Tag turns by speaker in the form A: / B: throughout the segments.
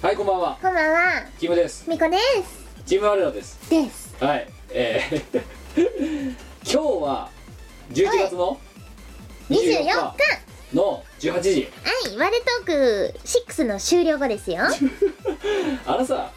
A: はいこんばんは
B: こんばんは、
A: キムです
B: みこです。
A: チームワルダです
B: です。
A: はいえー 今日は11月の
B: 24日、
A: 24
B: は
A: 日の18時
B: い、ワルトーク6の終了後で すよ。はい、
A: あのさ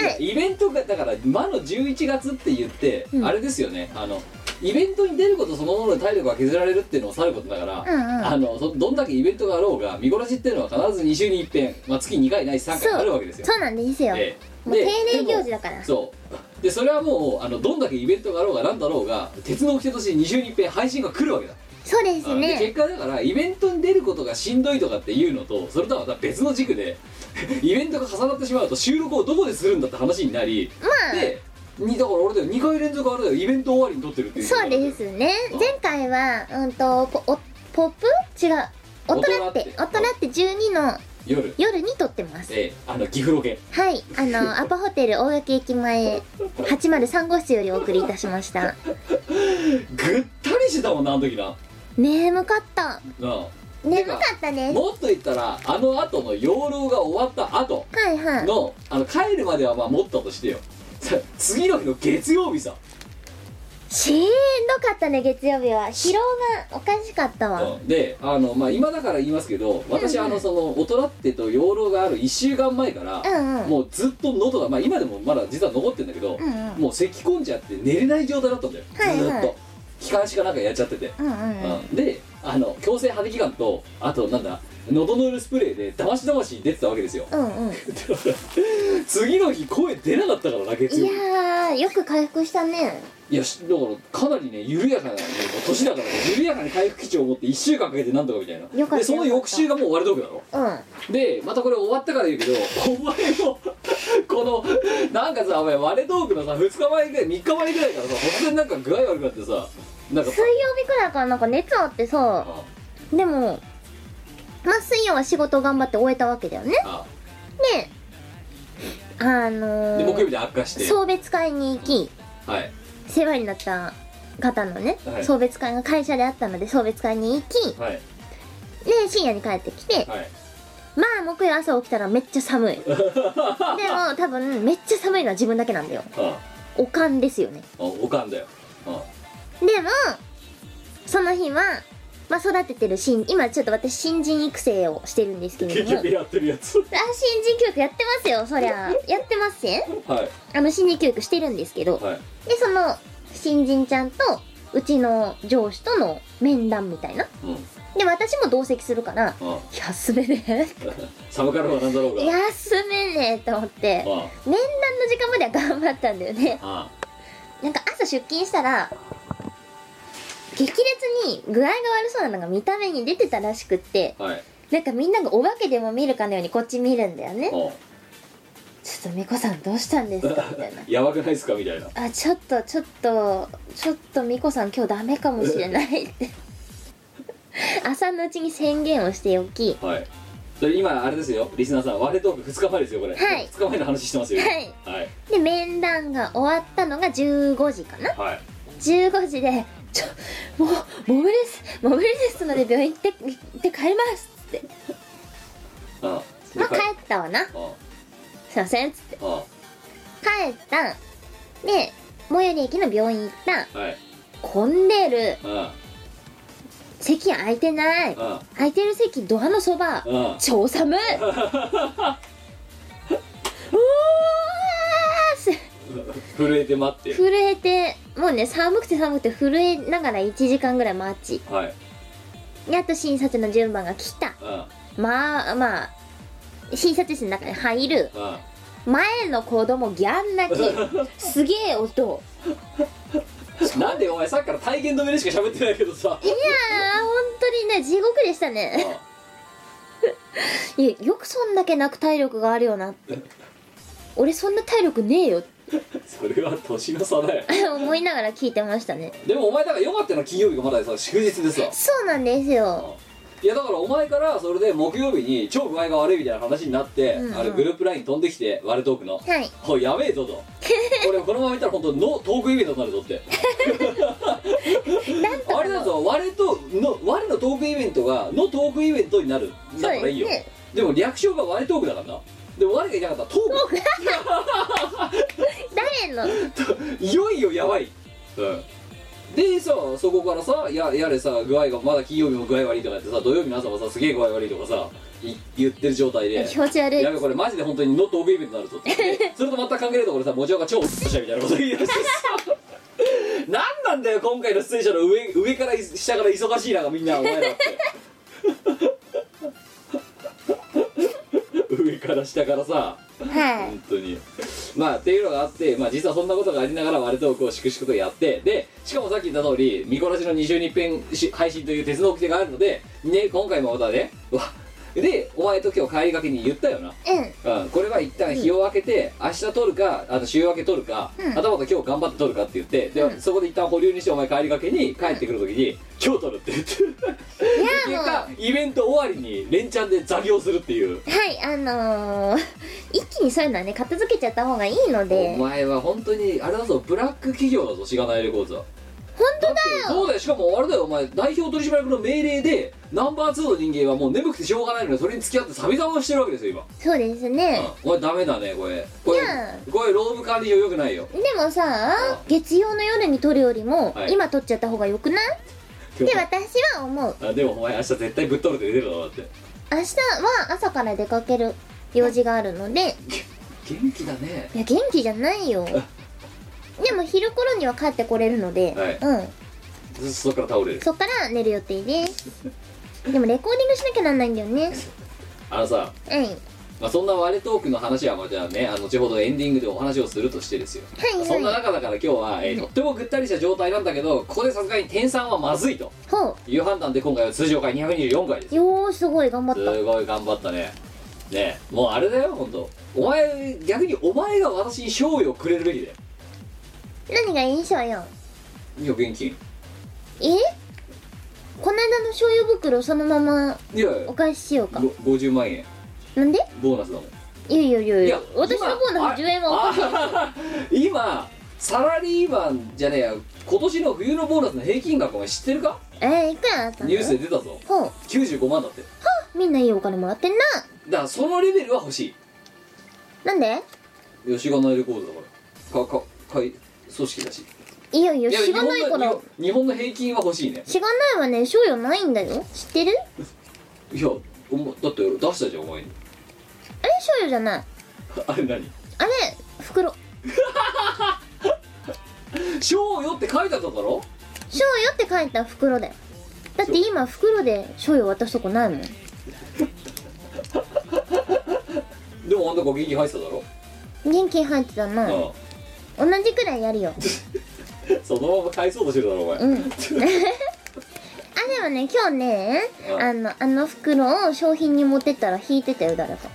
A: いやイベントがだから魔の11月って言って、
B: うん
A: あれですよねあのイベントに出ることそのもので体力が削られるっていうのをさることだから、
B: うんうん
A: あのそどんだけイベントがあろうが見殺しっていうのは必ず2週に一遍、まあ、月2回ないし3回あるわけですよ
B: そうなんですよ。
A: ええ
B: もう
A: で
B: 定例行事
A: でも
B: だから。
A: そうでそれはもうあのどんだけイベントがあろうがなんだろうが鉄の掟として2週に一遍配信が来るわけだ
B: そうです
A: で
B: ね。
A: 結果だからイベントに出ることがしんどいとかっていうのとそれとはまた別の軸で イベントが重なってしまうと収録をどこでするんだって話になり、でにだから俺だよ2回連続あれだよイベント終わりに撮ってるっていう
B: そうですね
A: うん。
B: 前回は、うんと、ポおポップ違う。大人って、
A: 大
B: 大
A: 人
B: 人
A: っ
B: って12の
A: 夜
B: 夜に撮ってます。
A: えーあの岐阜ロケ
B: はい、あの、アパホテル大垣駅前803号室よりお送りいたしました。
A: ぐったりしてたもんなあの時な
B: 眠かった。
A: な
B: 眠かった
A: あ
B: ね。
A: もっと言ったらあの後の養老が終わった後
B: はいはい。
A: のあの帰るまではまあ持ったとしてよさ次の日の月曜日さ、
B: しんどかったね月曜日は疲労がおかしかったわ
A: うんであの、まあ、今だから言いますけど私あのその大人ってと養老がある1週間前から、
B: うんうん
A: もうずっと喉が、まあ、今でもまだ実は残ってんだけど、
B: うんうん
A: もう咳き込んじゃって寝れない状態だったんだよ、
B: はいはい
A: ずーっと気管支かなんかやっちゃってて、
B: うんうんうん
A: うんであの強制破気管とあとなんだ喉のうるスプレーでだましだまし出てたわけです よ
B: うんうん
A: 次の日声出なかったからな月
B: い
A: 曜日
B: やーよく回復したね
A: いやしだからかなりね緩やかなねもう年だからね緩やかに回復基調を持って1週間かけてなんとかみたいな
B: よかった
A: でその翌週がもう終わりどくだろ
B: うん
A: でまたこれ終わったから言う けどお前もこのなんかさお前割れトークのさ2日前ぐらい3日前ぐらいからさ突然なんか具合悪くなってさなんか
B: 水曜日くらいからなんか熱あってさ
A: あ
B: でもまあ水曜は仕事頑張って終えたわけだよね
A: あ
B: であの
A: で木曜日
B: ー、
A: で悪化して
B: 送別会に行き
A: はい
B: 世話になった方のね、
A: はい
B: 送別会が会社であったので送別会に行き
A: はい
B: で深夜に帰ってきて
A: はい
B: まあ木曜朝起きたらめっちゃ 寒いでも多分めっちゃ寒いのは自分だけなんだよ
A: あ
B: おかんですよね
A: あおかんだよあ
B: でもその日は、まあ、育ててる新今ちょっと私新人育成をしてるんですけれ
A: 結
B: どもあ
A: 局やってるやつ
B: 新人教育やってますよそ りゃやってますせん
A: はい
B: あの新人教育してるんですけど
A: はい
B: でその新人ちゃんとうちの上司との面談みたいな
A: うん
B: で私も同席するから
A: あ
B: 休めねえ
A: 寒かろうがなんだろうが
B: 休めねえと思って
A: あ
B: 面談の時間までは頑張ったんだよね
A: あ
B: なんか朝出勤したら激烈に具合が悪そうなのが見た目に出てたらしくって
A: あはい
B: なんかみんながお化けでも見るかのようにこっち見るんだよね
A: あ
B: ちょっと美子さんどうしたんですかみたいな
A: やばくないですかみたいな
B: あちょっとちょっとちょっと美子さん今日ダメかもしれないって 朝のうちに宣言をしておき
A: はいそれ今あれですよリスナーさん割れトーク2日前ですよこれ、
B: はい
A: 2日前の話してますよ
B: はい
A: はい
B: で面談が終わったのが15時かな
A: はい
B: 15時で「ちょもうモブレスモブレスですので病院行って行って帰ります」って
A: あ
B: 「まあ帰ったわな
A: ああ
B: すいません」っつって
A: あ
B: 帰ったで最寄り駅の病院行った
A: あはい
B: 混んでる
A: あ
B: 席空いてない
A: あ
B: 空いてる席ドアのそば
A: あ
B: 超寒いうわーす
A: 震えて待ってる
B: 震えてもうね寒くて寒くて震えながら1時間ぐらい待ち
A: はい
B: やっと診察の順番が来た
A: あ
B: まあまあ診察室の中に入る
A: あ
B: 前の子供ギャン泣き すげえ音
A: なんでお前さっきから体験止めでしか喋ってないけどさ
B: いやー本当にね地獄でしたねいやよくそんだけ泣く体力があるよなって俺そんな体力ねえよって
A: あそれは年の差だよ
B: 思いながら聞いてましたね
A: でもお前だからよかったな金曜日がまださ祝日ですわ
B: そうなんですよ
A: いやだからお前からそれで木曜日に超具合が悪いみたいな話になって、
B: うんうん
A: あれグループライン飛んできて割れトークの「
B: はい
A: おいやべえぞ」と 「俺このままいったら本当のトークイベントになるぞ」って
B: なんとか
A: あれだぞ我との我のトークイベントがのトークイベントになるんだからいいよ
B: そうですね
A: でも略称が我トークだからなでも我がいなかったらトーク
B: 誰の
A: いよいよやばい、うん、でさそこからさややれさ具合がまだ金曜日も具合悪いとかやってさ土曜日の朝もさすげえ具合悪いとかさい言ってる状態で
B: 気持ち悪い
A: やべこれマジで本当にノットオブイベントになるぞってそれと全く関係ないところでさ文字が超おっしゃみたいなこと言い出してさ何なんだよ今回の出演者の上上から下から忙しいなんかみんなお前らって上から下からさ
B: は
A: 本当にまあっていうのがあって、まあ、実はそんなことがありながら割とこう粛々とやってでしかもさっき言った通り見殺しの2週に一遍し配信という鉄の規定があるのでね今回もまたねうわでお前と今日帰りがけに言ったよな、
B: いうん
A: うん、これは一旦日を明けて、明日取るかあと週明け取るか、
B: うん
A: はたまた今日頑張って取るかって言ってで、
B: うん
A: そこで一旦保留にしてお前帰りがけに帰ってくる時に、今日取るって言 って
B: い
A: 結
B: やもう
A: 果
B: は
A: イベント終わりに連チャンで座業するっていう
B: いあのー、一気にそういうのはね片付けちゃった方がいいの
A: お
B: で
A: 前は本当にあれだぞブラック企業だぞしがないレコーズは
B: 本当だ
A: ってそうだよしかもあれだよお前代表取締役の命令でナンバー2の人間はもう眠くてしょうがないのにそれに付き合ってサビをしてるわけですよ今、
B: そうですね
A: うん、お前ダメだねこれこれ
B: いや
A: これ労務管理上よくないよ
B: でもさ
A: うん
B: 月曜の夜に撮るよりも、
A: はい
B: 今撮っちゃった方がよくないって私は思う
A: あでもお前明日絶対ぶっ取るって出てるだろだって
B: 明日は朝から出かける用事があるので
A: 元気だね
B: いや元気じゃないよでも昼頃には帰ってこれるので、
A: はい
B: うん
A: ずっとそこから倒れる
B: そっから寝る予定ですでもレコーディングしなきゃなんないんだよね
A: あのさ、
B: はいはい
A: まあ、そんな割れトークの話はまたねあの後ほどエンディングでお話をするとしてですよそんな
B: はい
A: 中だから今日は、えーとってもぐったりした状態なんだけどここでさすがに点3はまずいと
B: ほ
A: いう判断で今回は通常回224回です
B: うよーすごい頑張った
A: すごい頑張ったねねえもうあれだよ本当お前逆にお前が私に賞与をくれるべきだよ
B: 何がいいんしょうよ
A: いや現金
B: えこの間の醤油袋そのまま
A: いやいや
B: お返ししようか
A: ご50万円
B: なんで
A: ボーナスだもん
B: いやいやいやい
A: い
B: や私のボーナス10円はお
A: は今サラリーマンじゃねえや今年の冬のボーナスの平均額お前知ってるか
B: えー、いくらだったの
A: ニュースで出たぞ
B: ほう
A: 95万だって
B: みんないいお金もらってんな
A: だからそのレベルは欲し
B: なんで
A: い吉がないレコードだからかかかい組織だし
B: いやいや
A: いや
B: 知らないか
A: 日
B: ら
A: 本の日本の平均は欲しいね
B: 知らないわね醤油ないんだよ知ってる
A: いやお前だって出したじゃんお前に
B: あれ醤油じゃない
A: あれ何
B: あれ袋
A: 賞よって書いてあっただろ
B: 醤油って書いた袋だよだって今袋で醤油渡すとこないもん
A: でもあんたご元気入ってただろ、
B: 現金入ってたな
A: あ
B: 同じくらいやるよ
A: あそのまま返そうとしてるだろお前、
B: うんあでもね今日ね
A: うん
B: あのあの袋を商品に持ってったら引いてたよ誰か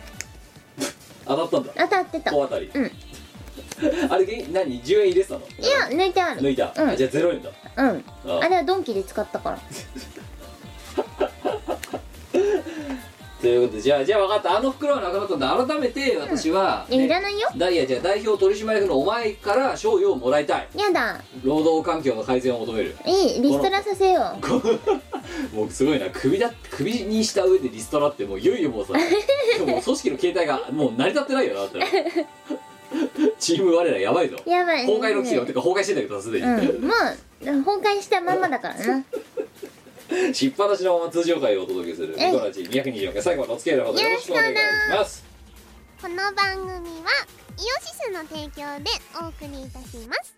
A: 当たったんだ
B: 当たってた
A: 小当たり、
B: うん
A: あれ元気何10円入れてたの
B: いや抜いてある
A: 抜いた、
B: うん
A: あじゃあ0円だ
B: うん
A: ああ
B: あれはドンキで使ったから
A: ということでじゃあじゃあ分かったあの袋はなくなったんだ改めて私は、
B: いやいら
A: ね
B: ないよ
A: ダイヤじゃあ代表取締役のお前から賞与をもらいたい
B: やだ
A: 労働環境の改善を求める
B: いいリストラさせよう
A: こうもうすごいな首だ首にした上でリストラってもういよいよもう さもう組織の形態がもう成り立ってないよなだってなチーム我らやばいぞ
B: やばいね
A: 崩壊の危機よてか崩壊してんだけどすでに、
B: うんもう崩壊したまんまだからな
A: しっぱなしのまま通常回をお届けする「ミ
B: えい
A: コラジ224回」最後までお付き合いのほどよろしくお願いします
C: この番組はイオシスの提供でお送りいたします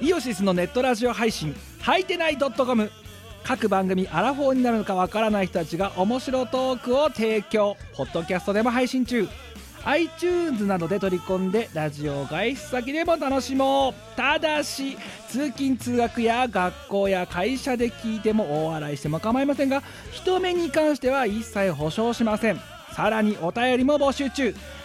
D: イオシスのネットラジオ配信「はいてない .com」各番組アラフォーになるのかわからない人たちが面白トークを提供ポッドキャストでも配信中 iTunes などで取り込んでラジオ外出先でも楽しもうただし通勤通学や学校や会社で聞いても大笑いしても構いませんが人目に関しては一切保証しませんさらにお便りも募集中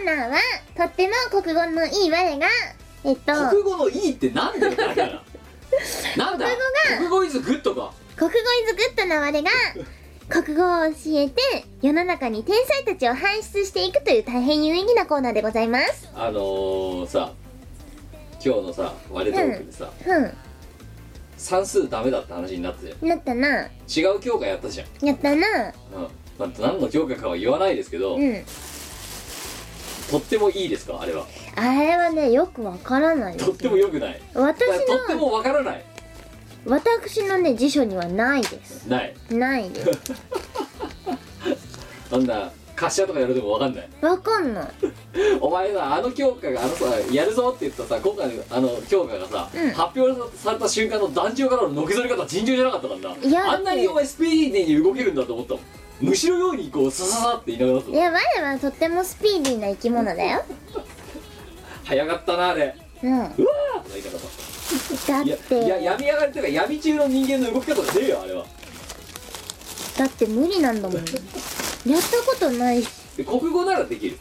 B: ーナーはとっても国語のいい我がえっと
A: 国語のいいってなんだよ だからなんだ国語イズグッドか
B: 国語イズグッドな我 が国語を教えて世の中に天才たちを輩出していくという大変有意義なコーナーでございます
A: あのー、さ今日のさ割れトークでさ、
B: う
A: 算数ダメだって話になってたよ
B: んなったな
A: 違う教科やったじゃん、
B: やったな
A: うんまあ、何の教科かは言わないですけど、
B: うん
A: とってもいいですかあれは
B: あれはねよくわからないです
A: とってもよくない
B: 私
A: だからとって
B: の
A: もわからない
B: 私のね辞書にはないです
A: ない
B: ないです
A: そんな滑車とかやるでもわかんない
B: わかんない
A: お前さあの教科があのさやるぞって言ったさ今回のあの教科がさ、
B: うん
A: 発表された瞬間の団長からののけぞり方尋常じゃなかったから
B: いや
A: なあんなにお前スピーディーに動けるんだと思ったもん虫のようにこうさささっていながら
B: いや我はとってもスピーディーな生き物だよ
A: 早かったなあれ
B: うんだ
A: うわーとか言いながらさい
B: っ
A: やいや闇
B: て
A: 上がりとか闇中の人間の動き方ねえよあれは
B: だって無理なんだもんやったことないし
A: で国語ならできる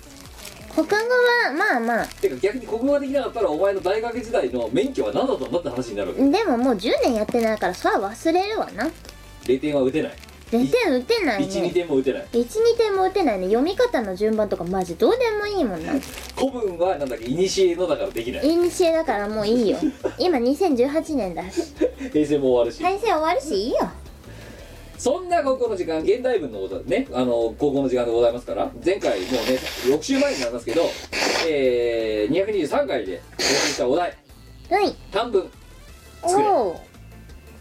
B: 他語はまあまあ
A: てか逆に国語ができなかったらお前の大学時代の免許は何だったんだって話になるわけ
B: でももう10年やってないからそら忘れるわな
A: 0点は打てない
B: 0点打てない
A: 12
B: ね
A: 点も打てない
B: 12点も打てないね読み方の順番とかマジどうでもいいも んな
A: 古文はなんだっけ古のだからできない
B: イニシエだからもういいよ今2018年だし
A: 平成も終わるし
B: 再生終わるしいいよ
A: そんな高校の時間現代文のことねあの高校の時間でございますから前回もうね6週前になりますけど、えー、223回で提供したお題
B: はい
A: 短文作れ
B: おお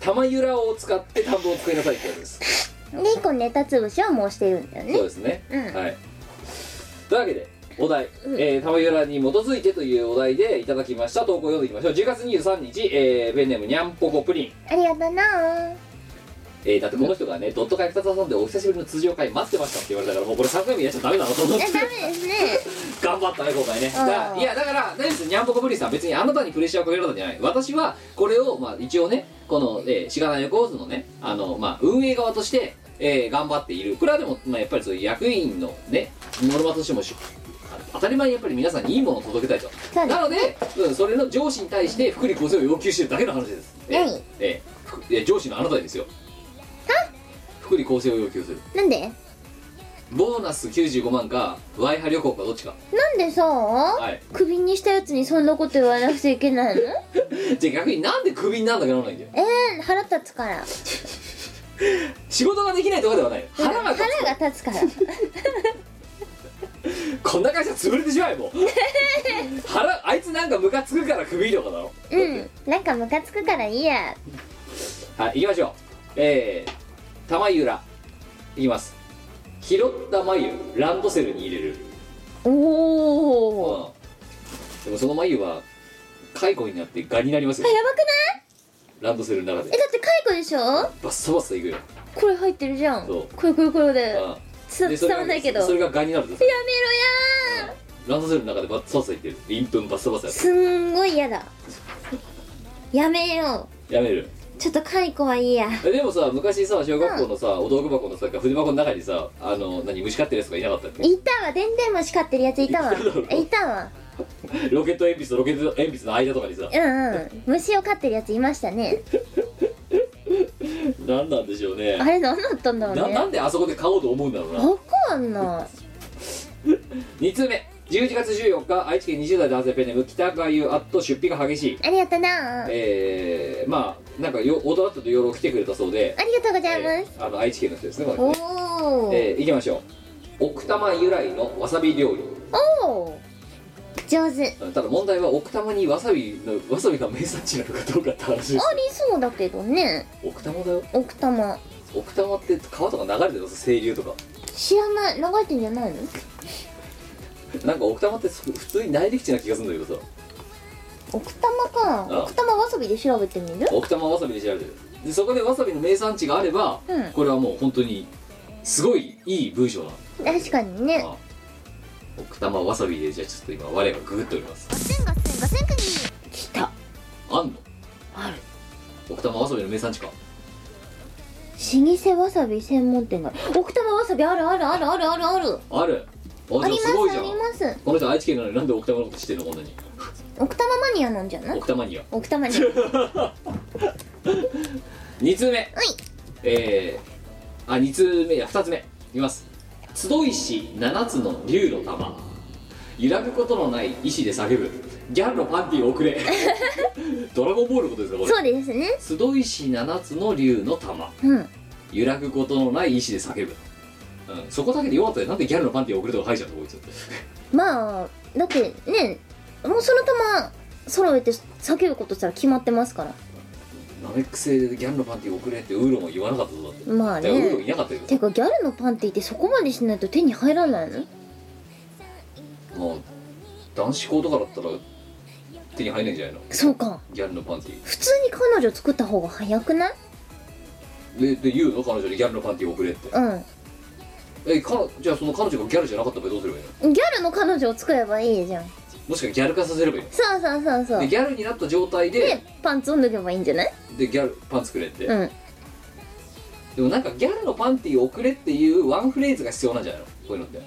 A: 玉ゆらを使って短文を作りなさいってやつです
B: で1個ネタ潰しはもうしてるんだよ
A: そう
B: ね
A: ですね、
B: うん
A: はいというわけでお題、
B: うん
A: えー、玉ゆらに基づいてというお題でいただきました投稿を読んでいきましょう10月23日、えー、ペンネームにゃんぽこプリン
B: ありがとう な
A: えーだってこの人がね、ドット会2つ挟んでお久しぶりの通常会待ってましたって言われたからもうこれ3回目やっちゃダメだなと思って
B: えダメですね
A: 頑張ったね今回ねだ
B: あー
A: からいやだから何ですにゃんぽこぶりさん別にあなたにプレッシャーをかけられたんじゃない私はこれをまあ一応ねこの、えー、しがない横尾図のねあの、まあ、運営側として、えー頑張っているこれはでも、まあ、やっぱりそういう役員のねノルマとしてもしあの当たり前にやっぱり皆さんにいいものを届けたいと
B: そうです
A: なので、うん、それの上司に対して福利厚生を要求してるだけの話ですえー
B: 何
A: えーふえー上司のあなたにですよ福利厚生を要求する
B: なんで
A: ボーナス95万かワイハ旅行かどっちか
B: なんでさ、
A: い
B: クビにしたやつにそんなこと言わなくちゃいけ ない の
A: じゃあ逆になんでクビになんなきゃならないんだよ
B: えー、腹立つから
A: 仕事ができないとかではない腹が立
B: 腹が立つから
A: つこんな会社潰れてしまえもう 腹あいつなんかムカつくからクビとかだろ
B: うんなんかムカつくからいいや
A: はい行きましょうえー、玉ゆらいきます拾った眉ランドセルに入れる、うん
B: おお、
A: でもその眉は解雇になってガになりますよ
B: あやばくない
A: ランドセルの中
B: え
A: で
B: だって解雇でしょ
A: バッサバッサいくよ、
B: これ入ってるじゃん
A: そう
B: これこれこれで
A: う
B: つ
A: ん、で
B: 伝わんないけどや
A: そ
B: め
A: れ
B: ろや
A: がガになると
B: ー
A: ランドセルの中でバッサバサいってるインプンバッサバサやっ
B: すんごい嫌だやめよ
A: てやめる
B: うちょっと解雇はいいや
A: えでもさ昔さ小学校のさ、お道具箱のさ筆箱の中にさあの何虫飼ってるやつがいなかったっけ
B: いたわでんでん虫飼ってるやついたわ
A: いただろ
B: いたわ
A: ロケット鉛筆とロケット鉛筆の間とかにさ
B: うんうん虫を飼ってるやついましたね
A: 何なんでしょうね
B: あれ何だったんだろう
A: なな
B: ね
A: んであそこで買おうと思うんだろうな
B: わかんない
A: 2通目11月14日愛知県20代男性ペンネーム北川優あっと出費が激しい
B: ありがとうなあり
A: えー、まあなんかよ大人ってといろいろ来てくれたそうで
B: がとうございます、
A: えーあの愛知県の人ですねこれ
B: お
A: ね
B: お、
A: えー、いきましょう奥多摩由来のわさび料理
B: おお上手あり
A: ただ問題は奥多摩にわさびのわさびが名産地なのかどうかって話です
B: そうだけどね
A: 奥多摩だよ
B: 奥多摩
A: 奥多摩って川とか流れてるの清流とか
B: 知らない流れてんじゃないの
A: なんか奥多摩って普通に内陸地な気がするんだけどさ
B: 奥多摩か
A: あ
B: 奥多摩わさびで調べてみる
A: 奥多摩わさびで調べてるでそこでわさびの名産地があれば、
B: うん
A: これはもう本当にすごいいい文章なの
B: 確かにね
A: あ奥多摩わさびでじゃあちょっと今我がググっております
C: ごすんごすんごすんくに
B: 来た
A: あんの
B: ある
A: 奥多摩わさびの名産地か
B: 老舗わさび専門店がある奥多摩わさびあるあるあるあるあるある
A: あるお
B: あ
A: じゃ
B: り
A: あ
B: ます
A: すごいじゃ
B: あ
A: ん
B: ります
A: この人愛知県なのになんで奥多摩のこと知ってるのこんなに
B: 奥多摩マニアなんじゃない
A: 奥多摩には
B: 奥多摩に
A: 2通目えー、あ2通目いや2つ目いきます集いし7つの竜の玉揺らぐことのない意志で叫ぶギャルのパンティを送れ ドラゴンボールのことですかこれ
B: そうですね
A: 集いし7つの竜の玉
B: うん
A: 揺らぐことのない意志で叫ぶ、うん、そこだけでよかったよなんでギャルのパンティを送れとか書いちゃうのこいつ
B: まあだってねもうその玉揃えて叫ぶことしたら決まってますから
A: ナメック星でギャルのパンティを送れってウーロンも言わなかったぞだって
B: まあ
A: だからウーロン
B: ね
A: いなかったよ
B: てかギャルのパンティってそこまでしないと手に入らないの
A: もう男子校とかだったら手に入んないんじゃないの
B: そうか
A: ギャルのパンティ
B: 普通に彼女作った方が早くない
A: でで言うの彼女にギャルのパンティを送れって
B: う
A: えかじゃあその彼女がギャルじゃなかった場合どうすればいいの
B: んギャルの彼女を作ればいいじゃん
A: もしくはギャル化させればいいの
B: そうそうそうそう
A: でギャルになった状態で
B: でパンツを脱げばいいんじゃない
A: でギャルパンツくれって、
B: うん
A: でもなんかギャルのパンティを送れっていうワンフレーズが必要なんじゃないのこういうのって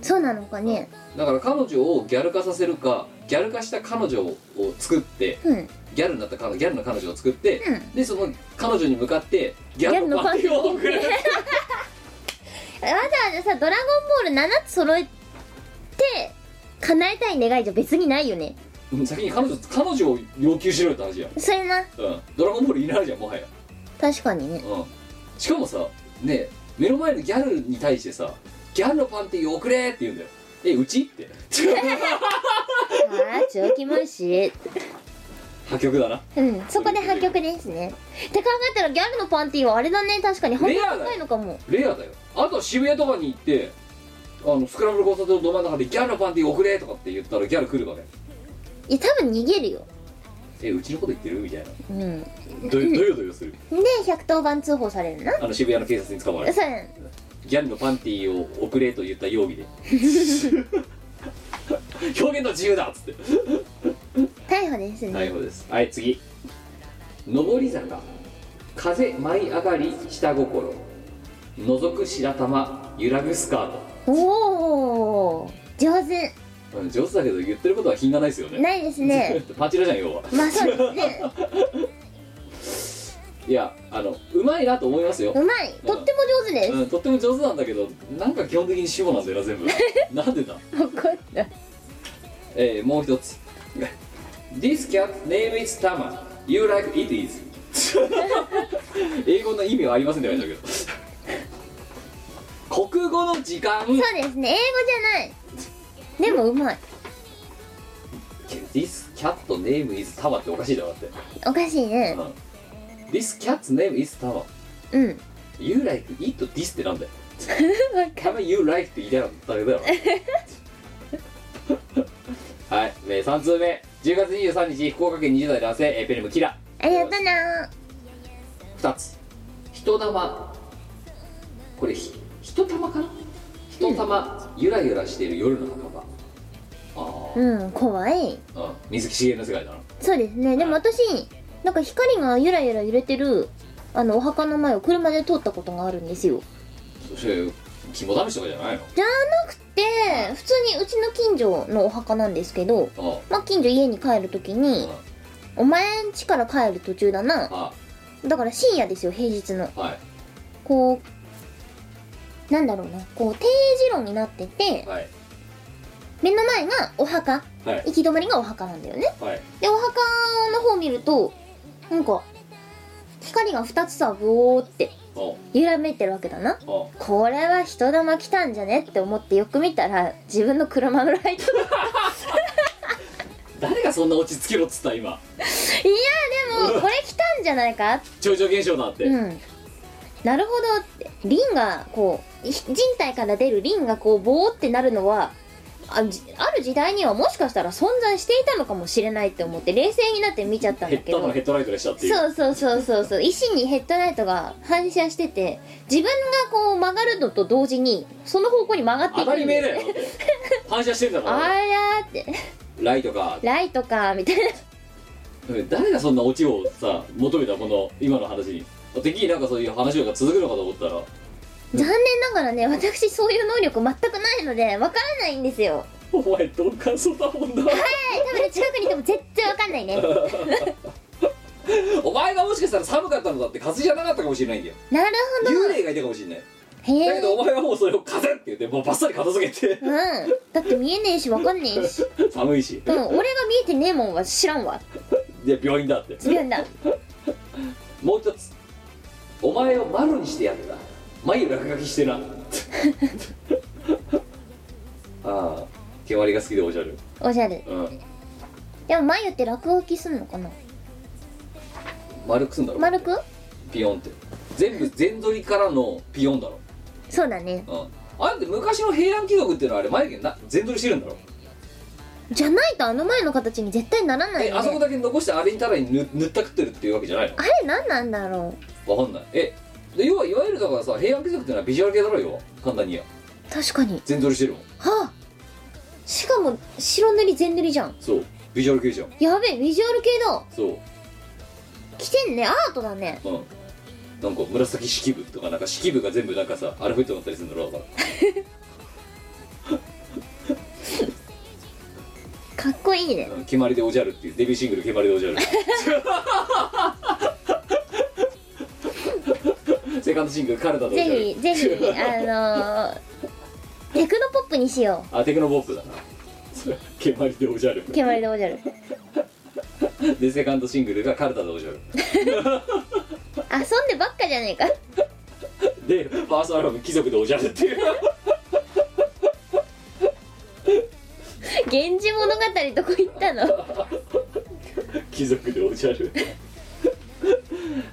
B: そうなのかね
A: だから彼女をギャル化させるかギャル化した彼女を作って
B: うん
A: ギャルになった彼女ギャルの彼女を作って、
B: うん
A: でその彼女に向かってギャルのパンティを送れ
B: わざわざさ「ドラゴンボール」7つ揃えて叶えたい願いじゃ別にないよね
A: うん先に彼女彼女を要求しろよって話や、
B: それな
A: うん、ドラゴンボールいないじゃんもはや
B: 確かにね
A: うんしかもさねえ目の前のギャルに対してさ「ギャルのパンティー送れ!」って言うんだよ「えうち?」って
B: ああ超気持ちいい
A: 破局だな
B: うんそこで破局ですねって考えたらギャルのパンティーはあれだね確かに本当に高いのかも
A: レアだよあとは渋谷とかに行ってあのスクランブル交差点のど真ん中で「ギャルのパンティー送れ!」とかって言ったらギャル来るからね
B: いや多分逃げるよ
A: 「えうちのこと言ってる?」みたいな
B: うんで
A: どよどよどよする
B: 110番通報されるな
A: あの渋谷の警察に捕まる
B: そうやん
A: ギャルのパンティーを送れと言った容疑で表現の自由だっつって
B: 逮捕ですね、
A: 逮捕ですはい次上り坂風舞い上がり下心覗く白玉揺らぐスカー
B: おお上手
A: ト、うん、上手だけど言ってることは品がないですよね
B: ないで すね
A: パチラじゃん要は
B: まあそうですね
A: いやあのうまいなと思いますよ
B: う、まいとっても上手です
A: うん、とっても上手なんだけどなんか基本的に主語なんだよな全部なんでだ
B: 怒った
A: えー、もう一つ This cat name is Tama You like it is 英語の意味はありませんでしたけど 国語の時間
B: そうですね英語じゃないでもうまい
A: This cat name is Tama っておかしいだろだって、
B: おかしいね
A: うん This cat's name is Tama
B: うん
A: You like it this ってなんだよ
B: わかる
A: Tama you like って言いたかっただけだよはい、えー、3通目10月23日福岡県20代男性えーペンネームキラ
B: ありがとうな
A: 2つ人玉これひ人玉かな人玉ゆらゆらしている夜の墓場あ
B: うん怖い
A: あ、うん、水木しげるの世界だな
B: そうですねでも私なんか光がゆらゆら揺れてるあのお墓の前を車で通ったことがあるんですよ
A: そして肝試しとかじゃないの
B: じゃなくて普通にうちの近所のお墓なんですけど
A: あ
B: まあ近所家に帰るときにお前ん家から帰る途中だな
A: あ
B: だから深夜ですよ平日の
A: あはい
B: こうなんだろうなこう定時路になってて
A: はい
B: 目の前がお墓
A: はい
B: 行き止まりがお墓なんだよね
A: はい
B: でお墓の方見るとなんか光が2つさブオーって
A: あ
B: 揺らめいてるわけだな
A: あ
B: これは人玉来たんじゃねって思ってよく見たら自分の車のライト いや
A: 誰がそんな落ち着けろっつった今
B: でもこれ来たんじゃないか
A: 超常現象だって、
B: うんなるほどってリンがこうひ人体から出るリンがこうボーってなるのはあじある時代にはもしかしたら存在していたのかもしれないって思って冷静になって見ちゃったん
A: ヘ
B: だ
A: ッ
B: け
A: ドの
B: ど
A: ヘッドライトでしたっていう
B: そうそうそうそうそう石にヘッドライトが反射してて自分がこう曲がるのと同時にその方向に曲がって
A: 当
B: いく
A: たり
B: んだ
A: 前
B: よ
A: だよだって反射してるんだか
B: あ
A: ら
B: らーって
A: ライトか
B: ライトかみたいな
A: 誰がそんなオチをさ求めたこの今の話にてっきりなんかそういう話が続くのかと思ったら
B: 残念ながらね私そういう能力全くないのでわからないんですよ
A: お前鈍感そうだもんな
B: はい多分ね近くにいても絶対わかんないね
A: お前がもしかしたら寒かったのだって風邪じゃなかったかもしれないんだ よ
B: なる
A: 幽霊がいたかもしれない
B: ほどへ
A: だけ
B: え
A: どお前はもうそれを風邪って言ってもうバッサリ片付けて
B: うんだって見えねえしわかんねえし
A: 寒いし
B: うん俺が見えてねえもんは知らんわ
A: で病院だって
B: 違うんだ
A: もう一つお前を丸にしてやった眉落書きして なああ毛りが好きでおじゃる
B: おしゃれ
A: うん
B: でも眉って落書きすんのかな
A: 丸くすんだろ
B: 丸く
A: ピヨンって全部全取りからのピヨンだろ
B: そうだね
A: うんあれって昔の平安貴族っていうのはあれ眉毛な全取りしてるんだろ
B: じゃないとあの前の形に絶対ならない
A: え
B: よ
A: あそこ
B: ね
A: だけ残してあれにたらに塗塗ったくってるっていうわけじゃないの
B: あれ何なんだろ
A: わかんないえで要はいわゆるだからさ平安貴族っていうのはビジュアル系だろよ簡単にや
B: う確かに
A: 全取りしてるもん
B: はあしかも白塗り全塗りじゃん
A: そうビジュアル系じゃん
B: やべえビジュアル系だ
A: そう
B: 来てんねアートだね
A: うんなんか紫式部とかなんか式部が全部なんかさアルファベットだったりするんだろうだか
B: かっこいいね
A: らうん決まりでおじゃるっていうデビューシングル決まりでおじゃ るセカンドシングルカルタとおじゃる
B: ぜひぜひあのー、テクノポップにしよ
A: あテクノポップだなそれ決まりでおじゃる
B: う決まりでおじゃる
A: でセカンドシングルがカルタでおじゃる
B: 遊んでばっかじゃねえか
A: でファーストアルバム貴族でおじゃるって いう
B: 「源氏物語」どこ行ったの
A: 貴族でおじゃる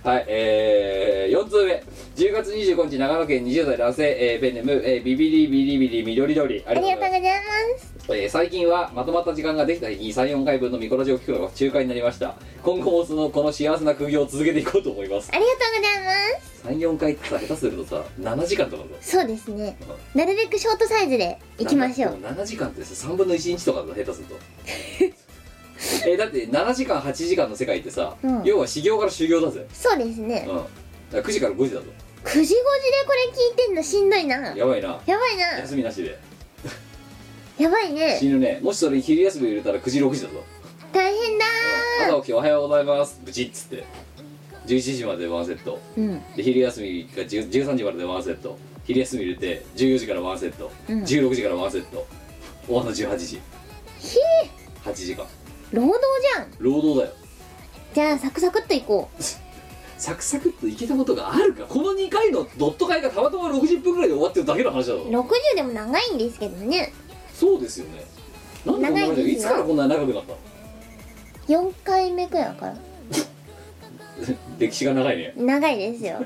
A: はいえー、4通目10月25日長野県20代男性、えー、ペンネーム、えービビリビリビリ緑緑あ
B: あ
A: りが
B: り
A: と
B: が
A: うござい
B: とうござ
A: ま
B: います
A: す、えー最近はまとまった時間ができた日に34回分のミコラジを聞くのが中華になりました今後もそのこの幸せな苦行を続けていこうと思います
B: ありがとうございま
A: 34回ってさ下手するとさ7時間とかだぞ
B: すそうですねなるべくショートサイズでいきましょう
A: 7時間ってさ3分の1日とかだ下手すると えーだって7時間8時間の世界ってさ、
B: うん
A: 要は修行から修行だぜ
B: そうですね
A: うん、だから9時から5時だと
B: 9時5時でこれ聞いてんのしんどいなや
A: や
B: ば
A: ばいない
B: な
A: 休みなしで
B: やばいね
A: 死ぬねもしそれに昼休み入れたら9時6時だぞ
B: 大変だ
A: 朝起きて「おはようございます」ブチッつって11時までワンセット
B: ーうん
A: で昼休みが10 13時まででワンセット昼休み入れて14時からワンセット、
B: うん
A: 16時からワンセット終わるの18時
B: ひ
A: 8時間
B: 労働じゃん
A: 労働だよ
B: じゃあサクサクっといこう
A: サクサクっといけたことがあるかこの2回のドット会がたまたま60分ぐらいで終わってるだけの話だぞ
B: 60でも長いんですけどね
A: そうですよねなんでこんな
B: 長いですよ
A: いつからこんな長くなったの
B: 4回目くらいから
A: 歴史が長いね
B: 長いですよ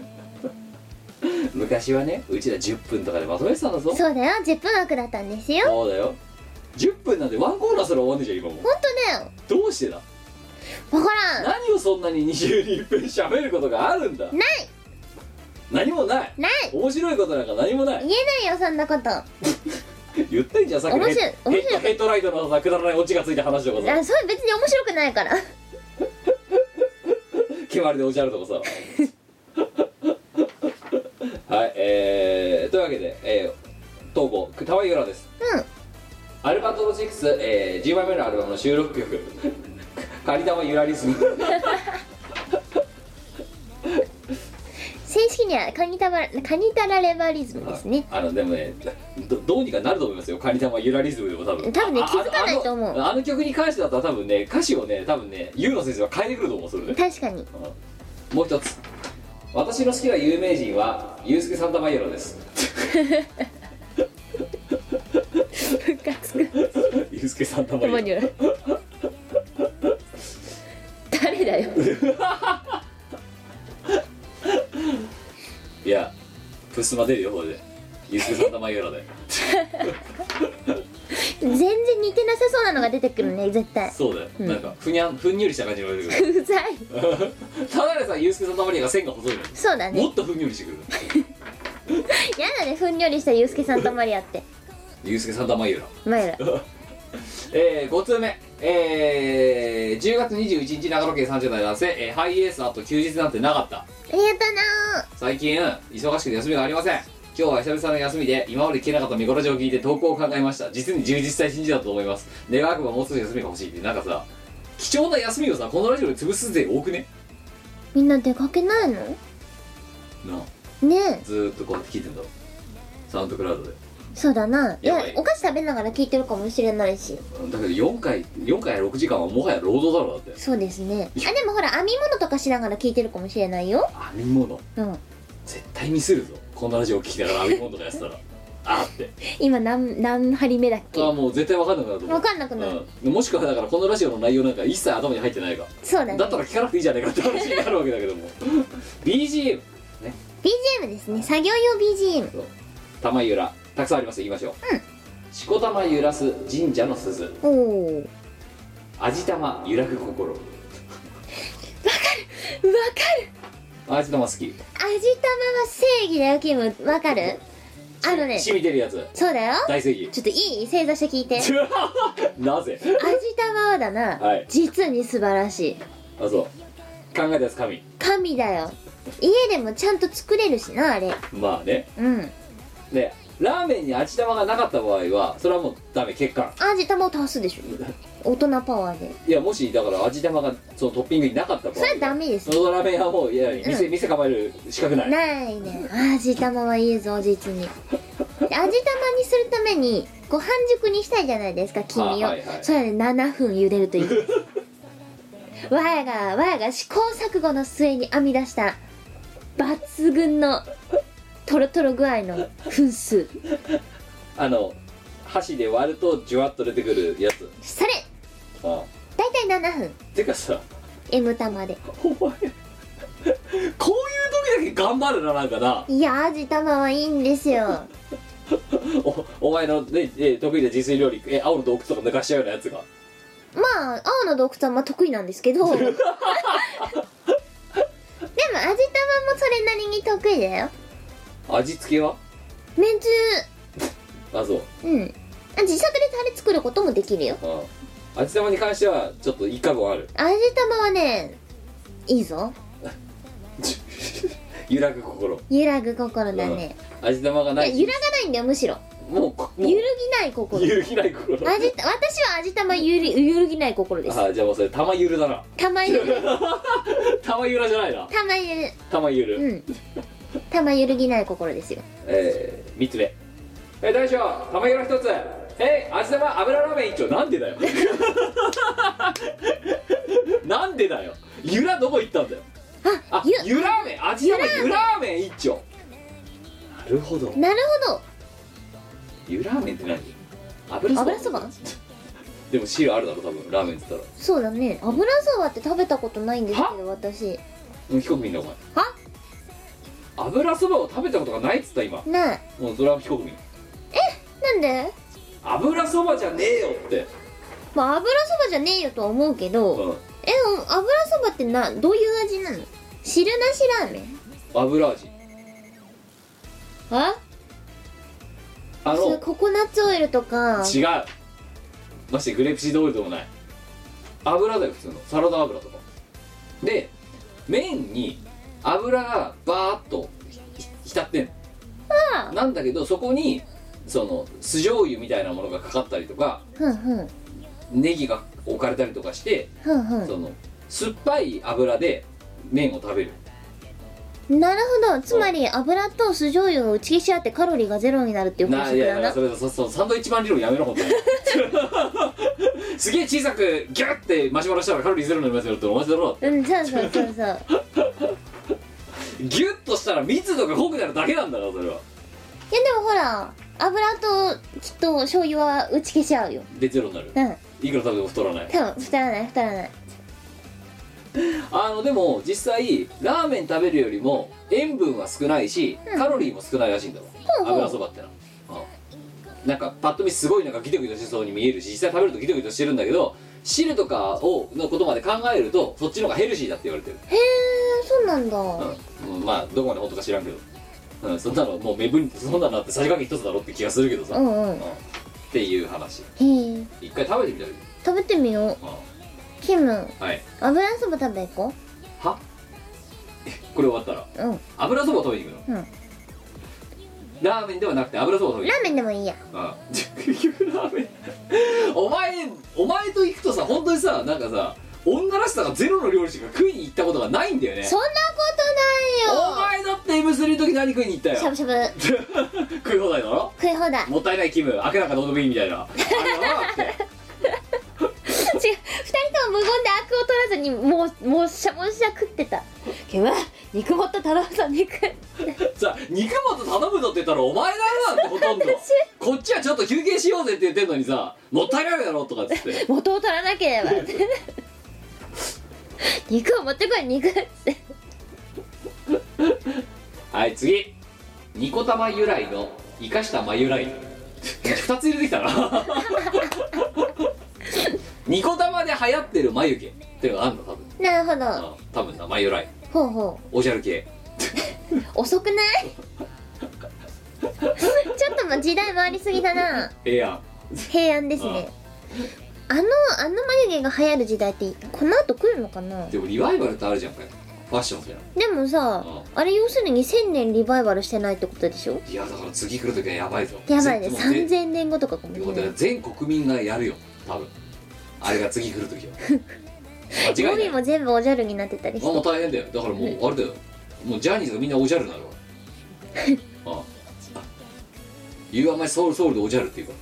A: 昔はねうちら10分とかでまとめてたんだぞ
B: そうだよ10分枠だったんですよ
A: そうだよ10分なんてワンコーナーすら終わんねえじゃん今も
B: 本当だよ
A: どうしてだ
B: わからん
A: 何をそんなに2週に一遍喋ることがあるんだ
B: ない
A: 何もない
B: ない
A: 面白いことなんか何もない
B: 言えないよそんなことあ
A: 言ったんじゃんさっき
B: 面
A: ヘッ
B: 白い
A: ヘッドヘッドライトのさくだらないオチがついた話とか
B: そ
A: さ
B: れ別に面白くないから
A: 決まりでおじゃるとかさ はいえー、というわけで、えー、投稿たわいぐらです
B: うん
A: アルバトロシックス、えー、10枚目のアルバムの収録曲 「仮玉ゆらりすむ」
B: 正式にはカニタバカニタラレバリズムですね
A: あのでもねどどうにかなると思いますよカニ玉ゆらリズムでも多分
B: 多分ね
A: ああ
B: 気づかないと思う
A: あのあの曲に関してだったら多分ね歌詞をね多分ねゆうの先生は変えてくると思うそれで
B: 確かに
A: もう一つ私の好きな有名人はユースケ・サンタマイエロです
B: ムカつく
A: ユースケ・サンタマ
B: たま
A: イ
B: に
A: エロ
B: は誰だよ
A: いやプスマ出るよこれでユースケ・サンタマイエロで
B: 全然似てなさそうなのが出てくるね絶 対
A: そうだよ、
B: うん
A: なんかふにゃんふんにゅりした感じの出てくる
B: うざい
A: ただでさユースケ・サンタマイエロが線が細いのに
B: そうだ
A: も
B: ね
A: っとふんにゅりしてく る
B: やだねふんにょりしたユースケ・サンタマリアって
A: ユースケ・サンタマイエロ
B: 前ら
A: えー、5通目、えー、10月21日長野県30代男性、えーハイエースあと休日なんてなかった
B: ありがと
A: 最近忙しくて休みがありません今日は久々の休みで今まで聞けなかった見頃上を聞いて投稿を考えました実に充実した一日だと思います願わくばもう少し休みが欲しいってなんかさ貴重な休みをさこのラジオで潰すぜ多くね
B: みんな出かけないの
A: なあ
B: ねえ
A: ずーっとこうやって聞いてんだろサウンドクラウドで
B: そうだない
A: や
B: やお菓子食べながら聞いてるかもしれないし
A: うんだけど4回4回や6時間はもはや労働だろうだって
B: そうですねあでもほら編み物とかしながら聞いてるかもしれないよ
A: 編み物
B: うん
A: 絶対ミスるぞこのラジオを聞きながら編み物とかやってたら あーって
B: 今何何針目だっけ
A: あーもう絶対分かんなくなると思う
B: 分かんなくなる、
A: うん、もしくはだからこのラジオの内容なんか一切頭に入ってないか
B: そうだ
A: ら
B: ね
A: だったら聞かなくていいじゃないかって話になるわけだけども BGM
B: BGM ですね作業用 BGM
A: 玉ゆらたくさんあります言いましょうしこたまゆらす神社の鈴
B: おおわ
A: 味玉ゆらく心
B: かる
A: 味玉好き
B: 味玉は正義だよキムわかるあのね
A: 染みてるやつ
B: そうだよ
A: 大正義
B: ちょっといい正座して聞いて味
A: なぜ
B: 玉はだな、
A: はい
B: 実に素晴らしい
A: あそう考えたやつ神
B: 神だよ家でもちゃんと作れるしなあれ
A: まあね
B: うん
A: でラーメンに味玉がなかった場合はそれはもうダメ欠陥
B: 味玉を足すでしょ大人パワーで
A: いやもしだから味玉がそのトッピングになかった場合
B: それダメです
A: のどラーメン屋はもういや店,、店構える資格ない
B: ないね味玉はいいぞ実にで味玉にするためにこう半熟にしたいじゃないですか黄身を、
A: あはいはい
B: それで7分茹でるといいですわやがわやが試行錯誤の末に編み出した抜群のトロトロ具合の分数
A: あの箸で割るとジュワッと出てくるやつ
B: それ
A: あ
B: 大体7分
A: あてかさ
B: M 玉で
A: お前こういう時だけ頑張るななんかない
B: や味玉はいいんですよ
A: おお前の、ね、え得意な自炊料理え青の洞窟とか抜かしちゃうようなやつが
B: まあ青の洞窟はまあ得意なんですけ どでも味玉もそれなりに得意だよ
A: 味付けは
B: めんつ
A: あそう
B: ゆうんあ自作でタレ作ることもできるよ
A: ああ味玉に関してはちょっと一過言あ る
B: 味玉はねいいぞ
A: 揺らぐ心
B: 揺らぐ心だね、
A: 味玉がないい
B: や揺らがないんだよむしろ
A: もうこもう
B: 揺るぎない心
A: 揺
B: 味
A: るぎない心
B: 私は味玉ゆる揺るぎない心です
A: あじゃあもうそれ玉ゆるだ な
B: 玉ゆる
A: 玉ゆらじゃないな
B: 玉ゆる
A: 玉ゆる、
B: うん玉揺るぎない心ですよ
A: えー、3つ目え大将玉ゆら一つえい味玉油ラーメン一丁なんでだよ なんでだよゆらどこ行ったんだよ
B: あ
A: あ
B: ゆ
A: ゆラーメン味玉ゆラーメン一丁なるほど
B: なるほ
A: ゆラーメンって何油
B: ど
A: そば
B: 油そば
A: でも汁あるだろ多分ラーメンって言ったら
B: そうだね油そばって食べたことないんですけど私
A: もう被告民だお前
B: は
A: 油そばを食べたことがないっつった今
B: ない
A: もうそれは被告民
B: なんで
A: 油そばじゃねえよって、
B: まあ油そばじゃねえよとは思うけど、
A: うん、
B: えお油そばってなどういう味なの汁なしラーメン
A: 油味
B: あ
A: あ
B: そ
A: の
B: れココナッツオイルとか
A: 違うましてグレープシードオイルでもない油だよ普通のサラダ油とかで麺に油がバーッとひ浸ってん
B: あ
A: のなんだけどそこにその酢醤油みたいなものがかかったりとか
B: ふんふん
A: ネギが置かれたりとかして
B: ふんふ
A: その酸っぱい油で麺を食べる
B: んなるほどつまり油と酢醤油を打ち消し合ってカロリーがゼロになるっていう法
A: な
B: 則
A: いや
B: だ
A: いや
B: な
A: それそそサンドイッチマン理論やめろ本当にすげえ小さくギュッてマシュマロしたらカロリーゼロになりますよって同じだろだって
B: うんそうそう そうそう
A: ギュッとしたら密度が濃くなるだけなんだからそれはい
B: やでもほら油ときっと醤油は打ち消し合うよ
A: でゼロになる
B: うん
A: いくら食べても太らない
B: 多分太らない太らない
A: あのでも実際ラーメン食べるよりも塩分は少ないしカロリーも少ないらしいんだわ、
B: ほうほう
A: 油そばってのは、うんなんかパッと見すごいなんかギトギトしてそうに見えるし実際食べるとギトギトしてるんだけど汁とかをのことまで考えるとそっちの方がヘルシーだって言われてる
B: へえそうなんだ、
A: うんうんまあどこまで本当か知らんけど、うん、そんなのもう目分そんなのあってさじ加減一つだろって気がするけどさ、
B: う
A: っ
B: んうん
A: ていう話
B: へえ
A: 一回食べてみたらいい、
B: 食べてみよう
A: う
B: キム
A: ん、はい
B: 油そば食べ行こ
A: はこれ終わったら
B: ううん
A: 油そば食べに行くの、
B: うん
A: ラーメンではなくて油そばとか
B: ラーメンでもいいや
A: あ結局ラーメン お前お前と行くとさ本当にさなんかさ女らしさがゼロの料理しか食いに行ったことがないんだよね
B: そんなこと
A: お
B: ない
A: 前
B: よ
A: だって M3 の時何食いに行った
B: しゃ
A: よ
B: ぶしゃぶ
A: 食い放題だろ
B: 食い放題違う
A: もったいない気分明らかどうでもいいみたいなあれだろだって
B: 二人とも無言でアクを取らずにもうもうしゃもしゃ食ってた今日は肉もっと太郎さん肉
A: さ肉また頼むのって言ったらお前だよなんてほとんどこっちはちょっと休憩しようぜって言ってんのにさもったいないだろとかっつって
B: 元を取らなけ れば肉を持ってこい肉って
A: はい次ニコ玉由来の生かしたま由来二つ入れてきたなニコ玉で流行ってる眉毛っていうのがあるの多分
B: なるほど
A: あ多分なま由来
B: ほうほ
A: おじゃる系
B: う遅くないちょっともう時代回りすぎだな
A: ええやん
B: 平安ですねあのあの眉毛が流行る時代ってこの後来るのかな
A: でもリバイバルってあるじゃんかよファッションじゃん
B: でもさあれ要するに1000年リバイバルしてないってことでしょ
A: いやだから次来る時はやばいぞ
B: やばいね
A: ぜもうぜ
B: 3000年後とかかもし
A: よか
B: れ
A: っ
B: な
A: たら
B: い
A: 全国民がやるよ多分あれが次来る時 は間違
B: 語
A: いない
B: 尾も全部おじゃるになってたり
A: まあ、もう
B: して
A: 大変だよだからもうあれだよもうジャニーズがみんなおじゃるにな るわああ「You are my soul soul」でおじゃるっていうか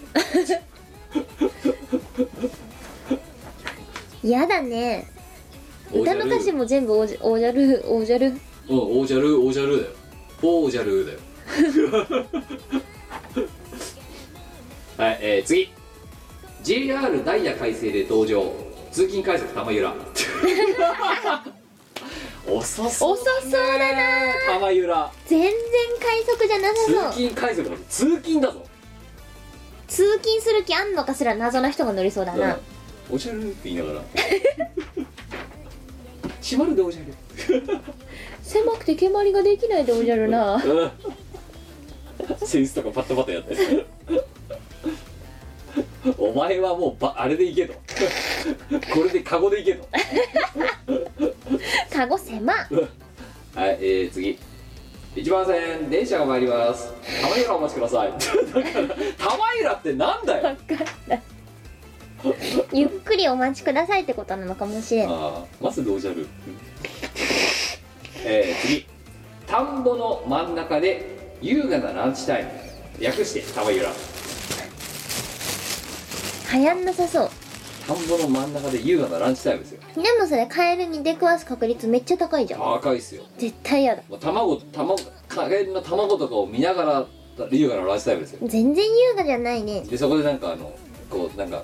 B: 嫌だね
A: おじゃ
B: 歌
A: る
B: の歌詞も全部おじおじゃるおじゃる
A: うんおじゃるおじゃるだよおじゃる だよはい、えー、次 JR ダイヤ改正で登場通勤快速玉ゆら 遅そう
B: 遅そうだな
A: 玉ゆら
B: 全然快速じゃな
A: 通
B: さそう
A: 勤快速だぞ通勤だぞ
B: 通勤する気あんのかすら謎な人が乗りそうだな
A: おじゃるって言いなが ら閉まるでおじゃる
B: 狭くて蹴鞠ができないでおじゃるな
A: うんセンスとかパッタパタやって お前はもうばあれでいけとこれでカゴでいけと
B: カゴ狭
A: はいえー、次一番線電車が参ります玉浦お待ちください だから玉浦ってなんだ よ
B: ゆっくりお待ちくださいってことなのかもしれん
A: あーまずどうじゃるえー、次田んぼの真ん中で優雅なランチタイム略して玉浦
B: 流行んなさそう
A: 田んぼの真ん中で優雅なランチタイムですよ
B: でもそれカエルに出くわす確率めっちゃ高いじゃん
A: 高いっすよ
B: 絶対やだ
A: もう卵卵加減の卵とかを見ながら優雅なランチタイムですよ
B: 全然優雅じゃないね
A: でそこでなんかあのこうなんか、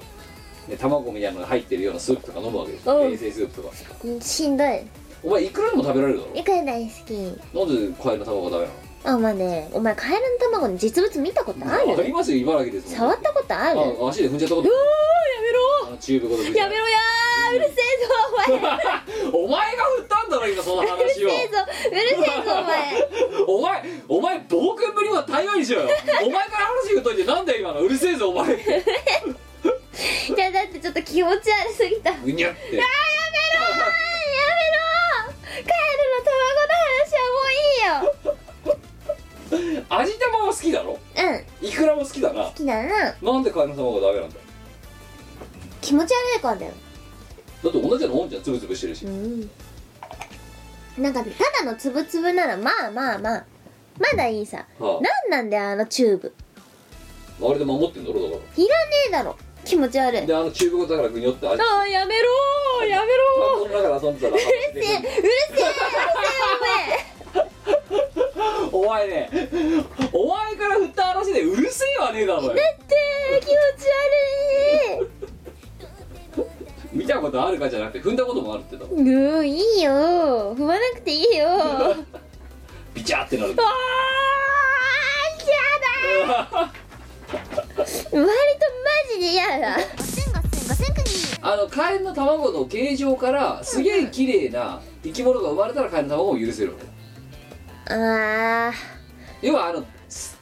A: ね、卵みたいなのが入ってるようなスープとか飲むわけですよ
B: うん
A: 冷製スープとか
B: しんどい
A: お前いくらでも食べられるだ
B: いくら大好き
A: ろなんでカエルの卵がダメ
B: あお前ねお前カエルの卵の実物見たことあ
A: なのあ
B: る
A: りますよ茨城ですもん
B: 触ったことあるうわ
A: あ足で踏んじゃったことあのチューブごと
B: ーやめろやめろやーうるせえぞお前うる
A: お前が振ったんだろ今その話 を
B: せえぞうるせえぞお前
A: お前お前暴君ぶりは対応にしろよお前から話振っといてなんだよ今のうるせえぞお前
B: いやだってちょっと気持ち悪すぎた
A: うにゃって
B: やめろーやめろーカエルの卵の話はも
A: 味玉は好きだろ
B: ういいようん
A: いくらも好きだな
B: 好きだな
A: なんでカエルの卵がダメなんだよ
B: 気持ち悪い子なんだよ
A: だって同じようなもんじゃんつぶつぶしてるし
B: うんなんかただのつぶつぶならまあまあまあまだいいさ
A: は
B: なんなんだよあのチューブ
A: あ、あれで守ってんだろだか
B: いらねえだろ気持ち悪
A: ら
B: い
A: であのチューブごとだからグニョってあれ
B: ああやめろーやめろ
A: 田んぼの中で遊んでたら
B: ーうるせえうるせえうるせえ
A: お前ねお前から振った話でうるせえはねえだろよ
B: お前だって気持ち
A: 見たことあるかじゃなくて踏んだこともあるってだろ
B: 悪 いうーいいよー踏まなくてい いよー
A: ビチャーってなるん
B: あー
A: だ
B: やだ割とマジでやだ
C: ガセンガセンガセンクニー
A: あのカエルの卵の形状からすげえ綺麗な生き物が生まれたらカエルの卵を許せるわけ
B: あー
A: 要はあの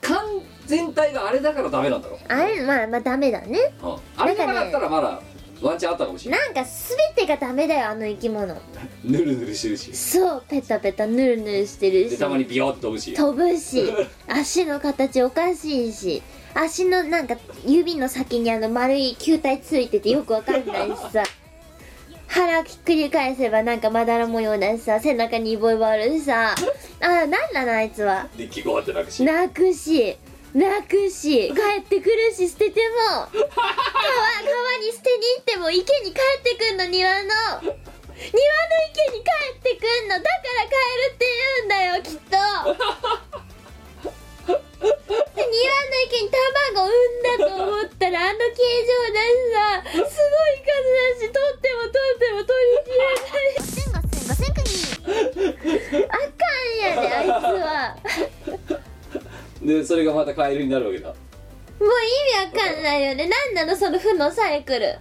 A: 完全体があれだからダメなんだろ
B: あれまあまあダメだね
A: うんあれとかだったらまだワンチャンあったかもしれない
B: なんか全てがダメだよあの生き物
A: ぬるぬるしてるし
B: そうペタペタヌルヌルしてる
A: で
B: した
A: まにビヨッと飛ぶし
B: 飛ぶし足の形おかしいし足のなんか指の先にあの丸い球体ついててよくわかんないし さ腹ひっくり返せばなんかまだら模様だしさ背中にイボイボあるしさあーなんなのあいつは
A: でギコーってなくし
B: 泣くし泣くし帰ってくるし捨てても川 川に捨てに行っても池に帰ってくんの庭の庭の池に帰ってくんのだから帰るって言うんだよきっとで庭の池に卵産んだと思ったらあの形状だしさすごい数だし取っても取っても取りきれない
C: ガセンガセンガセンクニ
B: あかんやであいつは
A: でそれがまたカエルになるわけだ
B: もう意味わかんないよねなんなのその負のサイクル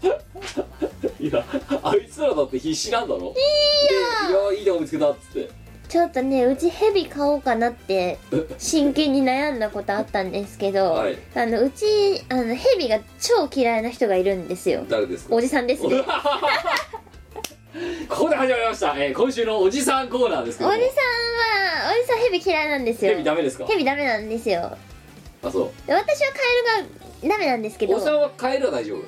A: いやあいつらだって必死なんだろいいよいやいいとこ見つけたっつって
B: ちょっとねうちヘビ買おうかなって真剣に悩んだことあったんですけど、
A: はい
B: あのうちあのヘビが超嫌いな人がいるんですよ
A: 誰ですか
B: おじさんですね
A: ここで始まりました、えー今週のおじさんコーナーですけ
B: おじさん
A: ど
B: は
A: も
B: おじさんヘビ嫌いなんですよ
A: ヘビダメですか
B: ヘビダメなんですよ
A: あそう
B: で私はカエルがダメなんですけど
A: お
B: お
A: じ
B: じ
A: さ
B: さん
A: んはカエルは大丈夫
B: は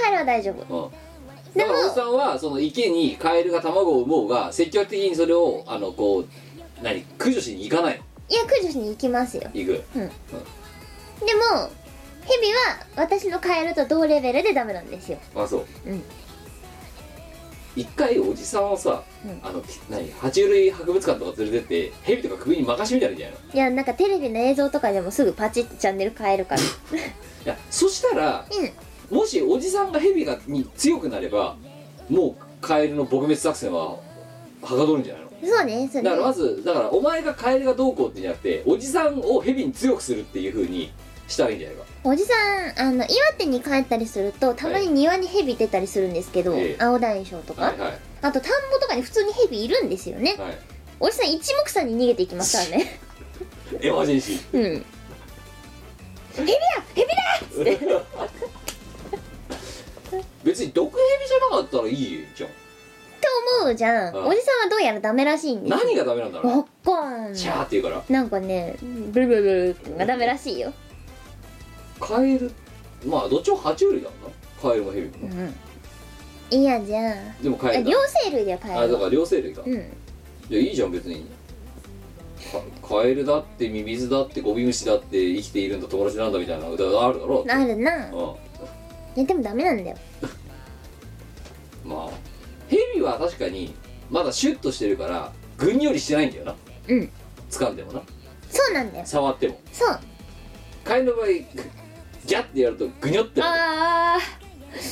B: カエルは大丈夫
A: うん、
B: で
A: だ
B: も
A: からおじさんはその池にカエルが卵を産もうが積極的にそれをあのこう何駆除しに行かないの
B: いや駆除しに行きますよ
A: 行く
B: でもヘビは私のカエルと同レベルでダメなんですよ
A: あそう
B: うん
A: 一回おじさんをさ、
B: うん
A: あの何爬虫類博物館とか連れてってヘビとか首に任してみたらいいんじゃないの
B: いやなんかテレビの映像とかでもすぐパチッチャンネル変えるから
A: いやそしたら
B: う
A: もしおじさんがヘビがに強くなればもうカエルの撲滅作戦ははかどるんじゃないの
B: んそうねそうね
A: だからまずだからお前がカエルがどうこうってんじゃなくておじさんをヘビに強くするっていうふうにしたらいいんじゃないか
B: おじさんあの岩手に帰ったりするとたまに庭にヘビ出たりするんですけど、
A: ええ
B: 青大将とか、
A: はいはい
B: あと田んぼとかに普通にヘビいるんですよね
A: はい
B: おじさん一目散に逃げていきますからね
A: エマジェンシー
B: うんヘビだヘビだ
A: 別に毒ヘビじゃなかったらいいじゃん
B: と思うじゃん、
A: うん
B: おじさんはどうやらダメらしいんです
A: 何がダメなんだろ
B: わか
A: うんシャーって言うから
B: なんかねブルブルブルがダメらしいよ、
A: カエルまあどっちも爬虫類だもんなカエルもヘビ
B: う
A: も、
B: ん、いやじゃん
A: でもカエル
B: 両
A: だ
B: 生類だよカ
A: あ
B: エル
A: だか
B: は
A: ら両生類か、
B: う
A: い
B: ん
A: やいいじゃん別にかカエルだってミミズだってゴミ虫だって生きているんだ友達なんだみたいな歌があるだろう
B: あるな
A: う
B: いやでもダメなんだよ
A: んまあヘビは確かにまだシュッとしてるからぐんよりしてないんだよな
B: うん
A: 掴んでもな
B: そうなんだよ
A: 触っても
B: そう
A: カエルの場合ギャッてやるとぐにょってなる
B: あ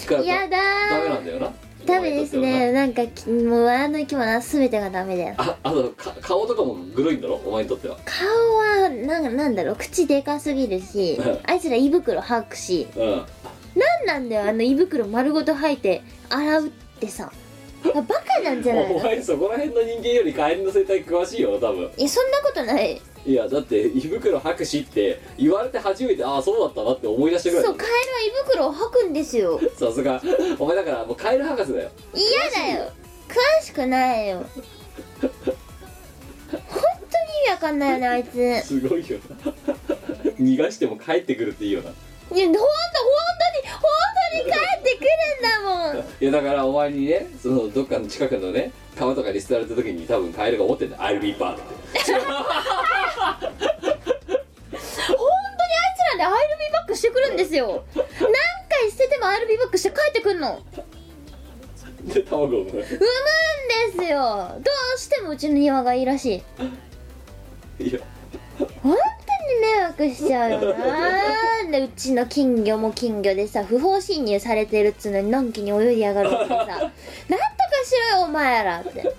A: から
B: あやだー
A: ダメなんだよな
B: ダメですねなんかきもうあの生き物は全てがダメだよ
A: ああとか顔とかもグロいんだろお前にとっては
B: 顔はなんかなんだろう口でかすぎるし
A: うん
B: あいつら胃袋吐くし
A: うん
B: なんなんだよあの胃袋丸ごと吐いて洗うってさあバカなんじゃないの
A: お前そこら辺の人間よりカエルの生態詳しいよ多分
B: いやそんなことない
A: いやだって胃袋博士って言われて初めてああそうだったなって思い出してくらい
B: そうカエルは胃袋を吐くんですよ
A: さすが お前だからもうカエル博士だよ
B: 嫌だよ詳しくないよ本当に意味わかんないよねあいついや
A: すごいよな 逃がしても帰ってくるっていいよない
B: ほんとほんとにほんとに帰ってくるんだもん
A: いやだからお前にねそのどっかの近くのね川とかに捨てられた時に多分カエルが思ってんだ「I'll be back」って
B: 本当にあいつらでアイルビーバックしてくるんですよ何回捨ててもアイルビーバックして帰ってくんの産
A: で卵を産む
B: むんですよどうしてもうちの庭がいいらしい
A: いや
B: 本当に迷惑しちゃうよなでうちの金魚も金魚でさ不法侵入されてるっつうのにのんきに泳いでやがるからさなんとかしろよお前らって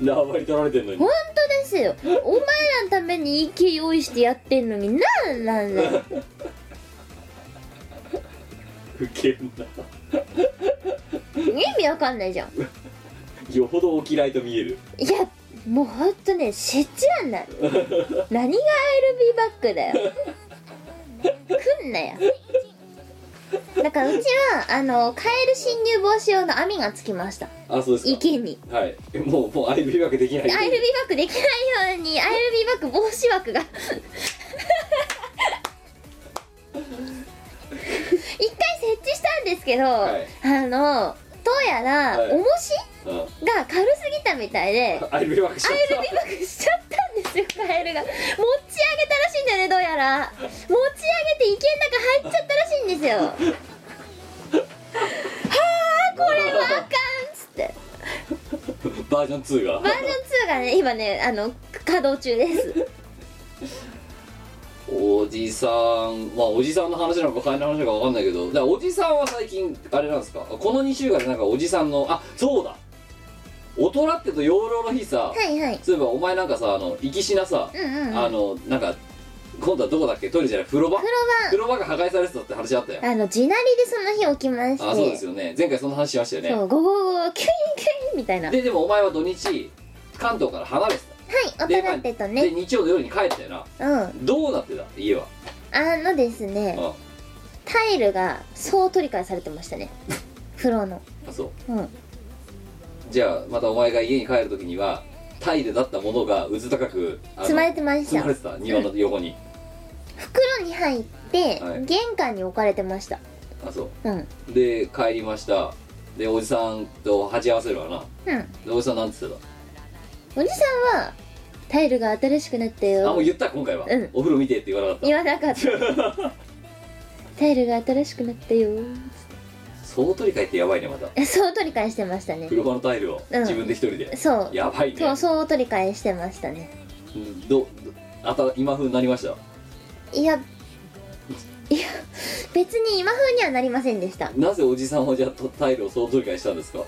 A: 縄張り取られてんのに
B: 本当ですよお前らのために池用意してやってんのになんなんだよ
A: ウケんな
B: 意味わかんないじゃん
A: よほどお嫌いと見える
B: いやもうほんとね信じらんない何がアイルビーバックだよ来んなよだからうちはあのカエル侵入防止用の網がつきました
A: あそうですか
B: 池に
A: はいえもうもうアイルビバけできない
B: アイルビバックできないようにアイルビバック防止枠が一回設置したんですけど、
A: はい
B: あのどうやら
A: はい
B: 重しが軽すぎたみたいで、
A: うんアイルビバけしちゃっ
B: アイルビバックしちゃったんですよカエルが持ち上げたらしいんだよねどうやら持ち上げて池の中入っちゃったらしいんですよはあこれはあかんっつって
A: たバージョン2が
B: バージョン2がね今ねあの稼働中です
A: おじさんまあおじさんの話なのか金の話なのかわかんないけどだからおじさんは最近あれなんですかこの2週間でなんかおじさんのあそうだ大人ってと養老の日さ、
B: はいはい
A: そういえばお前なんかさあの行きしなさ、
B: うんうんうん
A: あのなんか今度はどこだっけトイレじゃない風呂場
B: 風
A: 風呂場が破壊されてたって話あったよ
B: 呂場あの地鳴りでその日起きまして
A: あそうですよね前回その話しましたよね
B: そうゴゴゴゴキュインキュインみたいなはい
A: ででもお前は土日関東から離れてた
B: おた
A: で
B: らってた
A: で
B: ね
A: 日曜の夜に帰ったよな
B: うんあ
A: どうなってた家は
B: のですね
A: あ
B: タイルがそう取り替えされてましたね風呂の
A: あそう
B: うん
A: じゃあまたお前が家に帰る時にはタイルだったものがうず高くあの
B: 積まれてまし
A: 積
B: た
A: まれてた庭の横に、
B: 袋に入って、
A: はい
B: 玄関に置かれてました
A: あそ
B: うん
A: うで帰りましたでおじさんと鉢合わせるわな
B: うん
A: でおじさんなんつってた
B: おじさんはタイルが新しくなった
A: あもう言
B: よ
A: った今回は、
B: うん
A: お風呂見てって言わなかっ
B: 言わ なかったタイルが新しくなったよ
A: た総取り替えってやばいねまた
B: えそう取り替えしてましたね
A: 風呂場のタイルを
B: うん
A: 自分で一人で、
B: そう
A: やばいね
B: そうそう取り替えしてましたね
A: うんどどあた今風になりました
B: いやいや別に今風にはなりませんでした
A: なぜおじさんはじゃあとタイルを総取り替えしたんですか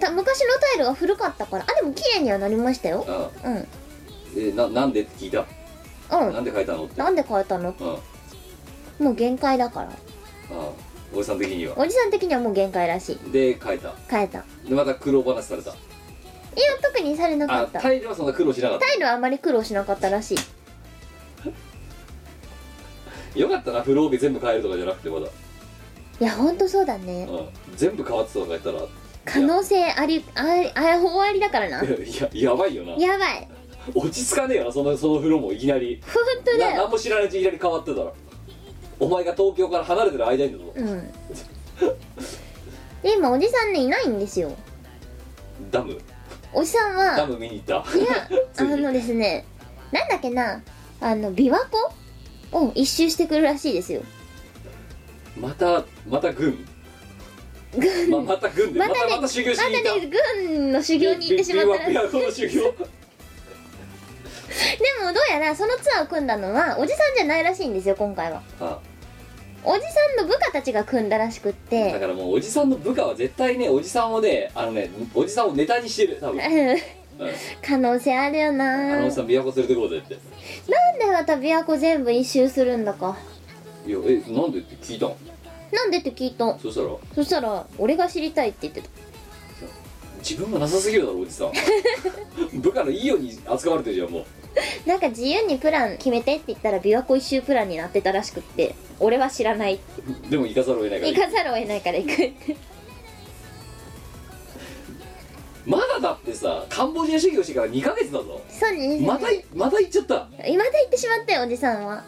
B: た昔のタイルが古かったからあでも綺麗にはなりましたよ
A: あ
B: うんうん
A: えななんでって聞いたなんで変えたのって
B: なんで変えたの
A: うんあ
B: もう限界だから
A: おじさん的には
B: おじさん的にはもう限界らしい
A: で変えた
B: 変えたいや
A: でまた苦労話された
B: 特にされなか
A: あ
B: った
A: タイルはそんな苦労しなかっ
B: タイルはあまり苦労しなかったらしい
A: たよかったな風呂桶全部変えるとかじゃなくてまだ、
B: いやほんとそうだね
A: うん、全部変わってたとかやったら
B: 可能性ありああ終わりだからな
A: いややばいよな
B: やばい
A: 落ち着かねえよなそのその風呂もいきなり
B: ほんと
A: な
B: だ
A: 何
B: よ
A: も知らないうちにいきなり変わってたらお前が東京から離れてる間にだぞ
B: うんで今おじさんねいないんですよ
A: ダム
B: おじさんは
A: ダム見に行った
B: い や
A: つ
B: あ
A: いに
B: のですねなんだっけなあの琵琶湖を一周してくるらしいですよ
A: またまた軍
B: 軍
A: ままた軍でま
B: ま
A: た
B: たね
A: また修行し
B: ま
A: に行った
B: ね軍の修行に行ってしまったらしい
A: ビワ
B: で
A: ビワの修行
B: もどうやらそのツアーを組んだのはおじさんじゃないらしいんですよ今回は
A: あ
B: おじさんの部下たちが組んだらしくっ
A: だ
B: て
A: からもうおじさんの部下は絶対ねおじさんをねあのねおじさんをネタにしてる多分、
B: うん
A: うん
B: 可能性あるよ
A: あ
B: な
A: の
B: な
A: お
B: ん
A: じ
B: で
A: さん琵琶湖連れてこうぜって
B: また琵琶湖全部一周するんだか
A: いやえなんでって聞いたの
B: なんでって聞いた
A: そしたら
B: そしたら俺が知りたいって言ってた
A: 自分がなさすぎるだろおじさ ん部下のいいように扱われてるじゃんも
B: なんか自由にプラン決めてって言ったら琵琶湖一周プランになってたらしくって俺は知らないって
A: うでも行かざるを得ない
B: 行
A: から
B: かざるを得ないから行くって
A: まだだってさカンボジア修行してから2ヶ月だぞ
B: そうですね
A: またいまた行っちゃった
B: いまだ行ってしまったよおじさんは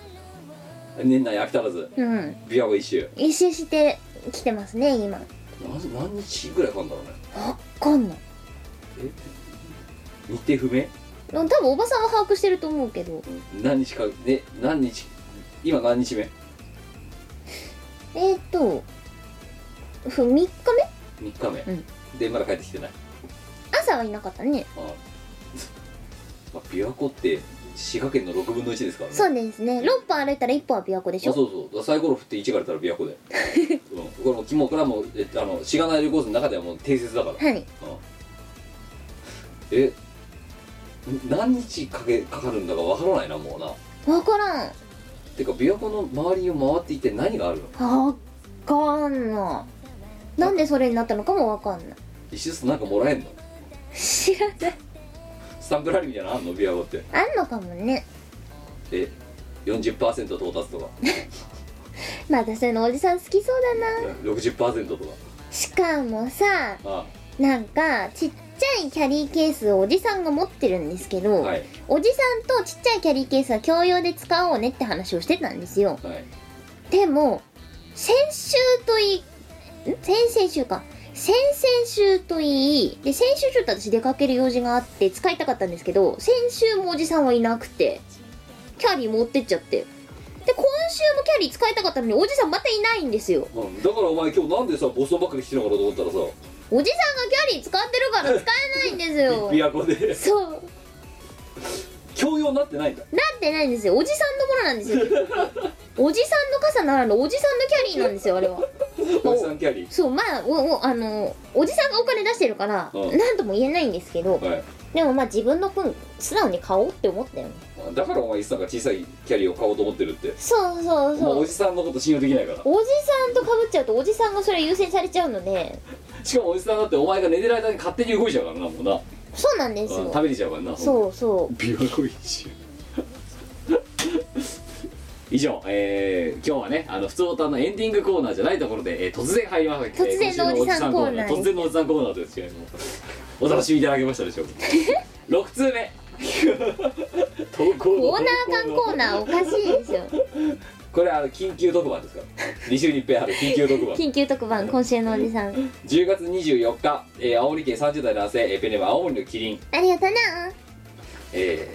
A: 年内飽き足らず
B: うん
A: 琵琶湖一周
B: 一周してきてますね今
A: 何何日ぐらいかかんだろうね
B: わっかんない
A: 日程不明
B: でも多分おばさんは把握してると思うけど
A: 何日かね何日今何日目
B: えっ、ー、とふ3日目
A: 3日目、
B: うん
A: でまだ帰ってきてない
B: 朝はいなかったね
A: ああまあ琵琶湖って滋賀県の6分の1ですからね
B: そうですね6本歩いたら1本は琵琶湖でし
A: あ
B: ょ
A: そうそうだからサイコロ振って1からたら琵琶湖 で、うん、これもうもうこれはもうえあのしがない旅行図の中ではもう定説だから、うん、
B: はい
A: えん何日かけかかるんだかわからないなもうな
B: わからん
A: てか琵琶湖の周りを回っていって何があるの
B: わかんないなんでそれになったのかもわかんない
A: 石ずつなんかもらえんの
B: 知らない
A: スタンプラリーみたいなのあんの琵琶湖って
B: あんのかもね
A: え40%到達とか
B: またそういうのおじさん好きそうだな
A: 60%とか
B: しかもさ
A: あ
B: なんかちっちゃいキャリーケースをおじさんが持ってるんですけど、
A: はい
B: おじさんとちっちゃいキャリーケースは共用で使おうねって話をしてたんですよ
A: はい
B: でも先週といいん先々週か先々週といいで先週ちょっと私出かける用事があって使いたかったんですけど先週もおじさんはいなくてキャリー持ってっちゃってで今週もキャリー使いたかったのにおじさんまたいないんですよ
A: うんだからお前今日なんでさボストンバッグで来てるのかなと思ったらさ
B: おじさんがキャリー使ってるから使えないんです よ
A: 琵琶湖で
B: そう
A: 共用になってないんだ
B: なってないんですよおじさんのものなんですよおじさんの傘ならぬおじさんのキャリーなんですよあれは
A: おじさんキャリ
B: そうまあおおあのおじさんがお金出してるから
A: うん
B: 何とも言えないんですけど
A: ーはい
B: でもまあ自分の分素直に買おうって思ったよね
A: だからお前いつなんか小さいキャリーを買おうと思ってるって
B: そうそう
A: もう
B: そ
A: お
B: う
A: じさんのこと信用できないから
B: おじさんと被っちゃうとおじさんがそれ優先されちゃうので
A: しかもおじさんだってお前が寝てる間に勝手に動いちゃうからなもうな、
B: そうなんです
A: うん、
B: よ
A: 食べれちゃうからな
B: そうそう
A: 琵琶湖一周以上、えー今日はねあの普通歌のエンディングコーナーじゃないところで、えー突然入りました
B: 突然のおじさんコーナー
A: え今週のおじさん突然のおじさんコーナーですけれどもお楽しみいただけましたでしょう か6通目投稿
B: コーナー間コーナーおかしいです よ
A: これあの緊急特番ですから2週に一遍ある緊急特番
B: 緊急特番今週のおじさん
A: 10月24日、えー青森県30代男性、えーペンネーム青森のキリン
B: ありがとな
A: え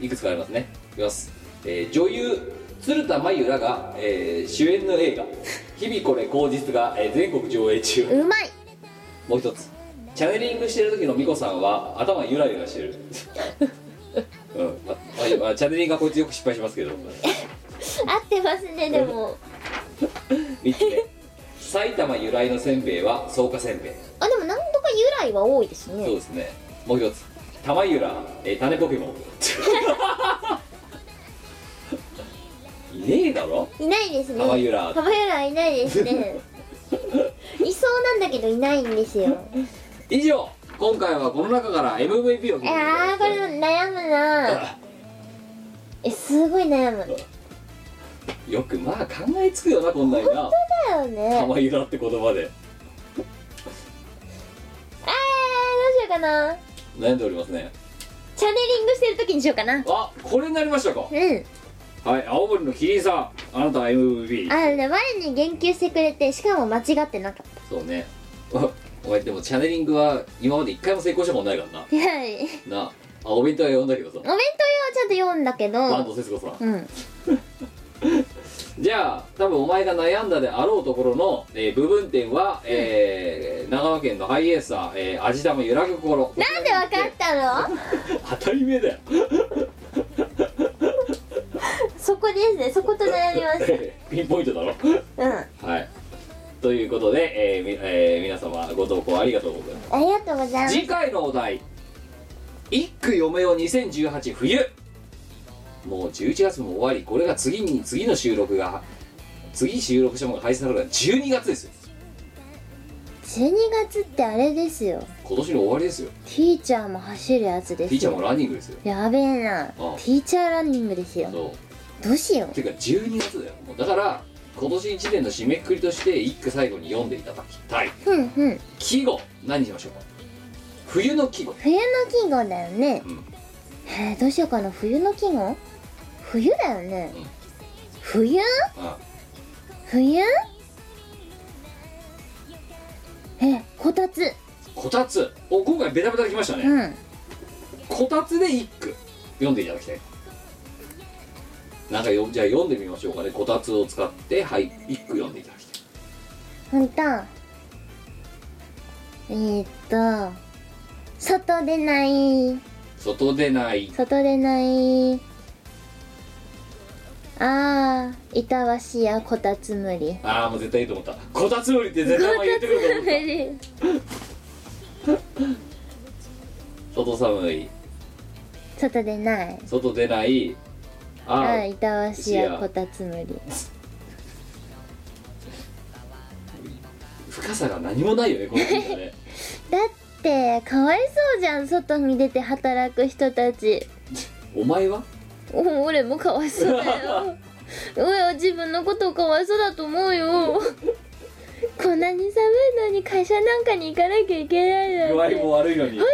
A: ーいくつかありますねいきます、えー女優鶴田真由らが、えー主演の映画「日々これ口実が」えー全国上映中
B: うまい
A: もう一つチャネリングしてる時の美子さんは頭ゆらゆらしてる うんまあまあチャネリングはこいつよく失敗しますけど
B: 合ってますねでも
A: 3つ目埼玉由来のせんべいは草加せんべい
B: あでもなんとか由来は多いですね
A: そうですねもう一つ玉ゆら、えー種ポケモン いねえだろ
B: いないですね。
A: ハワイユラー
B: ハワイユラーいないです ね。いそうなんだけどいないんですよ。
A: 以上今回はこの中から MVP を決めていただき
B: あーこ
A: たい
B: れ悩むな。えすごい悩む。
A: よくまあ考えつくよなこんなんな
B: だよね。あーどう
A: 玉ゆらって言葉で
B: しようかな。
A: 悩んでおりますね
B: チャネリングしてる時にしようかな。うん。
A: あこれになりましたか
B: あ
A: はい青森のキリンさんあなたは MVP
B: のね我に言及してくれてしかも間違ってなかっ
A: そうね おお前でもチャネリングは今まで一回も成功したことないからな
B: た。はい。お弁
A: なああお弁当は呼んだけどさ
B: 当用はちゃんと読んだけ
A: 坂東
B: ど。
A: 節子さん
B: うん。
A: じゃあ多分お前が悩んだであろうところの、えー部分点は、えー長野県のハイエーサー、えー、味玉ゆらぐ心
B: なんでわかったの？
A: 当たり前だよ
B: そこですね。そこと悩みま し
A: ピンポイントだろ
B: た。うん。
A: はいということで、えーみえー皆様ご投稿ありがとうございま
B: ありがとうございますす。
A: 次回のお題「一句嫁よ2018冬」もう11月も終わりこれが次に次の収録が次収録したものが配信されるのが12月ですよ
B: 12月ってあれですよ。
A: 今年の終わりですよ
B: ティーチャーも走るやつです
A: ピー
B: よ
A: ちゃんもランニングですよ
B: やべえなティーチャーランニングですよ
A: そう
B: どうしよ
A: ていうか12月だよもうだから今年1年の締めくくりとして一句最後に読んでいただきたいう
B: ふんふん
A: 季語何にしましょうか冬の季語
B: 冬の季語だよね、
A: うん
B: へえどうしようかな冬の季語冬だよね、
A: うん
B: 冬
A: あ
B: 冬えこたつ
A: こたつお今回ベタベタできましたね、
B: うん
A: こたつで一句読んでいただきたいなんかよじゃあ読んでみましょうかねこたつを使ってはい一句読んでいただきたい
B: ほんとえー、っと外出ない
A: 外出ない
B: 外出ないああ板橋やこたつむり
A: ああもう絶対いいと思ったこたつよりって絶対お前言ってくると思った外寒い
B: 外出ない
A: 外出ないあ
B: あ
A: ー
B: あ板橋やこたつむり
A: 深さが何もないよねこの句が ね
B: だってかわいそうじゃん外に出て働く人たち
A: お前は
B: お俺もかわいそうだよ
C: 親は自分のことをかわいそうだと思うよこんなに寒いのに会社なんかに行かなきゃいけないなんて
A: 具合も悪いのに
C: 本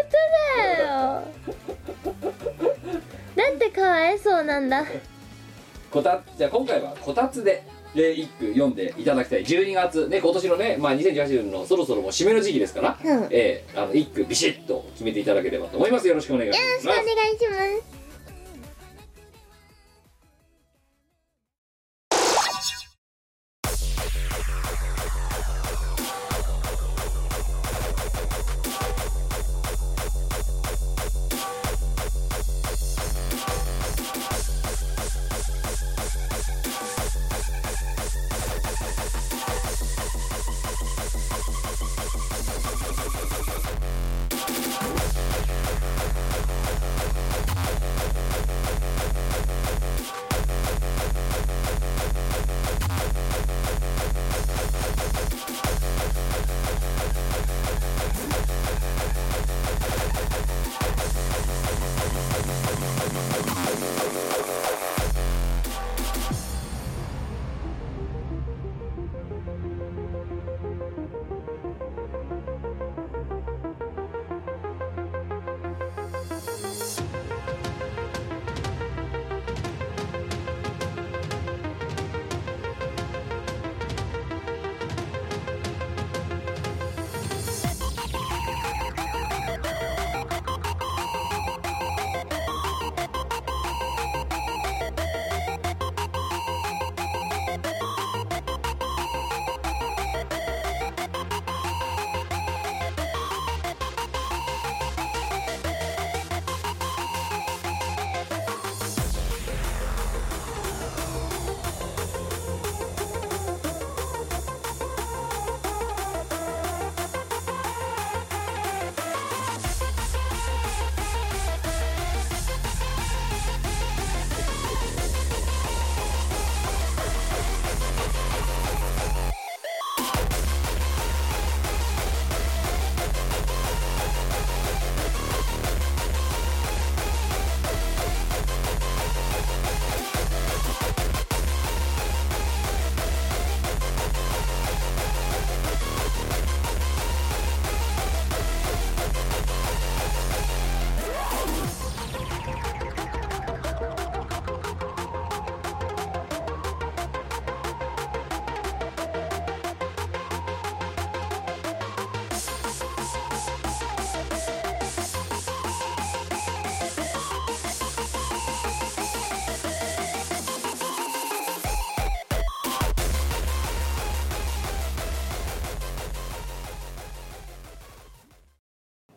C: 当だよだってかわいそうなんだ
A: こたじゃあ今回はこたつで、えー一句読んでいただきたい12月ね今年のね、まあ、2018年のそろそろもう締めの時期ですから、
C: うん
A: えーあの一句ビシッと決めていただければと思いますよろしくお願いし
B: よろしくお
A: ます
B: 願いします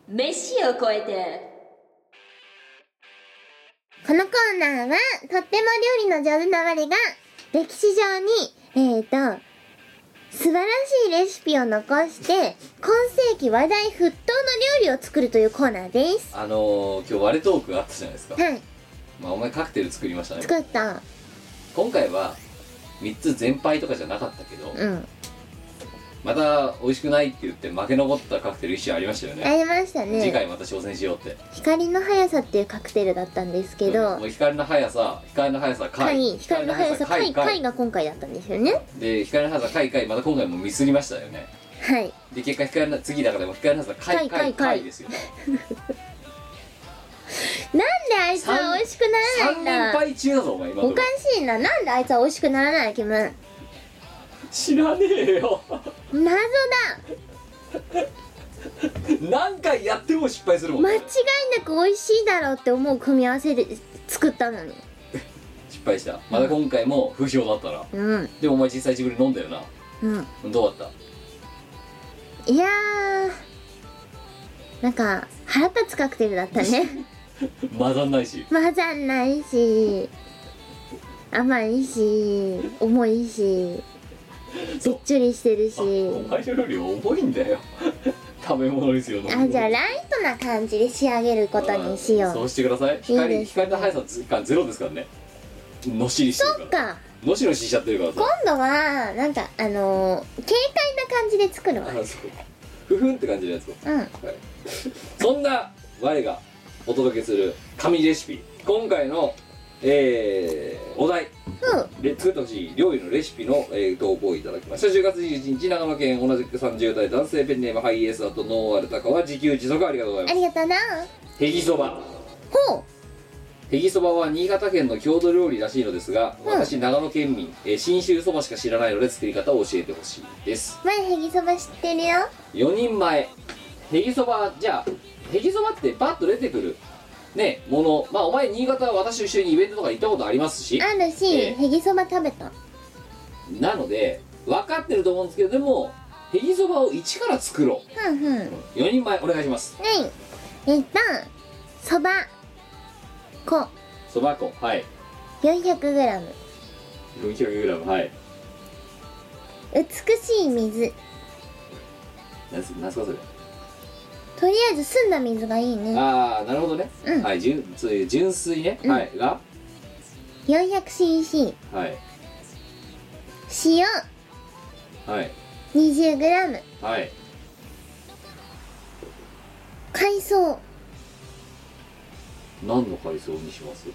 C: 飯を超えて
B: このコーナーはとっても料理の上手な我が歴史上にえー、と素晴らしいレシピを残して今世紀話題沸騰の料理を作るというコーナーです
A: あのー今日割れトークがあったじゃないですか、
B: はい
A: まあ、お前カクテル作りましたね
B: 作った
A: 今回は3つ全敗とかじゃなかったけど、
B: うん
A: また美味しくないって言って負け残ったカクテル一種ありましたよ
B: あ
A: ね、
B: りました
A: 次
B: ね
A: 回また挑戦しようって
B: 光の速さっていうカクテルだったんですけ
A: うん
B: ど
A: もう光の速さ光の速さ
B: 回
A: 回
B: 光の速さ回
A: 回
B: 回が今回だったんですよね
A: で光の速さ回回また今回もミスりましたよね
B: はい
A: で結果光の次だからもう光の速さ回
B: 回
A: 回
B: 回
A: 回ですよ
B: なんであいつは美味しく
A: 3
B: ならな
A: 連
B: いんだ
A: 敗中だぞお前今の
B: お
A: とこ
B: かしいななんであいつは美味しくならない気分
A: 知らねえよ
B: 謎だ
A: 何回やっても失敗するもん
B: 間違
A: ね
B: いなく美味しいだろうって思う組み合わせで作ったのに
A: 失敗したまた今回も不評だったな
B: うん
A: でもお前実際自分で飲んだよな
B: うん
A: どうだっ
B: いやーなんか腹立つカクテルだったね
A: た混ざんないし
B: 混ざんないし甘いし重いしべっちょりしてるし
A: あお前の料理重いんだよ 食べ物ですよ飲み物
B: あじゃあライトな感じで仕上げることにしよ
A: あーそううしてください
B: いい
A: 光
B: です
A: 光の速さ感ゼロですからねのっしりして
B: そ
A: る
B: っ
A: から
B: か
A: のしのししちゃってるから
B: 今
A: さ
B: 度はなんかあのー、軽快な感じで作るわ
A: あそうふふんって感じのやつ
B: うんは
A: そんな我がお届けする神レシピ今回のえーお題
B: うん
A: で作ってほしい料理のレシピの、えー投稿をいただきました10月21日長野県同じく30代男性ペンネームハイエースアとノーアルタカは自給自足ありがとうございま
B: あ
A: す
B: りがとうな
A: へぎそば
B: ほう
A: へぎそばは新潟県の郷土料理らしいのですが私長野県民えー信州そばしか知らないので作り方を教えてほしいです
B: 前へぎそば知ってるよ
A: 4人前へぎそばじゃあへぎそばってバッと出てくるねものまあお前新潟は私と一緒にイベントとか行ったことありますし
B: あるし、
A: ええ
B: へぎそば食べた
A: なので分かってると思うんですけどでもへぎそばを一から作ろ
B: ふんふんはいう
A: 4人前お願いします
B: えっとそば粉
A: そば粉はい
B: 400g
A: 400g はい
B: 美しい水
A: 何す何すかそれ
B: とりあえず澄んだ水がいいね
A: ああなるほどね、
B: うん
A: はい純そういう純粋ね、はいが
B: 400cc
A: はい
B: 塩
A: はい
B: 20g
A: はい
B: 海藻
A: 何の海藻にします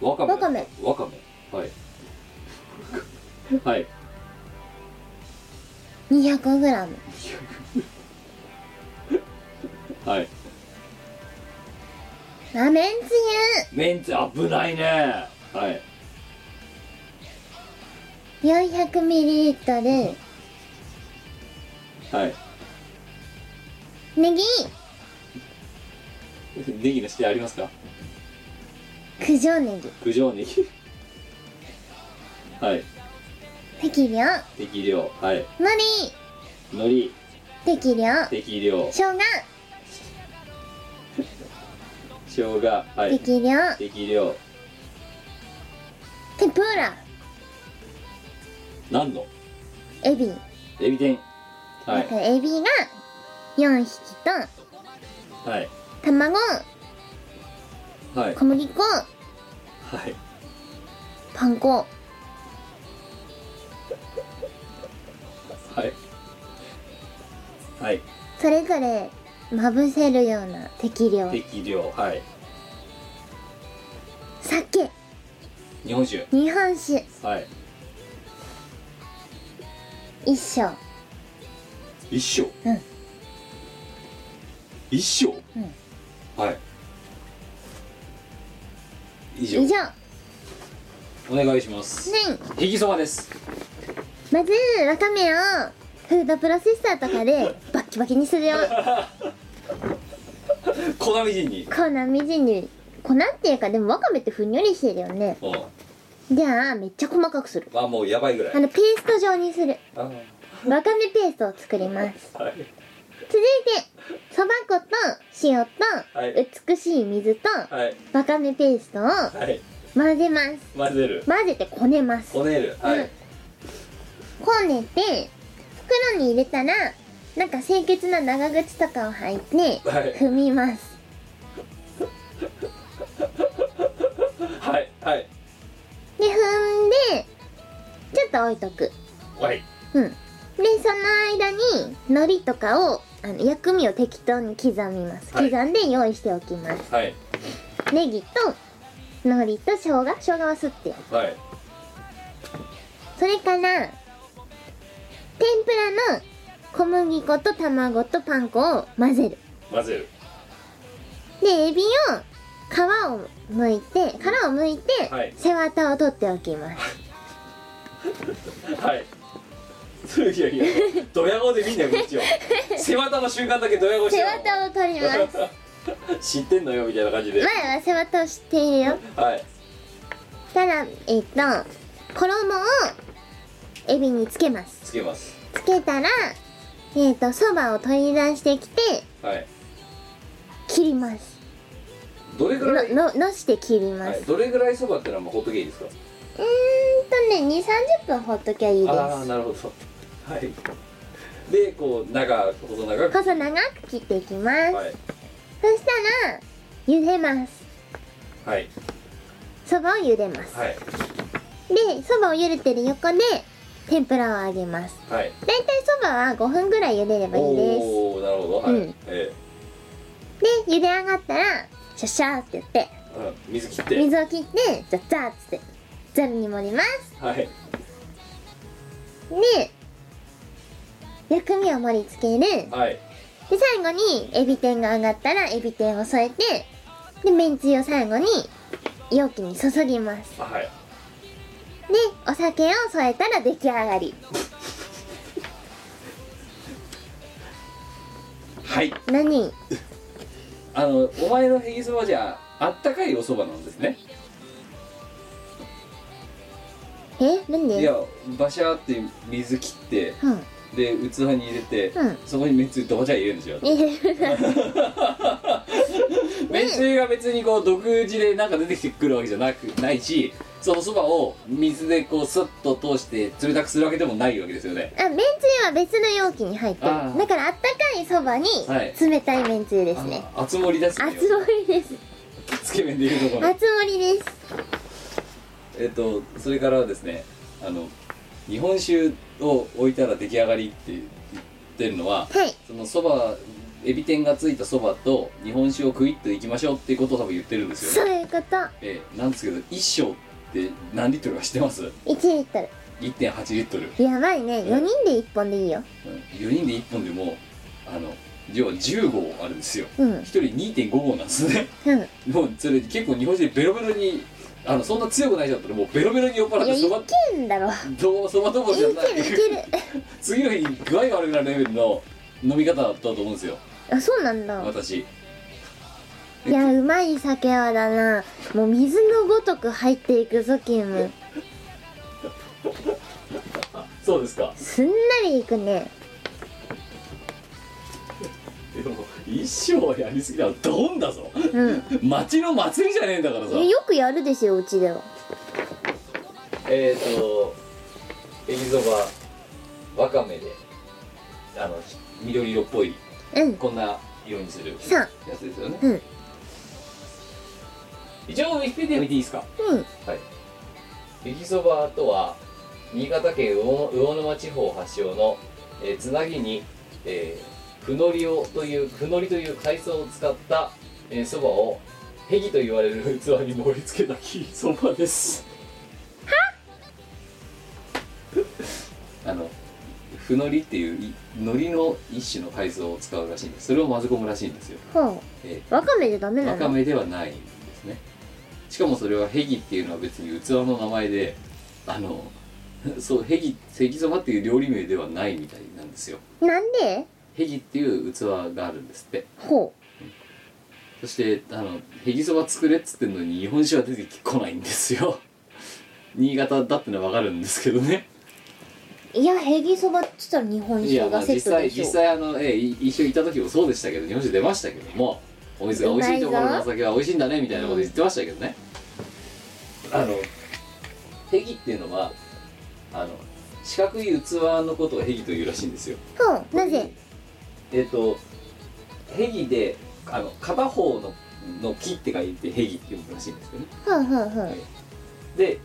A: わかめ
B: わかめ
A: わかめはいはい
B: 200g
A: はい
B: あめんつ
A: メンツ危ないねはい
B: ゆ 400ml ネ
A: はい
B: ギ
A: ネギの指定ありますか
B: 九条ネギ
A: 九条ネギ はい
B: 適量
A: 適量はい
B: 海苔
A: 海苔
B: 適量
A: 適量
B: 生姜
A: 生姜はい
B: 適量
A: 適量
B: 天ぷら
A: 何の
B: エビ
A: エビ天は
B: だ
A: い
B: からエビが4匹と
A: はい
B: 卵
A: はい
B: 小麦粉
A: はい
B: パン粉
A: はいはい
B: それぞれまぶせるような適量
A: 適量はい
B: 酒
A: 日本酒
B: 日本酒
A: はい
B: 一升
A: 一升
B: うん
A: 一升
B: うん
A: はい以上
B: 以上
A: お願いします
B: ね
A: へぎそばです
B: まずわかめをフードプロセッサーと かでバッキバキにするよ
A: 粉みじんに
B: 粉みじんに粉っていうかでもわかめってふんよりしてるよね
A: うん
B: じゃあめっちゃ細かくする
A: まあもうやばいぐら
B: あ
A: い
B: のペースト状に する
A: あ
B: わかめペーストを作ります
A: ーはい
B: 続いてそば粉と塩と
A: はい
B: 美しい水と
A: はい
B: わかめペーストを
A: はい
B: 混ぜます
A: 混ぜる
B: 混ぜてこねます
A: こねるはい、
B: うんこねて袋に入れたらなんか清潔な長靴とかを履いて
A: はい
B: 踏みます
A: はいはい
B: で踏んでちょっと置いとく
A: はい
B: うんでその間に海苔とかをあの薬味を適当に刻みます、
A: はい
B: 刻んで用意しておきます
A: はい
B: ネギと海苔と生姜生姜はすってよ
A: はい
B: それから天ぷらの小麦粉と卵とパン粉を混ぜる
A: 混ぜる
B: でエビを皮を剥いて殻を剥いて、
A: はい
B: 背わたを取ってお きます
A: はいいやいやドヤ顔で見んなよこっ ちを背わたの瞬間だけドヤ顔して
B: 背
A: る
B: わたを取ります
A: 知ってんのよみたいな感じで、
B: 前は背わたを知っているよ
A: はい
B: たらえっと衣をエビにつけます
A: つけます
B: つけたらえっとそばを取り出してきて
A: はい
B: 切ります
A: どれぐらい、
B: のののして切ります、
A: は
B: う
A: い、どれぐらいそばってのはもうほっとけばいいですか
B: ーんとね2 3 0分ほっときゃいいです
A: ああなるほどはいでこう長細長く
B: 細長く切っていきます、
A: はい
B: そしたら茹でます
A: はい
B: そばを茹でます
A: はい
B: でそばを茹でてる横で天ぷらを揚げます
A: はい
B: だいたいそばは5分ぐらい茹でればいいです
A: おおなるほどはい、
B: うん
A: え
B: で茹で上がったらシャシャーって言って
A: えうん水切って
B: 水を切ってじゃあザーっつってザルに盛ります
A: はい
B: で薬味を盛り付けるで
A: はい
B: 最後にエビ天が上がったらエビ天を添えてでめんつゆを最後に容器に注ぎます
A: はい
B: でお酒を添えたら出来上がり
A: はい
B: 何
A: あのお前のへぎそばじゃあったかいおそばなんですね
B: えなん
A: い
B: で
A: やバシャーって水切って
B: うん
A: で器に入れて、
B: うん
A: そこにめんつゆドバチャ入れるんですよ
B: え
A: めんつゆが別にこう独自でなんか出てきてくるわけじゃなくないしそのそばを水でこうスッと通して冷たくするわけでもないわけですよね
B: あめんつゆは別の容器に入ってる
A: あー
B: だからあったかいそばに
A: はい
B: 冷たいめんつゆですね、
A: あ熱盛りですね
B: 熱盛りです
A: つけ麺でいうところの
B: 熱盛りです
A: えっとそれからはですねあの日本酒を置いたら出来上がりって言ってるのは
B: はい
A: そのそばエビ天がついたそばと日本酒を食いっといきましょうっていうことを多分言ってるんです
B: そ
A: よ
B: う
A: ね、
B: いうこと
A: ええなんですけど一升って何リットルか知ってます
B: 1リットル
A: ?1.8 リットル、
B: やばいね4人で1本でいいよ
A: うん、4人で1本でもあの要は10合あるんですよ
B: うんうん
A: 1人2.5合なんですね もうそれ結構日本酒でベロベロにあのそんな強くない人だったらもうベロベロに酔っ払っ
B: いや
A: て
B: い
A: そば
B: けんだろ
A: どうそばどぼ
B: い
A: じ
B: け
A: ゃ
B: るい
A: ない
B: ける
A: 次の日に具合悪くなるレベルの飲み方だったと思うんですよ
B: あそうなんだ
A: 私
B: いやうまい酒はだなもう水のごとく入っていくぞキム
A: そうですか
B: すんなりいくね
A: でも一生はやりすぎだろドンだ ぞ
B: うん
A: 町の祭りじゃねえんだからさ
B: いやよくやるですようちでは
A: えっ、ー、とえぎそばわかめであの緑色っぽい
B: うん
A: こんな色にする
B: さあ
A: やつですよね
B: うん
A: 一応ウィキペディア見ていいですか
B: うん
A: はいえぎそばとは新潟県魚魚沼地方発祥の、えーつなぎに、えー、ふのりをというふのりという海藻を使ったえーそば、をへぎと言われる器に盛り付けたひそばですは あのふのりっていういのりの一種の海藻を使うらしいんですそれを混ぜ込むらしいんですよ、
B: ほ
A: えー
B: うわかめじゃダメな
A: わか
B: の
A: めではないんですねしかもそれはヘギっていうのは別に器の名前であの そうヘギヘギそばっていう料理名ではないみたいなんですよ
B: なんで
A: ヘギっていう器があるんですって
B: ほ
A: そしてあのヘギそば作れっつってんのに日本酒は出てこないんですよ 新潟だってのはわかるんですけどね
B: ういやヘギそばっつったら日本
A: いや
B: 酒
A: まあ
B: がセ
A: 実
B: ット
A: 際
B: でし
A: 実
B: ょ
A: 際あの、ええい一緒にいた時もそうでしたけど日本酒出ましたけどもお水が美味しいところのお酒は美味しいんだねみたいなこと言ってましたけどねあのヘギっていうのはあの四角い器のことをヘギというらしいんですよ
B: ほうなぜ
A: えっ、とヘギであの片方のの木って書いてヘギって読むらしいんですよね
B: ほうほうほう
A: で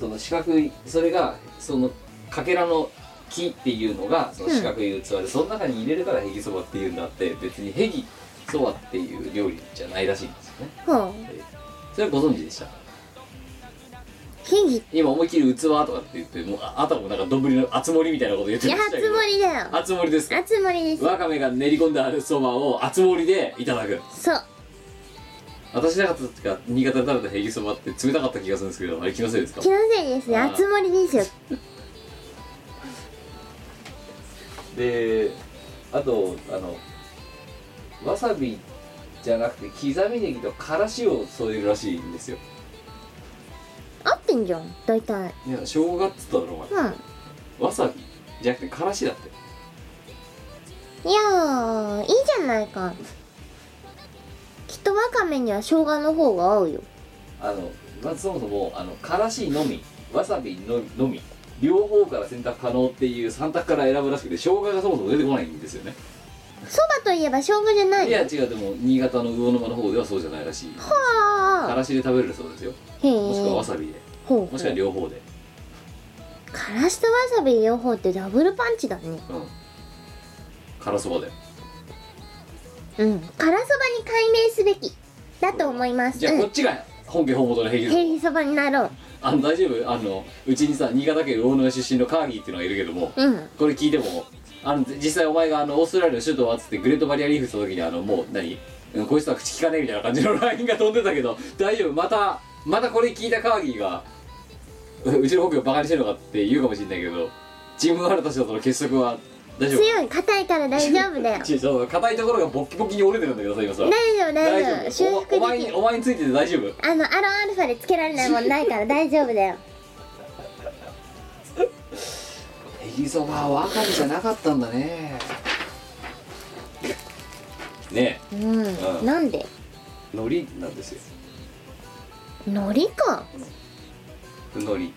A: その四角いそれがそのかけらの木っていうのがその四角い器で、その中に入れるからへぎそばっていうんだって別にへぎそばっていう料理じゃないらしいんですよね
B: ほう
A: それご存知でした
B: ヘギ
A: 今思いっきり器とかって言ってもうああたかもなんか丼の厚盛りみたいなこと言って
B: い
A: ま
B: や
A: したけ
B: 熱
A: ど
B: 盛だよ
A: 厚盛りですか
B: 熱盛です
A: わかめが練り込んであるそばを厚盛りでいただく
B: そう
A: 私なかった時か新潟で食べたへぎそばって冷たかった気がするんですけどあれ気のせいですか
B: 気のせいですね
A: あー
B: 熱盛ですよ
A: であとあのわさびじゃなくて刻みネギとからしを添えるらしいんですよ
B: 合ってんじゃん大体
A: いや生姜っつっただろお
B: うん
A: 前わさびじゃなくてからしだって
B: いやーいいじゃないかきっとわかめには生姜の方が合うよ
A: あのまずそもそもあのからしのみわさびののみ両方から選択可能っていう3択から選ぶらしくて生姜がそもそも出てこないんですよね
B: そばといえば生姜じゃない
A: い
B: の
A: や違うでも新潟の魚沼の方ではそうじゃないらしいか
B: はあ
A: らしで食べれるそうですよ
B: へえ
A: もしくはわさびで
B: ほうほ
A: もしくは
B: う
A: 両方で
B: からしとわさび両方ってダブルパンチだね
A: うんからそばで
B: うんからそばに改名すべきだと思います
A: じゃあ
B: うん
A: こっちが本家本元の平
B: ヘ
A: 気
B: リそばになろう
A: あの大丈夫あのうちにさ新潟県魚沼出身のカーギーっていうのがいるけども、
B: うん
A: これ聞いてもあの実際お前があのオーストラリアの首都はっつってグレートバリアリーフした時にあのもう何うんこいつは口聞かねえみたいな感じのラインが飛んでたけど大丈夫またまたこれ聞いたカーギーがううちの北京バカにしてるのかって言うかもしれないけどチームワールドたちのその結束は大丈夫
B: 強い硬いから大丈夫だ よ
A: ちょそう硬いところがボッキボキに折れてるんだけどさ今さ
B: 大丈夫大丈夫
A: 大
B: 修
A: 丈夫おお
B: 復
A: 前
B: でき
A: に
B: る
A: お前についてて大丈夫
B: あのアロンアルファでつけられないもんないから大丈夫だよ
A: ネギそばはわかめじゃなかったんだねね
E: うんなんで
A: え海苔なんですよ
B: 海苔か
A: 海苔、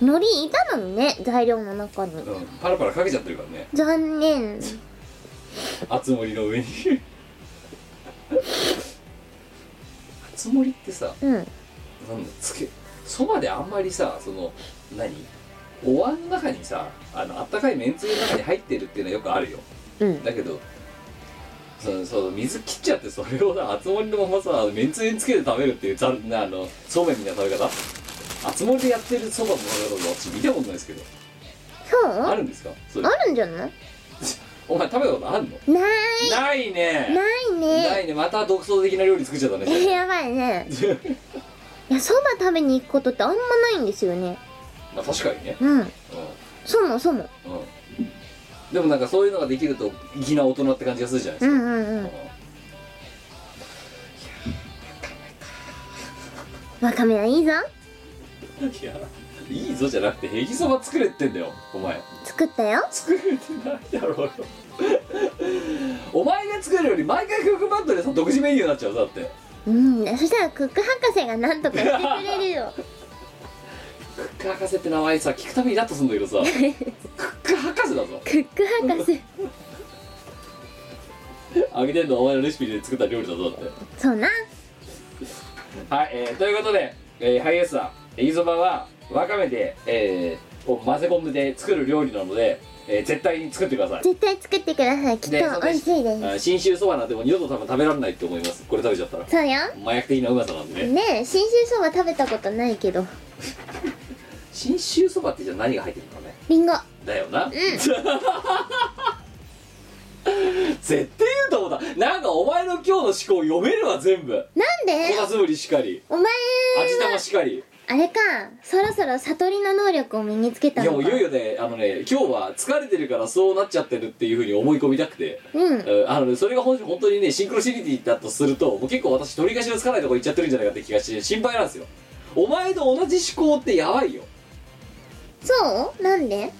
B: 海苔いたのにね材料の中に
A: うん、パラパラかけちゃってるからね
B: 残念
A: 厚盛りの上 に厚盛りってさ
B: うん
A: なんだつけそばであんまりさその何お椀の中にさあのあったかいめんつゆの中に入ってるっていうのはよくあるよ
B: うん
A: だけどそのその水切っちゃってそれをな厚盛りのままさめんつゆにつけて食べるっていうざんなあのそうめんみたいな食べ方厚盛りでやってるそばの食べ方私見たことないですけど
B: そう
A: あ
B: あ
A: るんですかそれ
B: るんじゃない
A: お前食べたことあんの
B: ない
A: ないね
B: ない
A: な
B: ね
A: いねまた独創的な料理作っちゃったね
B: やばいねいやそば食べに行くことってあんまないんですよね
A: まあ確かにね
B: うん
A: う
B: そもそも
A: んうんでもなんかそういうのができると粋な大人って感じがするじゃないで
B: う
A: すか、
B: んうんうんわかめはいいぞ
A: いやいいぞじゃなくてヘギそば作れってんだよお前
B: 作ったよ
A: 作れてないだろうよお前が作るより毎回クックパッドでさ独自メニューになっちゃうぞだって
B: うんそしたらクック博士がなんとかしてくれる よ
A: クック博士って名前さ聞くたびにイラッとするんだけどさクック博士だぞ
B: クック博士
A: あげてんのはお前のレシピで作った料理だぞだって
B: そうな
A: はい、えーということで、えーハイエースさんえぎそばはわかめで、えーを混ぜ込んで作る料理なので、えー絶対に作ってください
B: 絶対作ってくださいきっ
A: ねそ
B: と
A: うで
B: 美味
A: す
B: しいです
A: あ信州そばなんてもう二度と多分食べられないと思いますこれ食べちゃったら
B: そうよ
A: 麻薬的なうまさなんでね
B: ねえ信州そば食べたことないけど
A: 信州そばってじゃあ何が入ってるのかね
B: りんご
A: だよな、 絶対言うと思ったなんかお前の今日の思考読めるわ全部
B: なん
A: こ
B: で
A: たつぶりしかり
B: お前
A: 味玉しかり
B: あれかそろそろ悟りの能力を身につけ
A: い
B: た
A: や
B: の
A: も
B: か
A: ういよいよねあのね今日は疲れてるからそうなっちゃってるっていうふうに思い込みたくて、
B: うん
A: うんあのねそれが本本当にねシンクロシリティだとするともう結構私取り返しのつかないとこ行っちゃってるんじゃないかって気がして心配なんですよお前と同じ思考ってやばいよ
B: そうなんで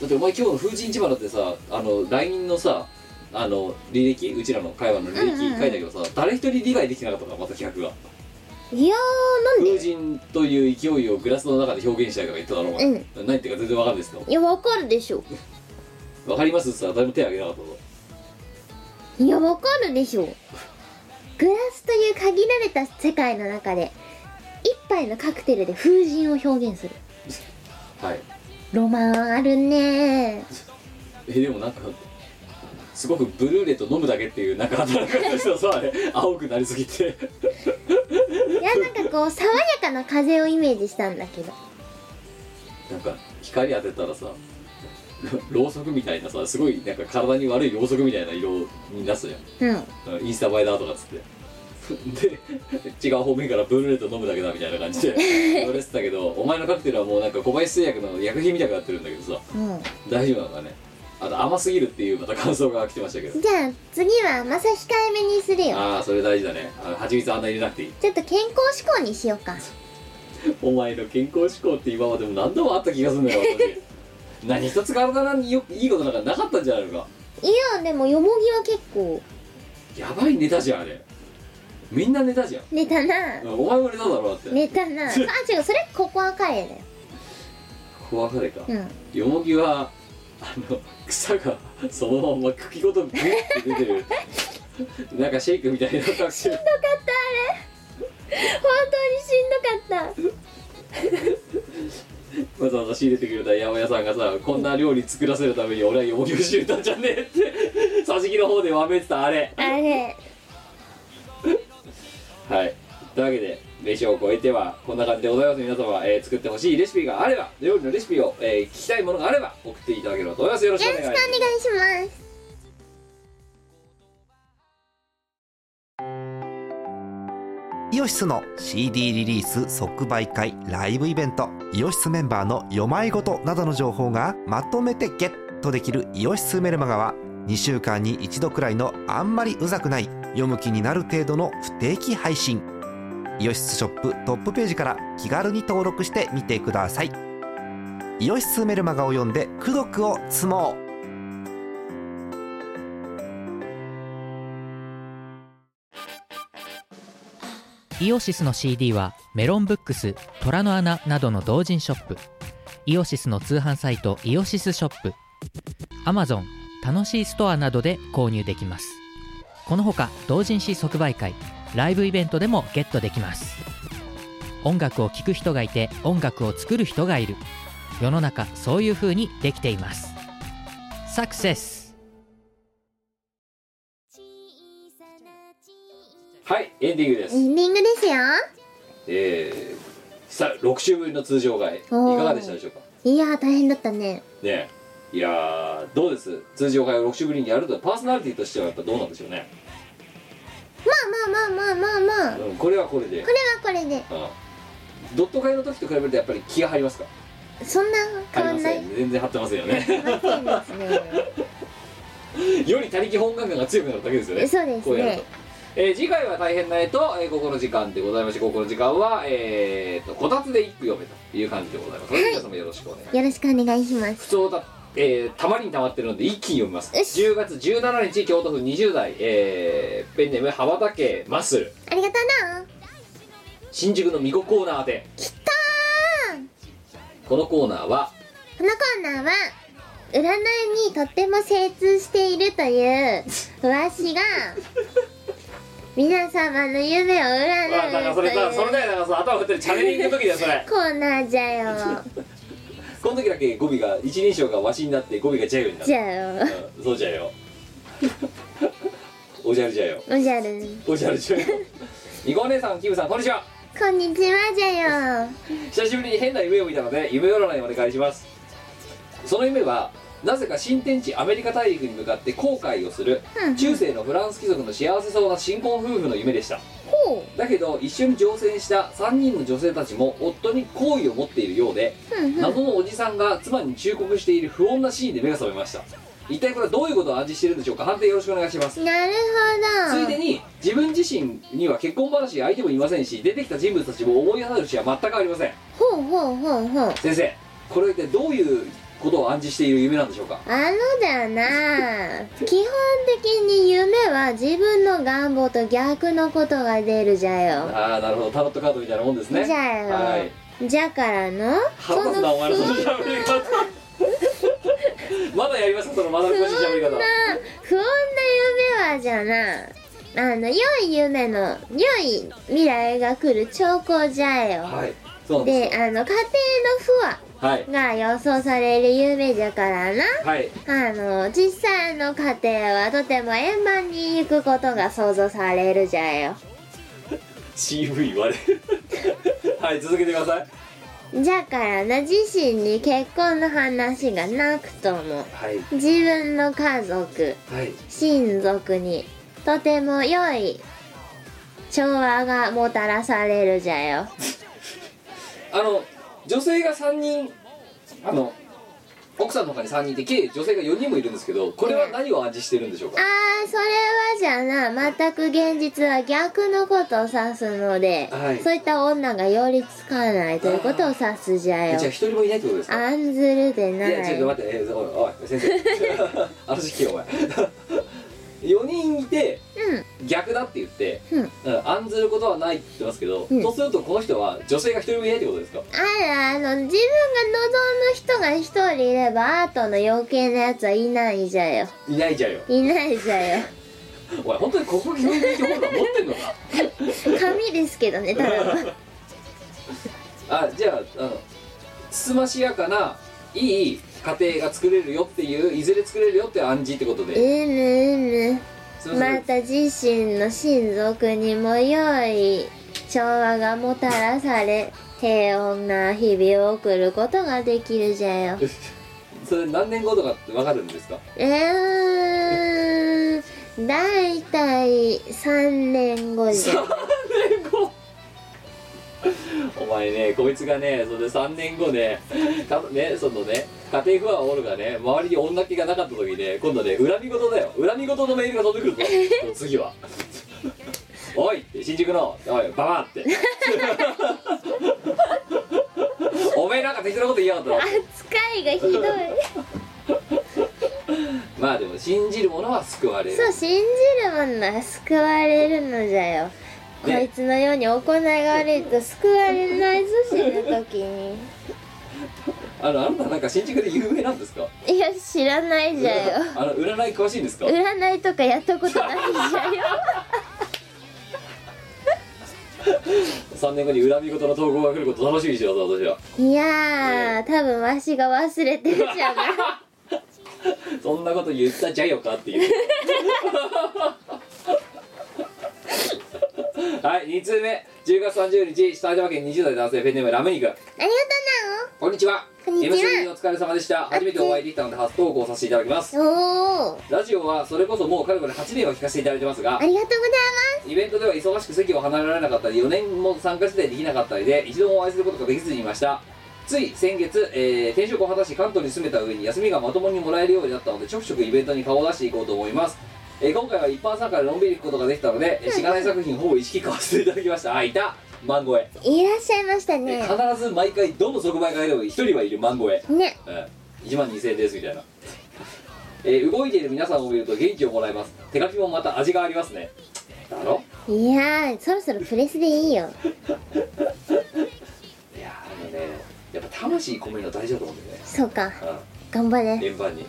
A: だってお前今日の風神市場だってさあの LINE のさあの履歴うちらの会話の履
B: うんうんうん
A: 歴書いたけどさ、誰一人理解できてなかったからまた企画が
B: いやーなん
A: 風
B: で
A: 神という勢いをグラスの中で表現したいとか言ってたのが、
B: う
A: 何言ってるか全然わかんないですよ
B: いやわかるでしょ
A: わかりますってさ誰も手挙げなかったぞ
B: いやわかるでしょグラスという限られた世界の中で一杯のカクテルで風神を表現する
A: はい
B: ロマンあるね
A: えでもなんかすごくブルーレと飲むだけっていうなんか働き方ですよさあれ青くなりすぎて
B: いやなんかこう爽やかな風をイメージしたんだけど
A: なんか光当てたらさろろうそくみたいなさすごいなんか体に悪いろうそくみたいな色になすじゃん
B: うん
A: うんインスタ映えだとかっつってで違う方面からブルーレット飲むだけだみたいな感じで言われてたけどお前のカクテルはもうなんか小林製薬の薬品みたいになってるんだけどさ
B: うん
A: 大丈夫なのかねあと甘すぎるっていうまた感想が来てましたけど
B: じゃあ次は甘さ控えめにするよ
A: ああそれ大事だねあの蜂蜜あんな入れなくていい
B: ちょっと健康志向にしようか
A: お前の健康志向って今までも何度もあった気がするんだよ私何一つ体によいいことなんかなかったんじゃないのか
B: いやでもよもぎは結構
A: やばいネタじゃんあれみんなネタじゃん
B: 寝たな
A: うんお前もネタだろだって
B: 寝たなあ違うそれココアカレーだよ
A: 怖がれか
B: うん
A: よもぎはあの草がそのまま茎ごとグッて出て るなんかシェイクみたいな感じ
B: しんどかったあれ本当にしんどかっ
A: わざわざ仕入れてくれた八百屋さんがさこんな料理作らせるために俺はよも ぎを仕入れたんじゃねえって桟敷の方でわめいてたあれ
B: たあれ
A: はいというわけで飯を超えてはこんな感じでございます皆様、えー作ってほしいレシピがあれば料理のレシピを、えー聞きたいものがあれば送っていただければと思いますよろしくお願いします
B: お願いします
F: イオシスの CD リリース即売会ライブイベントイオシスメンバーの読まいごとなどの情報がまとめてゲットできる「イオシスメルマガ」は2週間に1度くらいのあんまりうざくない読む気になる程度の不定期配信イオシスショップトップページから気軽に登録してみてくださいイオシスメルマガを読んで「功徳を積もう」
G: イオシスの CD はメロンブックス、虎の穴などの同人ショップイオシスの通販サイトイオシスショップ Amazon、楽しいストアなどで購入できますこのほか同人誌即売会ライブイベントでもゲットできます音楽を聴く人がいて音楽を作る人がいる世の中そういう風にできていますサクセス
A: はいエンディングです、
B: エンディングですよ
A: えー、さ6週ぶりの通常回いか
B: おー
A: がでしたでしょうか
B: いやー大変だったね
A: ねえいやーどうです通常回を6週ぶりにやるとパーソナリティとしてはやっぱどうなんでしょうね、
B: まあまあまあまあまあまあこ
A: うん、これはこれで、
B: れはこれで
A: うん、ドット会の時と比べるとやっぱり気が入りますか
B: そんな
A: 入
B: 変
A: りま
B: わんな
A: せ
B: い
A: ん全然張ってませんよね
B: 変わってんです ね
A: より他力本願感が強くなるだけですよね
B: そうですね
A: こうやると、えー次回は大変な絵と、えー、ここの時間でございましてここの時間はえー、とこたつで一句読めという感じでございます、
B: はい
A: 皆様よろしくお願いします
B: よろしくお願いします
A: 不調だ、えーたまりにたまってるので一気に読みます
B: よし
A: 10月17日京都府20代、えーペンネーム羽ばたけマッスル
B: ありがとうな
A: 新宿のみこコーナー宛て
B: きたー
A: このコーナーは
B: このコーナーは占いにとっても精通しているという 私が皆様の夢を
A: うわだか
B: 占
A: らそ
B: うと
A: れだそれだ
B: い
A: よ
B: う
A: だからその頭振ってるチャネリングの時だよそれ
B: コーナーじゃよ
A: この時だけ語尾が一人称がわしになって語尾がジャヨになる
B: じゃよ
A: うんそうじゃよおじゃるじゃよ
B: おじゃる
A: おじゃるじゃ よみこお姉さんキムさんこんにちは
B: こんにちはじゃよ
A: 久しぶりに変な夢を見たので夢占いお願いしますその夢はなぜか新天地アメリカ大陸に向かって航海をする
B: うん
A: 中世のフランス貴族の幸せそうな新婚夫婦の夢でした
B: ほ
A: だけど一緒に乗船した3人の女性たちも夫に好意を持っているようで
B: うふんふん
A: 謎のおじさんが妻に忠告している不穏なシーンで目が覚めました一体これはどういうことを暗示しているんでしょうか判定よろしくお願いします
B: なるほ
A: つ
B: ど
A: いでに自分自身には結婚話相手もいませんし出てきた人物たちも思い当たる節は全くありません
B: ほうほうほうほう
A: 先生これは一体どういうことを暗示している夢なんでしょうか
B: あのだな基本的に夢は自分の願望と逆のことが出るじゃよ
A: ああなるほどタロットカードみたいなもんですね
B: じゃよ、
A: はい
B: じゃからの
A: 腹立つなお前のその喋り方まだやりますかそのまだ
B: 不
A: 詳
B: 穏
A: しい喋り方
B: な不穏な夢はじゃなあの良い夢の良い未来が来る兆候じゃよ
A: はいそうなんで
B: ですあの家庭の
A: かはい
B: 不和が予想される夢じゃからな
A: はい
B: あの実際の家庭はとても円満に行くことが想像されるじゃよ
A: CV 割れ はい続けてください
B: じゃからな自身に結婚の話がなくとも
A: はい
B: 自分の家族
A: はい
B: 親族にとても良い調和がもたらされるじゃよ
A: あの女性が3人あの奥さんの他に3人で計女性が4人もいるんですけどこれは何を暗示してるんでしょう
B: あ
A: か
B: ーそれはじゃな全く現実は逆のことを指すので、
A: はい
B: そういった女が擁立つかないということを指すじゃ
A: え
B: よ
A: じゃあ1人もいないってことですか
B: 案ずるでない
A: いやちょっと待って、えーおいおい先生 あの時期お前 4人いて逆だって言って、
B: うん
A: うん案ずることはないって言ってますけど、
B: うん
A: そうするとこの人は女性が1人もいないってことですか
B: あらあの自分が望む人が一人いれば後の余計なやつはいないじゃよ
A: いないじゃんよ
B: いないじゃよ
A: おい本当にここ教育的本が持ってんのか
B: 紙ですけどねただの
A: あじゃああのつつましやかないい家庭が作れるよっていういずれ作れるよっていう暗示ってことで
B: うむうむ
A: それそれ
B: また自身の親族にも良い調和がもたらされ平穏な日々を送ることができるじゃよ
A: それ何年後とかってわかるんですか
B: えーんだいたい3年後じゃ
A: 3年後お前ねこいつがねそれで3年後ねたねそのね家庭不安おるがね周りに女気がなかった時ね今度ね恨み事だよ恨み事のメールが飛ん でくるぞ次は「おい新宿のおいババア」って おめえなんか適当なこと言いやがったな
B: 扱いがひどい
A: まあでも信じる者は救われる
B: そう信じるもんなら救われるのじゃよこいつのように行いが悪いと救われないぞ死ぬ時に
A: あのあなたなんか新宿で有名なんですか
B: いや知らないじゃ よ
A: あの占い詳しいんですか
B: 占いとかやったことないじゃよ
A: 3年後に恨み事の投稿が来ること楽しみにしてます私はい
B: やー多分わしが忘れてるじゃない
A: そんなこと言ったじゃよかっていう はい2通目10月30日埼玉県20代男性ペンネームラムニク
B: ありが
A: こんにちは
B: こんにちは
A: MC お疲れ様でした初めてお会いできたので初投稿させていただきます
B: とうなおおー
A: ラジオはそれこそもうかれこれ8年は聞かせていただいてますが
B: ありがとうございます
A: イベントでは忙しく席を離れられなかったり4年も参加してできなかったりで一度もお会いすることができずにいましたつい先月、えー転職を果たし関東に住めた上に休みがまともにもらえるようになったのでちょくちょくイベントに顔を出していこうと思います、えー今回は一般参加でのんびり行くことができたので、えーしがない作品ほぼ意識化していただきましたあいたマンゴエ、
B: いらっしゃいました
A: え
B: ね
A: ー必ず毎回どの即売会でも一人はいるマンゴエ
B: ね
A: うん1万2000円ですみたいな、えー動いている皆さんを見ると元気をもらえます手書きもまた味がありますねだろ
B: いやーそろそろプレスでいいよ
A: いやーあのねやっぱ魂込めるの大事だと思うんだよね
B: そうか
A: う
B: 頑張
A: ん
B: れ
A: 連番に化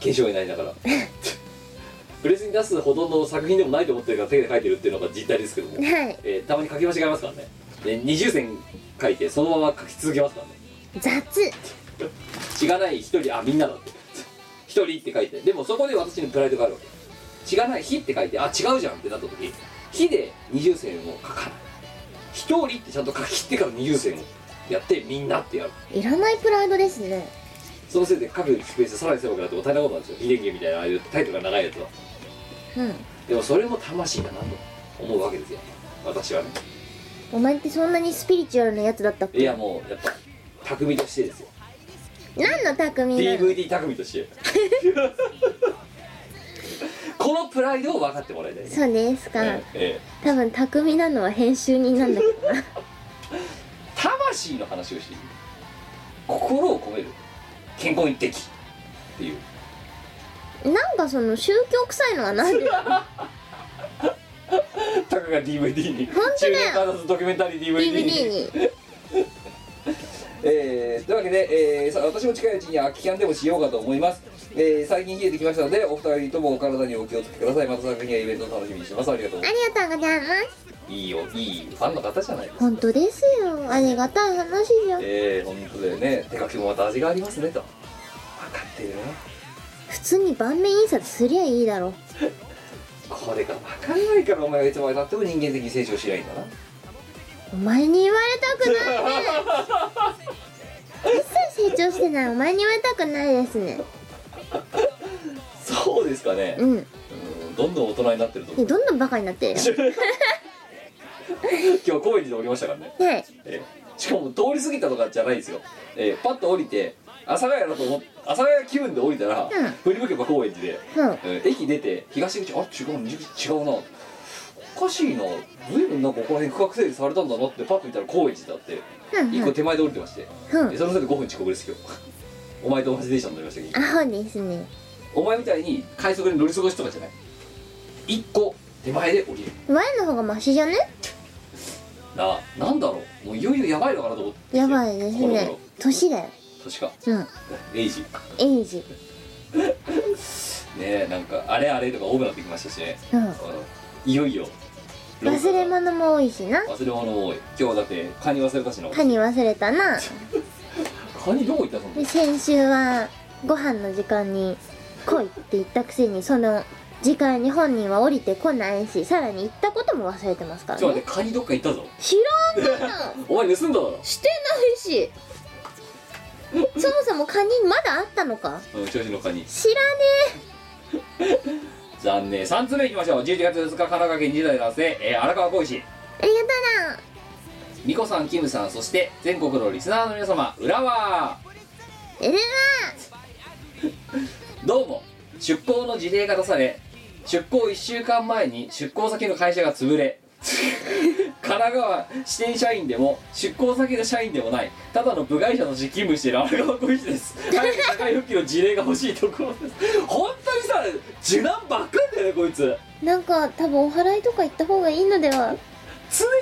A: 粧になりながら プレスに出すほどの作品でもないと思ってるから手で書いてるっていうのが実態ですけども、
B: はい
A: えーたまに書き間違えますからねで20線書いてそのまま書き続けますからね
B: 雑
A: 血がない一人あみんなだって一人って書いてでもそこで私のプライドがあるわけ血がない日って書いてあ違うじゃんってなった時日で二重線を書かない一人ってちゃんと書き切ってから二重線をやってみんなってやる
B: いらないプライドですね
A: そのせいで書くスペースさらに狭くなっても大変なことなんですよ秀樹みたいなああいうタイトルが長いやつは
B: うん
A: でもそれも魂だなと思うわけですよ私はね
B: お前ってそんなにスピリチュアルなやつだったっ
A: い
B: け
A: やもうやっぱ匠としてですよ
B: 何の匠なの
A: DVD 匠として このプライドを分かってもらいたいです
B: そうですか、
A: ええええ
B: 多分匠なのは編集人なんだけどな
A: 魂の話をしている心を込める健康一滴っていう
B: なんかその宗教臭いのはな んで
A: たかが DVD に
B: 本当
A: 中
B: だよ
A: 年からずドキュメンタリー DVD に
B: DVD に
A: えーというわけで、えーさ私も近いうちに空き缶でもしようかと思います、えー最近冷えてきましたのでお二人ともお体にお気をつけくださいまた作品やイベントを楽しみにしてますありがとう
B: ありがとうございます
A: いいよいいファンの方じゃないですか
B: 本当ですよありがたい話じゃん
A: ええ本当だよね手書きもまた味がありますねと分かってるよ
B: 普通に盤面印刷すりゃいいだろ
A: これが分からないからお前がいつまでたっても人間的に成長しないんだな
B: お前に言われたくないね一切成長してないお前に言われたくないですね
A: そうですかね
B: うんで
A: うんどんどん大人になってると 思う
B: どんどんバカになってるよ
A: 今日高円寺で降りましたからね
B: はい
A: えーしかも通り過ぎたとかじゃないですよ、えーパッと降りて阿佐ヶ谷だと思っ阿佐ヶ谷気分で降りたら、
B: うん
A: 振り向けば高円寺で、
B: うん
A: えー駅出て東口あ違う西口違うなおかしいな随分なんかここら辺区画整理されたんだなってパッと見たら高円寺だって
B: うん
A: 一個手前で降りてまして、
B: うん
A: でそのせいで5分遅刻です今日 お前と同じ電車に乗りましたけど
B: アホですね
A: お前みたいに快速に乗り過ごしとかじゃない一個手前で降りる
B: 前の方がマシじゃね
A: ななんだろうもういよいよやばいのかなと思って
B: やばいです
A: この
B: ね
A: 頃
B: 年だよ
A: 確か
B: うん
A: エイジ
B: エイジ
A: ねえなんかあれあれとか多くなってきましたしね、
B: うん
A: あのいよいよ
B: 忘れ物も多いしな
A: 忘れ物も多い今日だってカニ忘れたしな
B: 歯に忘れたな
A: カニどこ行ったの
B: で先週はご飯の時間に来いって言ったくせにその次回に本人は降りてこないしさらに行ったことも忘れてますか
A: ちょ
B: ら
A: っと待っ
B: ね
A: てカニどっか行ったぞ
B: 知らん がな
A: お前盗んだだろ
B: してないしそもそもカニまだあったのか
A: うん調子のカニ
B: 知らね
A: 残念3つ目いきましょう11月2日神奈川県20代男性、えー荒川浩一
B: えありがとうな
A: 美子さんキムさんそして全国のリスナーの皆様浦和
B: える
A: どうも出向の事例が出され出向1週間前に出向先の会社が潰れ 神奈川支店社員でも出向先の社員でもないただの部外者として勤務している荒川浩一です早く社会復帰の事例が欲しいところです本当にさ受難ばっかりだよねこいつ
B: ななんか多分お祓いとか行った方がいいのでは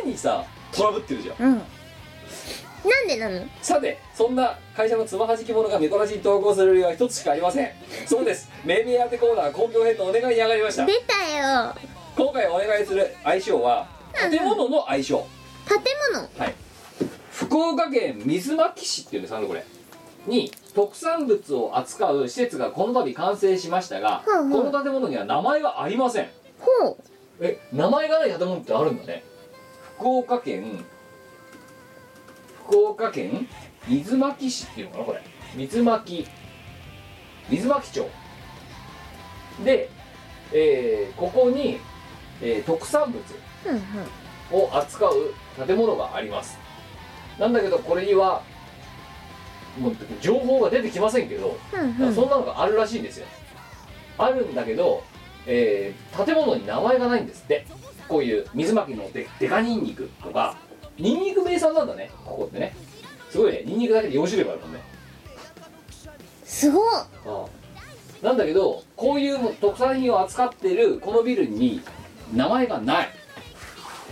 A: 常にさトラブってるじゃん
B: うんなんでなの
A: さてそんな会社のつまはじき者がメトラジに投稿する理由は一つしかありませんそうです命名当てコーナー公共編のお願いに上がりました
B: 出たよ
A: 今回お願いする相性は建物の相性
B: 建物
A: はい福岡県水巻市っていうんですかねこれに特産物を扱う施設がこの度完成しましたが、
B: うんう
A: こ
B: ん
A: の建物には名前がありません
B: ほう
A: え名前がない建物ってあるんだね福岡県福岡県水巻市っていうのかなこれ水巻水巻町で、えーここに、えー特産物
B: うんうん
A: を扱う建物がありますなんだけどこれにはもう情報が出てきませんけど、
B: うんうん
A: そんなのがあるらしいんですよあるんだけど、えー建物に名前がないんですってこういう水巻きのでデカニンニクとかニンニク名産なんだねここってねすごいねニンニクだけで4種類もあるもんね
B: すごっ
A: なんだけどこういう特産品を扱ってるこのビルに名前がない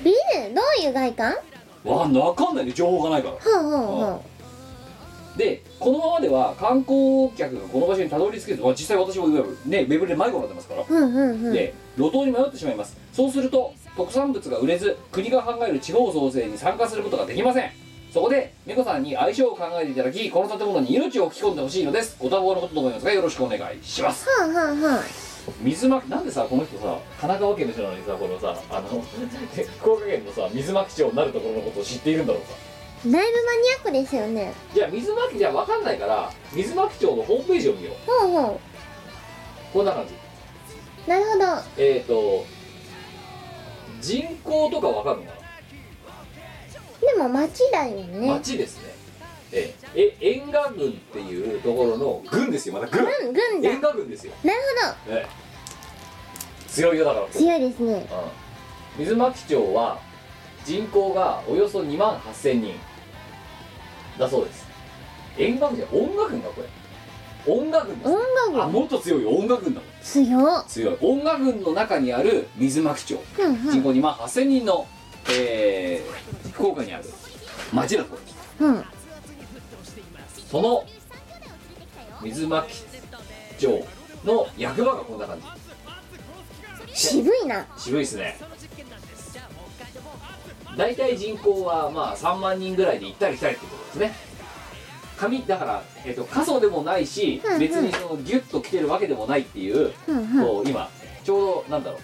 B: ビルどういう外観
A: わかんないわかんないね情報がないから
B: ほうほうほ
A: でこのままでは観光客がこの場所にたどり着けずまあ実際私もいわゆるねウェブで迷子になってますから
B: ううんうんうん
A: で路頭に迷ってしまいますそうすると特産物が売れず国が考える地方創生に参加することができませんそこで美子さんに相性を考えていただきこの建物に命を吹き込んでほしいのですご多忙のことと思いますがよろしくお願いします
B: ほうほうほう
A: 水巻なんでさこの人さ神奈川県の人なのにさこのさあの 福岡県のさ水巻町になるところのことを知っているんだろうか
B: だいぶマニアックですよね
A: いや水巻じゃ分かんないから水巻町のホームページを見よう
B: ほうほ
A: こんな感じ
B: うなるほど
A: えっ、ー、と人口とか分かるのかな
B: でも町だよね
A: 町ですねえええ沿岸郡っていうところの郡ですよまた郡
B: うん軍だ
A: 沿岸郡ですよ
B: なるほ
A: ええ強いよだから
B: ど強いですね
A: うん水巻町は人口がおよそ2万8000人だそうです沿岸郡じゃ音楽軍だこれ音楽軍だ
B: 音
A: あ
B: 楽
A: もっと強いよ音楽軍だ
B: 強っ
A: 強い音楽軍の中にある水巻町
B: うん
A: 人口2万8000人の、えー福岡にある町だそうです
B: うんうん
A: その水巻町の役場がこんな感じ
B: 渋いな
A: 渋いですね大体人口はまあ3万人ぐらいで行ったり来たりってことですね紙だから、えっと過疎でもないし
B: うんうん
A: 別にそのギュッと来てるわけでもないっていう
B: うんうん
A: こう今ちょうどなんだろう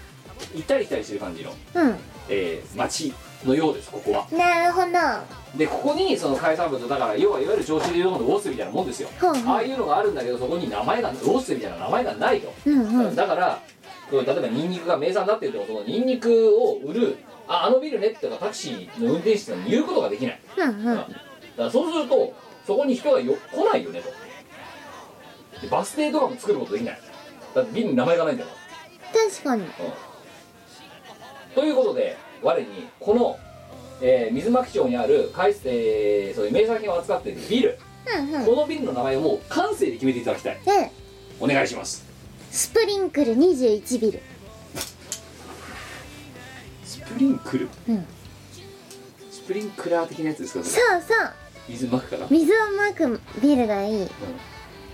A: 行ったり来たりしてる感じの、
B: うん
A: えー町のようですここは
B: なるほど
A: でここにその海産物だから要はいわゆる調子でいうののウォースみたいなもんですよ
B: ほうほ
A: あ
B: う
A: あいうのがあるんだけどそこに名前がウォッセみたいな名前がないと、
B: うんうん
A: だから例えばニンニクが名産だっていうとそのニンニクを売るああのビルねとかタクシーの運転手さんに言うことができない、
B: うんう
A: だ
B: ん
A: からそうするとそこに人がよ来ないよねとでバス停とかも作ることできないだってビルに名前がないんだか
B: 確かに
A: ら、うんということで我にこの、えー水巻町にある海、えーそういう名産品を扱っているビル
B: うんうん
A: このビルの名前をもう感性で決めていただきたい
B: で
A: お願いします
B: スプリンクル21ビル
A: スプリンクル、
B: うん
A: スプリンクラー的なやつですかそ
B: そ
A: れ
B: うそう
A: 水まくから
B: 水をまくビルがいい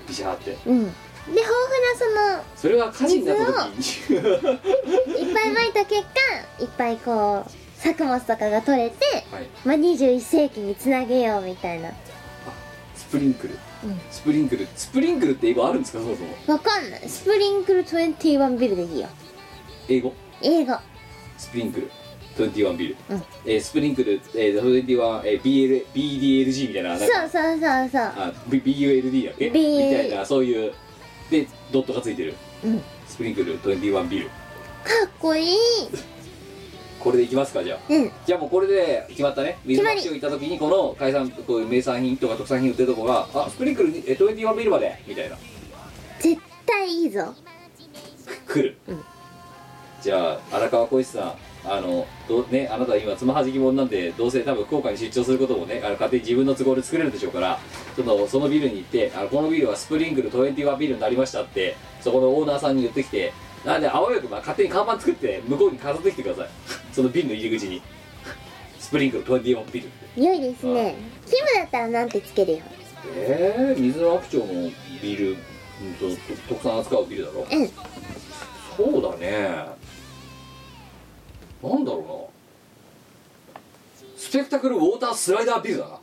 A: ビシャーって
B: うんで豊富な
A: それは火事になった時 に
B: そのいっぱいまいた結果いっぱいこう作物とかが取れて、
A: はい
B: まあ、21世紀につなげようみたいな
A: スプリンクル、
B: うん
A: スプリンクルスプリンクルって英語あるんですかそもそも
B: わかんないスプリンクル21ビルでいいよ
A: 英語
B: 英語
A: スプリンクル21ビール、
B: うん
A: えースプリンクル、えー、21、えー BL、BDLG みたいななんか
B: そうそうそうそう
A: あ B- BULD だっけ
B: B-
A: みたいなそういうでドットがついてる、
B: うん
A: スプリンクル21ビール
B: かっこいい
A: これでいきますかじゃあ
B: うん
A: じゃあもうこれで決まったね水
B: 決ま
A: 町
B: り
A: 市を行った時にこの海産こういう名産品とか特産品売ってるとこがあスプリンクルにえー21ビールまでみたいな
B: 絶対いいぞ
A: 来る、じゃあ荒川浩一さんあのどうねあなた今つまはじき者なんでどうせ多分福岡に出張することもねあの勝手に自分の都合で作れるでしょうからちょっとそのビルに行ってあのこのビルはスプリンクル21ビルになりましたってそこのオーナーさんに言ってきてなんであわよくば勝手に看板作って向こうに飾ってきてくださいそのビルの入り口にスプリンクル21ビルって
B: 良いですねキムだったらなんてつけるよ
A: ええ水の白鳥のビルうんと特産扱うビルだろ
B: うん
A: そうだねなんだろうなスペクタクルウォータースライダービルだ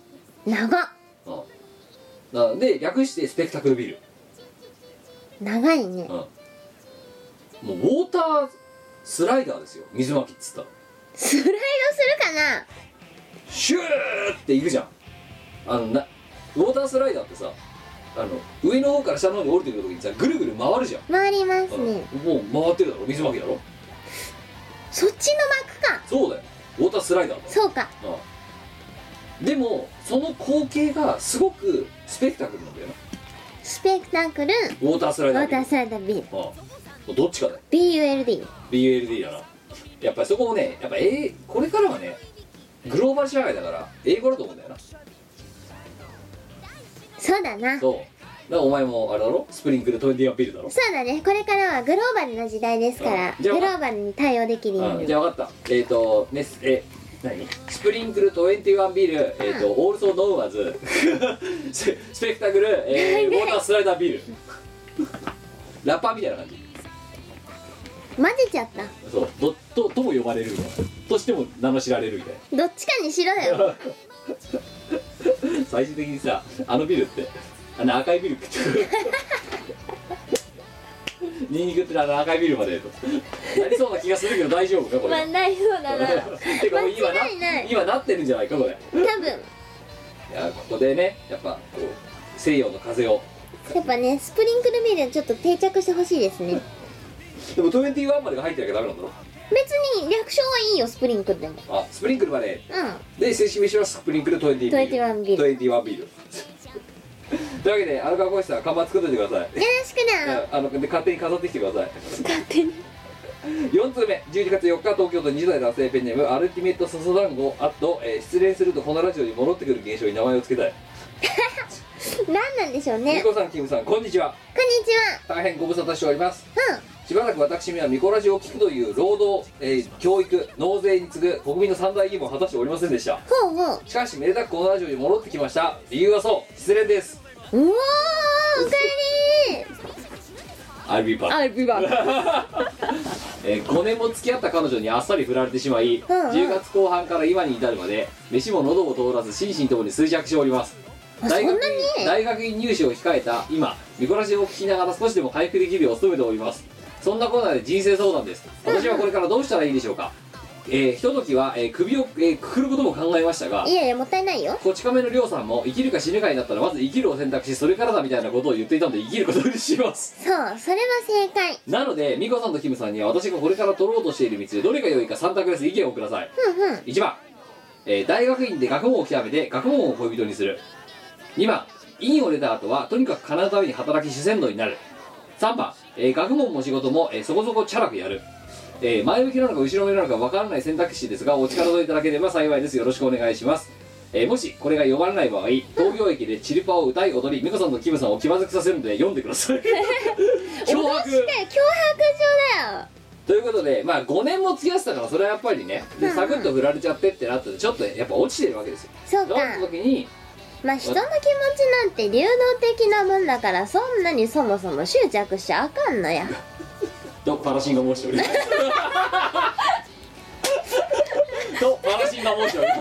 A: な
B: 長っ
A: うんなで略してスペクタクルビル、
B: 長いね
A: うん、もうウォータースライダーですよ水巻きっつったら
B: スライドするかな
A: シューっていくじゃんあのなウォータースライダーってさあの上の方から下の方に降りてくるときにさぐるぐる回るじゃん
B: 回りますね
A: うんもう回ってるだろ水まきだろ
B: そっちの幕か
A: そうだよウォータースライダーだよ
B: そうか
A: ああでもその光景がすごくスペクタクルなんだよな
B: スペクタクル
A: ウォータースラ
B: ウ
A: イダ
B: ォ
A: ー
B: ーター
A: ラ
B: サイダービル
A: イダーああどっちかだよ
B: BULD
A: BULD だなやっぱりそこもねやっぱ英これからはねグローバル社会だから英語だと思うんだよな
B: そうだなそ
A: そうだからお前もあれだろスプリンクル21ビルだろ
B: うだねこれからはグローバルな時代ですから
A: うん
B: グ
A: じゃ
B: ロ
A: あ
B: ーバルに対応できるよう
A: あ
B: に
A: じゃあ分かったえっ、とねすえ何スプリンクル21ビール、えっとオールソーノーマーズ ススペクタク ル、えーウォータースライダービールラッパーみたいな感じ
B: 混ぜちゃった
A: そうどととも呼ばれるみたいなとしても名の知られるみたい
B: どっちかにしろよ
A: な最終的にさあのビルってあの赤いビル食ってくるニンニクってるあの赤いビルまでとなりそうな気がするけど大丈夫かこれ
B: まあないそうだな
A: てかもう今
B: 間違いない
A: 今なってるんじゃないかこれ
B: 多分
A: いやここでねやっぱこう西洋の風を
B: やっぱねスプリンクルビールちょっと定着してほしいですね
A: でも21までが入ってなきゃダメなんだろ
B: 別に略称はいいよスプリンクルでも
A: あスプリンクルまで
B: う
A: で正式名称はスプリンクル21ビール
B: 21ビール
A: 21ビールというわけでアルカコイさん看板作っといてください
B: んよろしくな
A: あので勝手に飾ってきてください
B: 勝手に
A: 4通目12月4日東京都20代男性ペンネームアルティメットソソ団子あと、えー失恋するとこのラジオに戻ってくる現象に名前を付けたい
B: 何なんでしょう
A: み
B: ねこ
A: こさんキムさんこんにちは
B: んにちは
A: 大変ご無沙汰しております
B: うん
A: しばらく私めはミコラジオを聞くという労働、えー教育納税に次ぐ国民の三大義務を果たしておりませんでした
B: ほうほう
A: しかしめでたくこのラジオに戻ってきました理由はそう失恋です
B: うおーおかえり
A: アルビパ
C: あビバ
A: えー5年も付き合った彼女にあっさり振られてしまい、
B: うんうん
A: 10月後半から今に至るまで飯も喉を通らず心身ともに衰弱しております
B: あ
A: 大学
B: そんなに
A: 大学院入試を控えた今見こらしを聞きながら少しでも回復できるよう努めておりますそんなコーナーで人生相談です私はこれからどうしたらいいでしょうか、えーひとときは、えー首を、えーくくることも考えましたが
B: いやいやもったいないよ
A: こち亀のりょうさんも生きるか死ぬかになったらまず生きるを選択しそれからだみたいなことを言っていたので生きることにします
B: そうそれは正解
A: なので、ミコさんとキムさんには私がこれから取ろうとしている道でどれが良いか3択です。意見をください。
B: ふんふん
A: 1番、えー大学院で学問を極めて学問を恋人にする。2番、院を出た後はとにかく金のために働き主戦度になる。3番、えー学問も仕事も、えーそこそこチャラくやる。えー前向きなのか後ろ向きなのか分からない選択肢ですがお力添えいただければ幸いですよろしくお願いします、えーもしこれが読まれない場合東京駅でチルパを歌い踊り美子さんとキムさんを気まずくさせるので読んでください脅迫
B: で脅迫状だよ
A: ということでまあ5年も付き合ってたからそれはやっぱりねでサクッと振られちゃってってなったらちょっとやっぱ落ちてるわけですよ
B: そう
A: そ
B: か
A: うなった時に
B: まあ人の気持ちなんて流動的なもんだからそんなにそもそも執着しちゃあかんの や
A: とパラシンが申しており ますとパラシンが申しておりま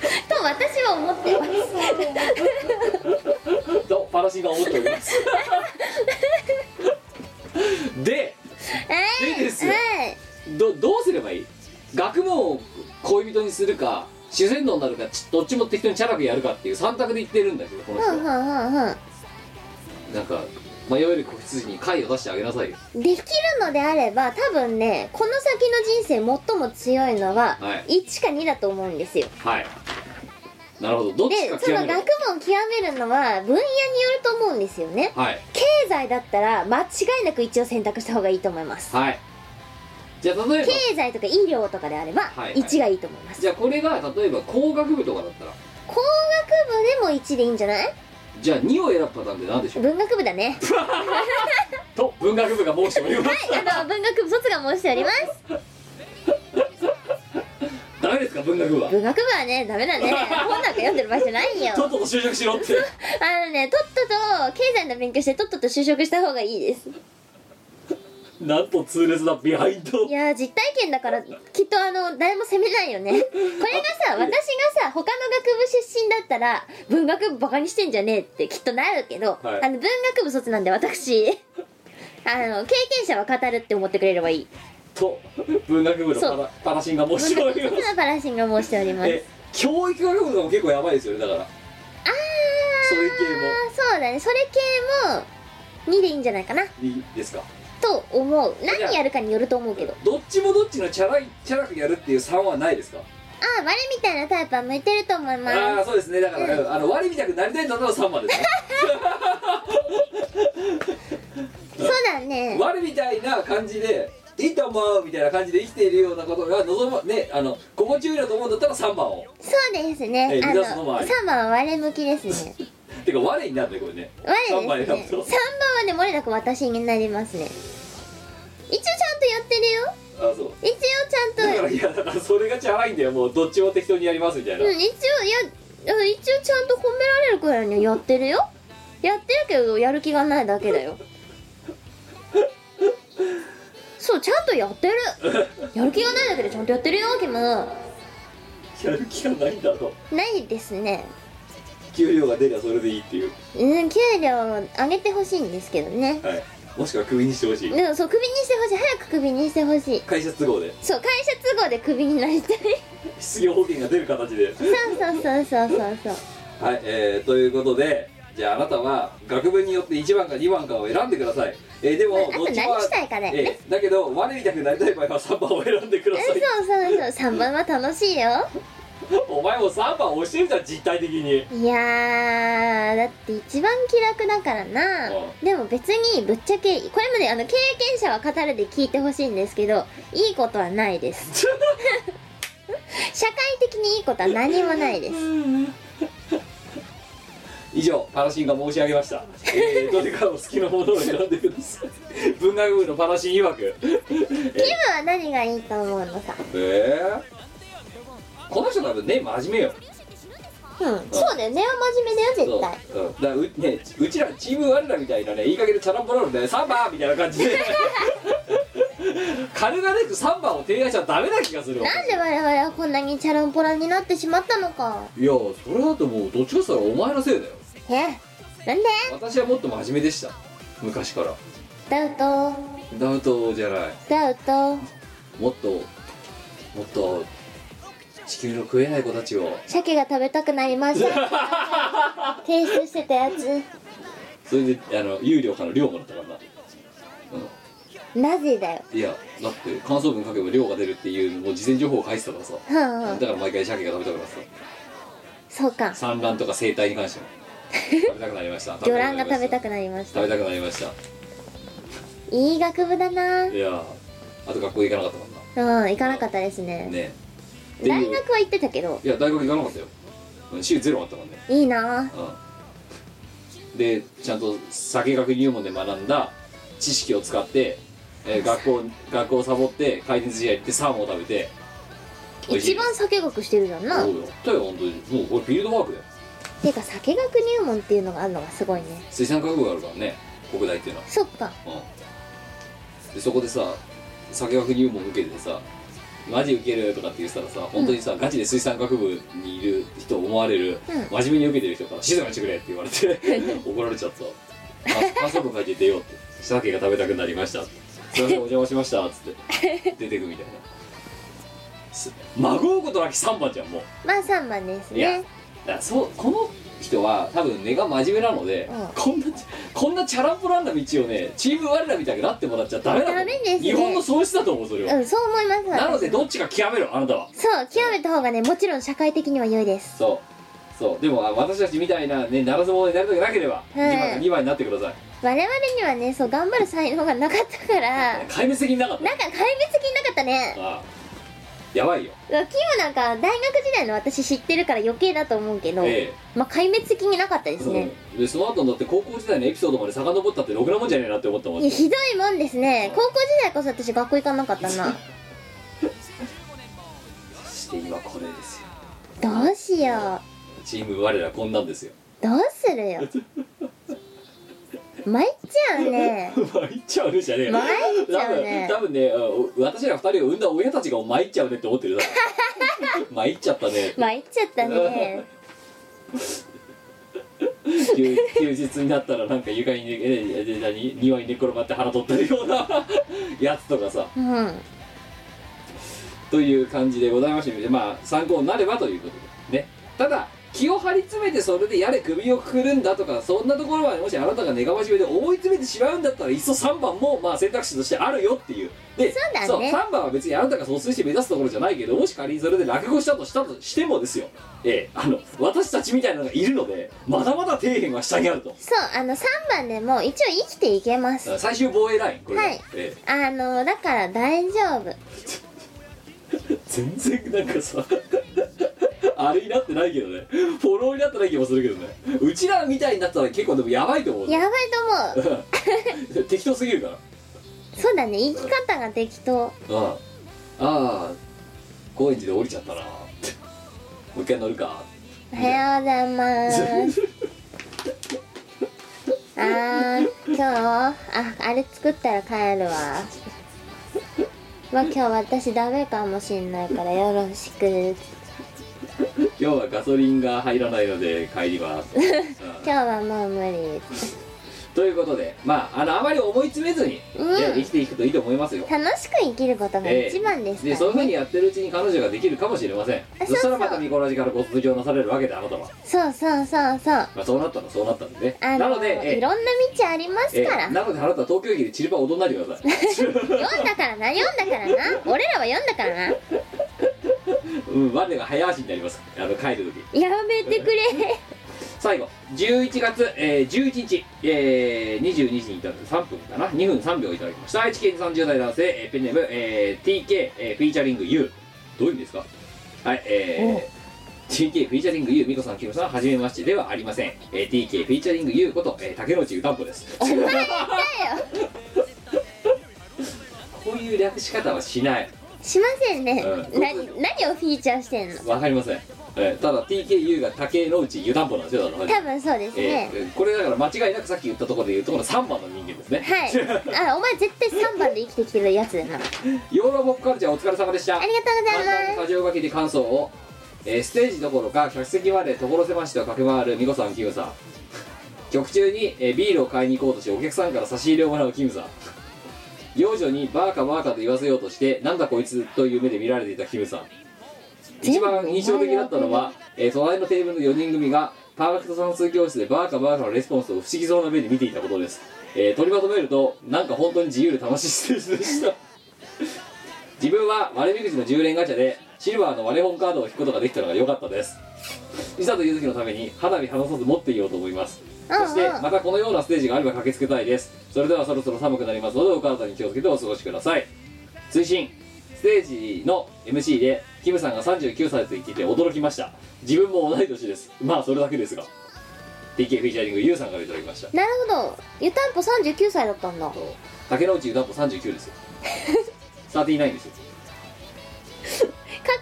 A: す
B: と私は思ってます
A: とパラシンが思っておりますで
B: え
A: でですよ
B: はい
A: どどうすればいい学問を恋人にするか主戦度になるかちどっちも適当にチャラくやるかっていう三択で言ってるんだけどこの人
B: は
A: は
B: んはんはんはん
A: なんか迷える子羊に貝を出してあげなさいよ
B: できるのであれば多分ねこの先の人生最も強いのは
A: はい
B: 1か2だと思うんですよ
A: はいなるほどどっ
B: で
A: ちか
B: そ
A: 極
B: の
A: め
B: 学
A: ろ
B: 問を極めるのは分野によると思うんですよね
A: はい
B: 経済だったら間違いなく一応選択した方がいいと思います
A: はいじゃあ例えば
B: 経済とか医療とかであれば
A: はいはい
B: 1がいいと思います
A: じゃあこれが例えば工学部とかだったら
B: 工学部でも1でいいんじゃない
A: じゃあ2を選ぶパターンって何でしょう
B: 文学部だ ね
A: と文学部が申しております、
B: あの文学部卒が申しております
A: ダメですか文学部は
B: 文学部はねダメ だね本なんか読んでる場合じゃないよ
A: とっとと就職しろって
B: あのねとっとと経済の勉強してとっとと就職した方がいいです
A: なんと痛烈なビハインド
B: いやー実体験だからきっとあの誰も責めないよねこれがさ私がさ他の学部出身だったら文学部バカにしてんじゃねえってきっとなるけど、
A: はい
B: あの文学部卒なんで私あの経験者は語るって思ってくれればいい
A: と文学部のパ
B: そ
A: ラパラシンが申しておりま
B: 文学部
A: す
B: 卒のパラシンが申しております
A: え教育学部とかも結構やばいですよねだからああそういう
B: あそうだねそれ系も2でいいんじゃないかな
A: 系もいいですか
B: と思う何やるかによると思うけど
A: どっちもどっちのチャラいチャラくやるっていう3はないですか
B: ああ我みたいなタイプは向いてると思います
A: ああそうですねだから、あの割りみたくなりたいんだったら3番ですね
B: そうだね
A: 我みたいな感じでいいと思うみたいな感じで生きているようなことが望まねあの心地よいなと思うんだったら3番を
B: そうです
A: え
B: ね
A: ー
B: あ
A: リ
B: の
A: ダスの場合
B: 3番は割れ向きですね
A: てか我になるねこれね
B: 我です
A: 三
B: ね
A: 番選ぶ
B: 3番
A: と
B: はねもれなく私になりますね一応ちゃんとやってるよ
A: あそう
B: 一応ちゃ
A: だ
B: ん
A: か
B: と
A: らいやだからそれがチャラいんだよもうどっちも適当にやりますみたいな、
B: うん一応いやうん一応ちゃんと褒められるくらいにはやってるよやってるけどやる気がないだけだよ そうちゃんとやってるやる気がないだけでちゃんとやってるよ君
A: やる気がないんだと
B: ないですね
A: 給料が出りゃそれでいいっていう、
B: うん給料上げてほしいんですけどね
A: はい、もしくはクビにしてほしい
B: でもそうクビにしてほしい早くクビにしてほしい
A: 会社都合で
B: そう会社都合でクビになりたい
A: 失業保険が出る形で
B: そうそうそうそうそうそう
A: はいえー、ということでじゃああなたは学部によって1番か2番かを選んでくださいえーでも
B: まああと
A: どっち
B: 何したいかだよね
A: えーだけど我みたくなりたい場合は3番を選んでくだ
B: え
A: さい
B: そうそうそう3番は楽しいよ
A: お前も3番押してみた実態的に
B: いやーだって一番気楽だからな
A: あ
B: でも別にぶっちゃけこれまであの経験者は語るで聞いてほしいんですけどいいことはないです 社会的にいいことは何もないです
A: 以上パラシンが申し上げました、えー、どれかお好きなものを選んでください文学部のパラシン曰く
B: 気分は何がいいと思うのさ
A: えー、この人多分ね真面目よ
B: うんそうだよ根は真面目だよ絶対
A: そう、うん、だからう,、ね、うちらチーム我らみたいなねいい加減でチャランポランで3番みたいな感じで軽々しく3番を提案しちゃダメな気がするわ
B: なんで我々はこんなにチャランポランになってしまったのか
A: いやそれだともうどっちかっつったらお前のせいだよ
B: えなんで
A: 私はもっと真面目でした昔から
B: ダウト
A: ダウトじゃない
B: ダウト
A: もっともっと地球の食えない子たちを
B: 鮭が食べたくなりました 提出してたやつ
A: それであの有料から量もらったからな
B: なぜだよ
A: いやだって感想文書けば量が出るっていうもう事前情報を書いてたからさ
B: はんは
A: だ
B: ん
A: から毎回鮭が食べたくなって
B: そうか
A: た産卵とか生態に関しても食べたくなりました
B: 魚卵が食べた
A: く
B: くなりました
A: 食べたくなりました
B: いい学部だない
A: やーあと学校行かなかったもん
B: うん行かなかったですね
A: なねって
B: 大
A: いう
B: 学は行ってたけど
A: いや大学行かなかったようん週ゼロあったからね
B: いいな
A: うん、でちゃんと酒学入門で学んだ知識を使って、えー学校学校をサボって回転寿司屋行ってサーモンを食べて美味し
B: 一
A: いです
B: 番酒学してるじゃんな
A: そうだよだよ本当にもうこれフィールドワークだよ
B: てか酒学入門っていうのがあるのがすごいね
A: 水産学部があるからね国大っていうのは、
B: そっか
A: うん、でそこでさ酒学入門受けてさマジ受けるとかって言ってたらさ本当にさ、ガチで水産学部にいる人思われる、
B: う
A: 真面目に受けてる人から静かにしてくれって言われて怒られちゃったあ感想文書いて出ようって鮭が食べたくなりましたってすいませんお邪魔しました」っつって出てくみたいなす孫うことなき3番じゃんもう
B: まあ3番です
A: いや
B: ね
A: だからそうこの人は多分根が真面目なので、
B: うん
A: こんなこんなチャランポランな道をねチーム我らみたいになってもらっちゃダメだと思う
B: ダメですね
A: 日本の損失だと思うそれは、
B: うんそう思います
A: なので
B: 私
A: どっちか極めろあなたは
B: そう極めた方がねもちろん社会的には良いです
A: そうそうでもあ私たちみたいなねならず者になりたくなければ、
B: い
A: 2番が2番になってください
B: 我々にはねそう頑張る才能がなかった から
A: 壊滅的になかった
B: なんか壊滅的になかったね
A: ああやばいよ
B: うわキムなんか大学時代の私知ってるから余計だと思うけど、
A: え
B: まあ壊滅的になかったで
A: え
B: すね
A: うんでその後のだって高校時代のエピソードまで遡ったってろくなもんじゃねえなって思ったもん
B: いやひどいもんですね高校時代こそ私学校行かなかったな
A: そして今これですよ
B: どうしよ
A: チーム我らこんなんですよ
B: うどうするよ参っちゃうね
A: 参っちゃうねじゃねえよ
B: 参っちゃうね
A: 多分多分ねうん私ら二人を産んだ親たちが参っちゃうねって思ってるだろう参っちゃったね
B: 参っちゃったね
A: 休休日になったらなんか床に、ね、ええ何庭に寝転がって腹取ってるようなやつとかさ
B: うん
A: という感じでございましてまあ参考になればということでねただ気を張り詰めてそれでやれ首をくくるんだとかそんなところまでもしあなたが根が真面目で思い詰めてしまうんだったらいっそ3番もまあ選択肢としてあるよっていうで
B: そうだね
A: 3番は別にあなたが卒推して目指すところじゃないけどもし仮にそれで落語したとしたとしてもですよええあの私たちみたいなのがいるのでまだまだ底辺は下にあると
B: そうあの3番でも一応生きていけます
A: 最終防衛ラインこれが、
B: はい
A: ええ
B: あのだから大丈夫
A: 全然なんかさあれになってないけどねフォローになってない気もするけどねうちらみたいになったら結構でもやばいと思う
B: やばいと思う
A: 適当すぎるから
B: そうだね生き方が適当
A: うんああ高円寺で降りちゃったなってもう一回乗るか
B: おはようございますあー今日ああれ作ったら帰るわまあ今日私ダメかもしんないからよろしく今
A: 今日はガソリンが入らないので帰ります、 うん
B: 日はもう無理
A: ということでまああのあまり思い詰めずに、
B: うん
A: ね生きていくといいと思いますよ
B: 楽しく生きることが一番です
A: で
B: か
A: そういう
B: ら
A: ふうに
B: ね、
A: やってるうちに彼女ができるかもしれません
B: そう
A: そしたらまたミコラジからご卒業なされるわけであなたは
B: そうそうそうそう
A: まあ、そうなったらそうなったんでね
B: あ
A: な
B: の
A: のでえ
B: いろんな道あります
A: え
B: から、
A: なのであなたは東京駅でチルパ踊んないでく ださい
B: 読んだからな読んだからな俺らは読んだからな
A: うん我が早足になりますあの帰る時
B: やめてく れ
A: 最後11月、えー、11日、えー、22時にいただいて3分かな2分3秒いただきました愛知県30代男性、えーペンネーム、えー TK、えーフィーチャリング U どういう意味ですかはいえー TK フィーチャリング U 美子さん木村さんはじめましてではありません、えー TK フィーチャリング U こと、えー竹野内歌んぽ ですお前だよこういう略し方はしない
B: しませんね、
A: うん
B: な何をフィーチャーしてんの
A: わかりません、えーただ TKU が竹野内湯たんぽなんですよだから
B: 多分そうです
A: え
B: ね、
A: ーこれだから間違いなくさっき言ったところで言うところの3番の人間ですね
B: はいあお前絶対3番で生きてきてるやつだなありがと
A: ヨーロポップカルチャーお疲れ様でした
B: うございます
A: 簡単に箇条書きで感想を、えーステージどころか客席まで所狭しと駆け回る美子さんキムさん曲中に、えービールを買いに行こうとしお客さんから差し入れをもらうキムさん幼女にバーカバーカと言わせようとしてなんだこいつという目で見られていたキムさん一番印象的だったのは、えー隣のテーブルの4人組がパーフェクト算数教室でバーカバーカのレスポンスを不思議そうな目で見ていたことです、えー取りまとめるとなんか本当に自由で楽しいステージでした自分は割り引くじの10連ガチャでシルバーの割れ本カードを引くことができたのが良かったですいざという時のために花火離さず持っていようと思いますそ
B: うんうん
A: してまたこのようなステージがあれば駆けつけたいですそれではそろそろ寒くなりますのでお体に気をつけてお過ごしください推進ステージの MC でキムさんが39歳と言っていて驚きました自分も同い年ですまあそれだけですが TK フィーチャリング YOU さんからいただきました
B: なるほど湯たんぽ39歳だったんだ
A: と竹之内歌子39ですよ 39ですよ
B: か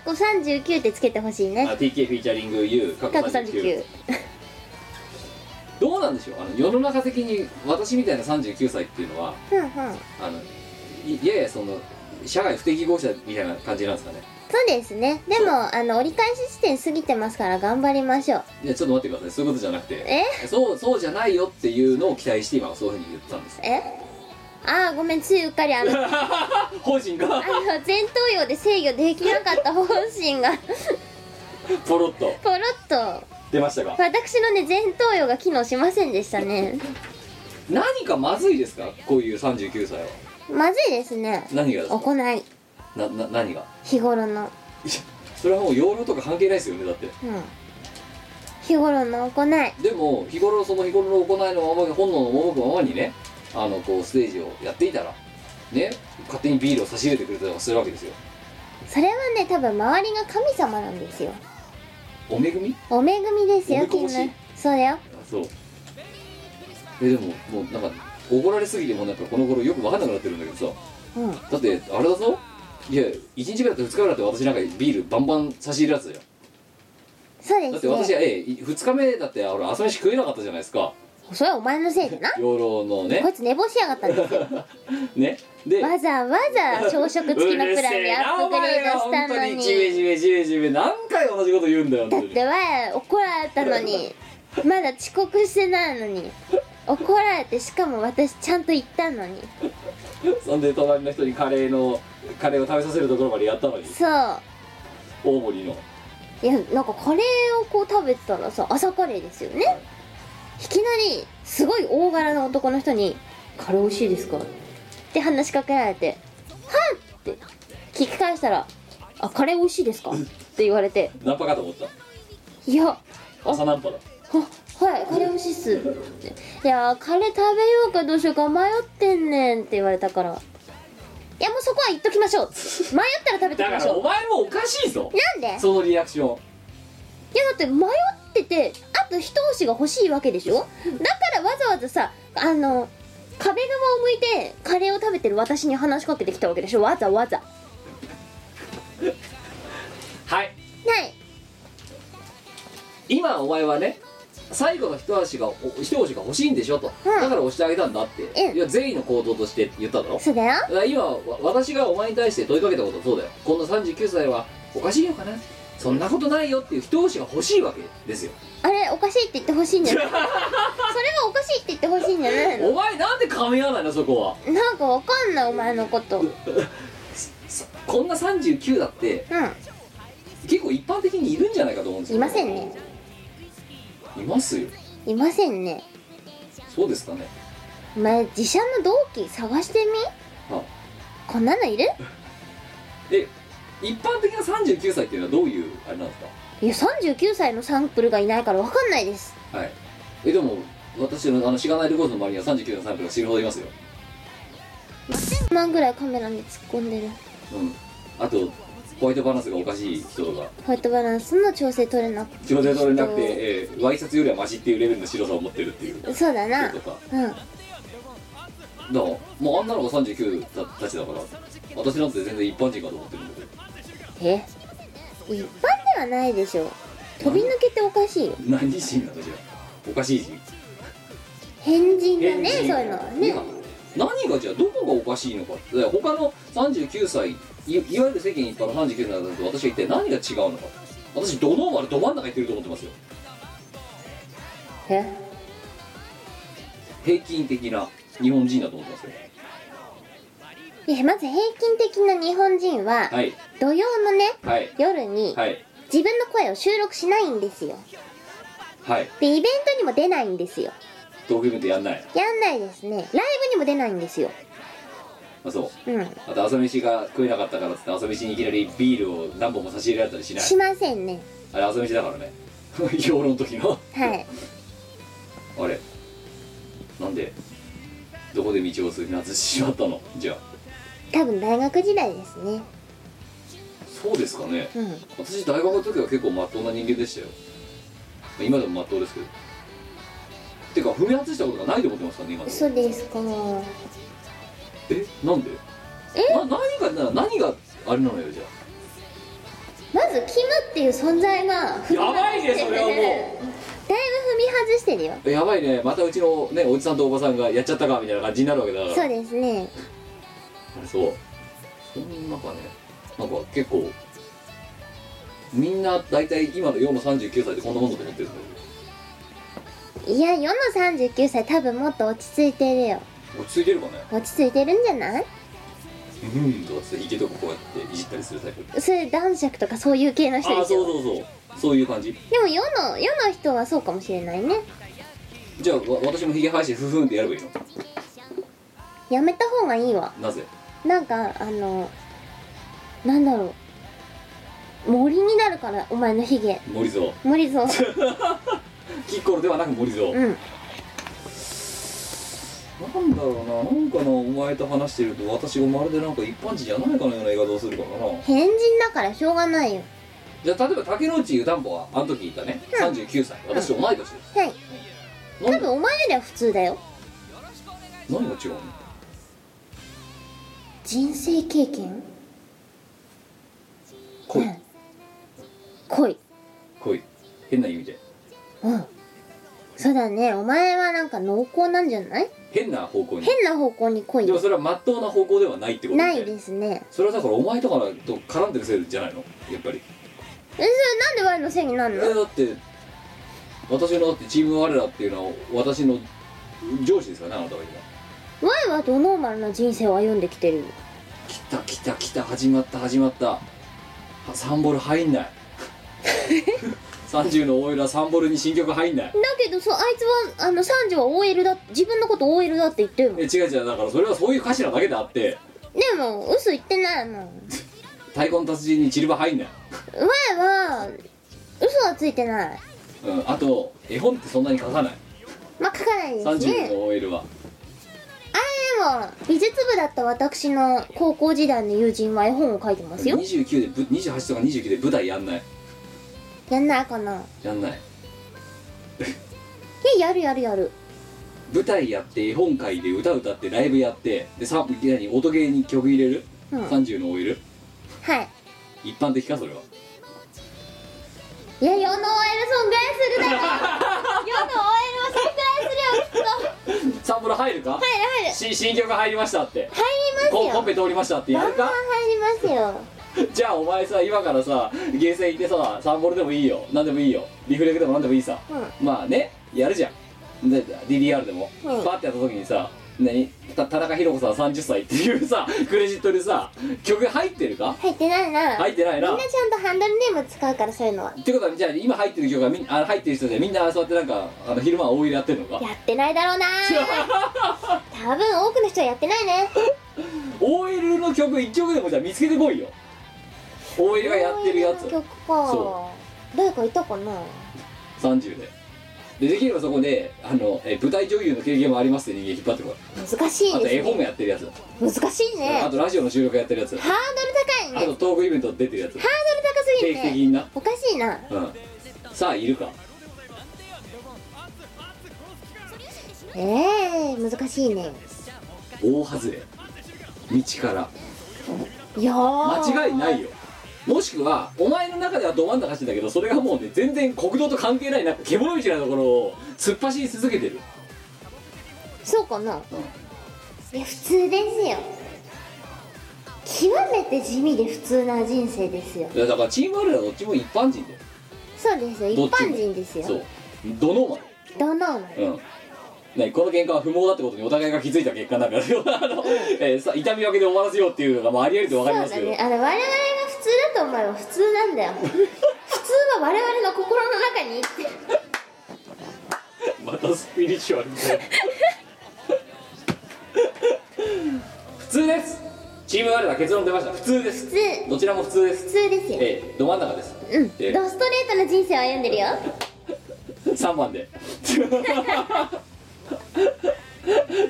B: っこ39ってつけてほしい
A: あ
B: ね
A: TK フィーチャリング YOU かっ
B: か
A: こ
B: っこ
A: 39
B: 39
A: どうなんでしょうあの世の中的に私みたいな39歳っていうのは
B: ふんふんそう
A: あのいいやいやその社会不適合者みたいな感じなんですかね
B: ですねでもあの折り返し地点過ぎてますから頑張りましょう
A: いやちょっと待ってくださいそういうことじゃなくて
B: え
A: そうそうじゃないよっていうのを期待して今はそういうふうに言ったんです
B: えあーごめんついうっかりあのあ
A: 本心が
B: の前頭葉で制御できなかった本心が
A: ポロッと
B: ポロッと
A: 出ましたが
B: 私のね前頭葉が機能しませんでしたね
A: 何かまずいですかこういう39歳は
B: まずいですね
A: 何がですか
B: 行い
A: なな何がい
B: 日頃の
A: やそれはもう養老とか関係ないですよねだって
B: うん日頃の行い
A: でも日頃その日頃の行いのまま本能の赴くままにねあのこうステージをやっていたらね勝手にビールを差し入れてくれたりもするわけですよ
B: それはね多分周りが神様なんですよ
A: お恵み
B: お恵みです
A: お
B: よ
A: 恵こぼし
B: 君そうだよ
A: あそうえでももうなんか怒られすぎてもうなんかこの頃よく分かんなくなってるんだけどさ
B: うん
A: だってあれだぞいや1日目だって2日目だって私なんかビールバンバン差し入れやつだよ
B: そうで
A: だっ
B: す
A: て私
B: ね
A: はええ2日目だってほら朝飯食えなかったじゃないですか
B: それはお前のせいでな
A: 養老の
B: こ
A: ね
B: いつ寝坊しやがったんですよ
A: ねで
B: わざわざ朝食付きのプランでアップグレード
A: うるせえなお
B: した
A: 前は本当
B: の
A: にジメ
B: に
A: ジメジメジメ何回同じこと言うんだよ
B: だ
A: 本
B: っ
A: 当に
B: てわ怒られたのにまだ遅刻してないのに怒られてしかも私ちゃんと行ったのに
A: そんで隣の人にカレーのカレーを食べさせるところまでやったのに
B: そう
A: 大盛りの
B: いやなんかカレーをこう食べてたらさ朝カレーですよねいきなりすごい大柄な男の人に「カレー美味しいですか?」って話しかけられて「はっ!」って聞き返したら「あカレー美味しいですか?」って言われて
A: ナンパかと思った
B: 「いや
A: 朝ナンパだ
B: あはいカレー美味しいっす」って「いやーカレー食べようかどうしようか迷ってんねん」って言われたから「いやもうそこは言っときましょ う」迷ったら食べてき
A: だ
B: ま
A: か
B: し
A: ら
B: ょ
A: お
B: う
A: 前もおかしいぞ
B: なんで
A: そのリアクション
B: いやだって迷っててあと一押しが欲しいわけでしょだからわざわざさあの壁側を向いてカレーを食べてる私に話しかけてきたわけでしょわざわざ
A: はい
B: ない
A: 今お前はね最後の一足がお一押しが欲しいんでしょと、
B: うん
A: だから押してあげたんだって、
B: うん
A: いや善意の行動として言っただろ
B: そうだよ
A: だから今わ私がお前に対して問いかけたことそうだよこの39歳はおかしいのかなそんなことないよっていう一押しが欲しいわけですよ
B: あれおかしいって言ってほしいんじ ゃないそれはおかしいって言ってほしいんじゃない
A: お
B: の
A: 前なんで噛み合わないのそこは
B: なんかわかんないお前のことうん
A: さこんな39だって結構一般的にいるんじゃないかと思うんです
B: い
A: よ
B: ませんね
A: いますよ
B: いませんね
A: そうですかね
B: お前自社の同期探してみ
A: あ
B: こんなのいる
A: え一般的な39歳っていうのはどういうあれなんです
B: いや39歳のサンプルがいないからわかんないです
A: かはいえでも私のあのしがないレコードの周りには39歳のサンプルが死ぬほどいますよ
B: 1000万ぐらいカメラに突っ込んでる
A: うんあとホワイトバランスがおかしい人とか
B: ホワイトバランスの調整取れなく
A: 上手に取れなくて、えー、ワイシャツよりはマシっていうレベルの白さを持ってるっていう
B: そうだな
A: 人とか
B: うん
A: だからもうあんなのが39たたちだから私なんて全然一般人かと思ってるんだけど
B: え一般ではないでしょ飛び抜けておかしいよ
A: 何人なのじゃあおかしい人
B: 変人だね
A: 変人
B: そういうのはね
A: いや何がじゃあどこがおかしいのかだから他の39歳いいわゆる世間一般の39歳だと私は一体何が違うのか私ドノーマルど真ん中いってると思ってますよ
B: え
A: 平均的な日本人だと思ってますよ
B: いやまず平均的な日本人は
A: はい
B: 土曜のね
A: はい
B: 夜に
A: はい
B: 自分の声を収録しないんですよ
A: はい
B: でイベントにも出ないんですよ
A: ドキュメントやんない
B: やんないですねライブにも出ないんですよ
A: あそう
B: うん
A: あと朝飯が食えなかったからっつって朝飯にいきなりビールを何本も差し入れられたりしない
B: しませんね
A: あれ朝飯だからね 評論の時の
B: はい
A: あれなんでどこで道をすりなずしてしまったのじゃあ
B: 多分大学時代ですね
A: そうですかね
B: うん
A: 私大学の時は結構まっとうな人間でしたよ今でもまっとうですけどてか踏み外したことがないと思ってますからね今でも
B: そうですか
A: えなんで
B: え
A: な何がな何があれなのよじゃあ
B: まずキムっていう存在が踏み
A: やばいね
B: 外し
A: そ
B: てて
A: れはも
B: だいぶ踏み外してるよ
A: うやばいねまたうちのねおじさんとおばさんがやっちゃったかみたいな感じになるわけだから
B: そうですね
A: そうそんなかねなんか結構みんな大体今の世の39歳でこんなもんだと思ってるんだ
B: いや世の39歳多分もっと落ち着いてるよ
A: け落ち着いてるかね
B: 落ち着いてるんじゃない
A: うんとかつって池とかこうやっていじったりするタイプ
B: それ男爵とかそういう系の人
A: ああ
B: でし
A: そう
B: ょ
A: そうそうそういう感じ
B: でも世の世の人はそうかもしれないね
A: じゃあわ私もヒゲ生やしてフフンってやればいいの
B: やめた方がいいわ
A: なぜ
B: なんかあのなんだろう森になるからお前のヒゲ
A: 森蔵
B: 森ぞ
A: キッコロではなく森蔵、
B: うん
A: なんだろうななんかなお前と話してると私がまるでなんか一般人じゃないかのような映画どうするからな
B: 変人だからしょうがないよ
A: じゃあ例えば竹野内湯たんぽはあの時いたね、39歳私と同い年です
B: はい
A: な
B: 多
A: んで
B: 分お前よりは普通だよ
A: 何が違うの
B: 人生経験
A: 恋
B: うん恋
A: 恋変な意味で
B: うんそうだねお前はなんか濃厚なんじゃない
A: 変な方向に
B: 変な方向に恋
A: でもそれは真っ当な方向ではないってこと
B: ないですね
A: それはだからお前とかと絡んでるせいじゃないのやっぱり
B: えそれなんで我のせいにな
A: え
B: るの
A: だって私のだってチーム我らっていうのは私の上司ですからねあなたが今
B: 我はドノーマルな人生を歩んできてるよ
A: 来た来た来た始まった始まったはサンボル入ん ない30のオイラサンボルに新曲入んない
B: だけどそうあいつはあの三女は OL だ自分のこと OL だって言ってるもん
A: え
B: で
A: 違う違うだからそれはそういう歌詞なだけであって
B: も嘘言ってないもん
A: 太鼓の達人にチルバ入んない、
B: 我は嘘はついてない
A: うん、あと絵本ってそんなに書かない
B: まあ書かないです
A: 30
B: ね
A: の OL は
B: でも美術部だった私の高校時代の友人は絵本を書いてますよ
A: 29でぶ28とか29で舞台やんない
B: やんないかな
A: やんない
B: いややるやるやる
A: 舞台やって絵本会で歌歌ってライブやってでさ何音ゲーに曲入れる、
B: うん
A: 30の OL
B: はい
A: 一般的かそれはい
B: や世の OL 損害 するだろ世の OL は損害するよきっと
A: サンプル入るか、
B: 入る入る
A: し新曲入りましたって
B: 入り
A: コ
B: ま
A: コ
B: す
A: ン
B: よ
A: ペ通りましたってや
B: バ
A: る
B: ンバン
A: か
B: 入りますよ
A: じゃあお前さ今からさゲーセン行ってさサンボルでもいいよ何でもいいよリフレクでも何でもいいさ、まあねやるじゃんで DDR でも、
B: うん
A: バッてやった時にさ何た田中宏子さん30歳っていうさ クレジットでさ曲入ってるか
B: 入ってないな
A: 入ってないな
B: みんなちゃんとハンドルネーム使うからそういうのは
A: ってことはじゃあ今入ってる曲がみんあ入ってる人でみんなそうやってなんかあの昼間は大入れやってるのか
B: やってないだろうな 多分多くの人はやってないね
A: OL の曲1曲でもじゃあ見つけてこいよ OL がやってるやつ
B: こういう曲
A: そ
B: か誰かいたかな
A: 30ででできればそこであのえ舞台女優の経験もありますって人間引っ張ってこい
B: 難し
A: あ
B: い
A: と絵
B: です
A: 本も
B: ね
A: やってるやつ、
B: 難しいね
A: あとラジオの収録やってるやつあ
B: ハードル高いねハード
A: と
B: ル
A: トークイベント出てるやつ
B: 高す
A: 定
B: ぎる
A: 期的
B: ね
A: にな、
B: おかしいな
A: うん、さあいるか
B: えー、難しいね
A: 大外れ道から
B: いやー
A: 間違いないよもしくはお前の中ではど真ん中してんだけどそれがもうね全然国道と関係ないなんか獣道なところを突っ走り続けてる
B: そうかな、いや普通ですよ極めて地味で普通な人生ですよ
A: いやだからチームあるはどっちも一般人だよ
B: そうですよ一
A: どっちも
B: 般人です
A: そ
B: よ
A: うどのまで
B: どのな
A: うん、ね、この喧嘩は不毛だってことにお互いが気づいた結果なんか あの、えーさ痛み分けで終わらせようっていうのが、まあ、ありえると分かります
B: そ
A: け
B: う
A: ど、
B: だねあの我々が普通だと思えば普通な んだよ普通は我々の心の中に生きてる
A: またスピリチュアルみたいな 普通ですチーム我ら結論出ました普通です
B: 普通
A: どちらも普通です
B: 普通ですよ
A: えー、ど真ん中です
B: うん
A: え
B: ドストレートな人生を歩んでるよ
A: 3番で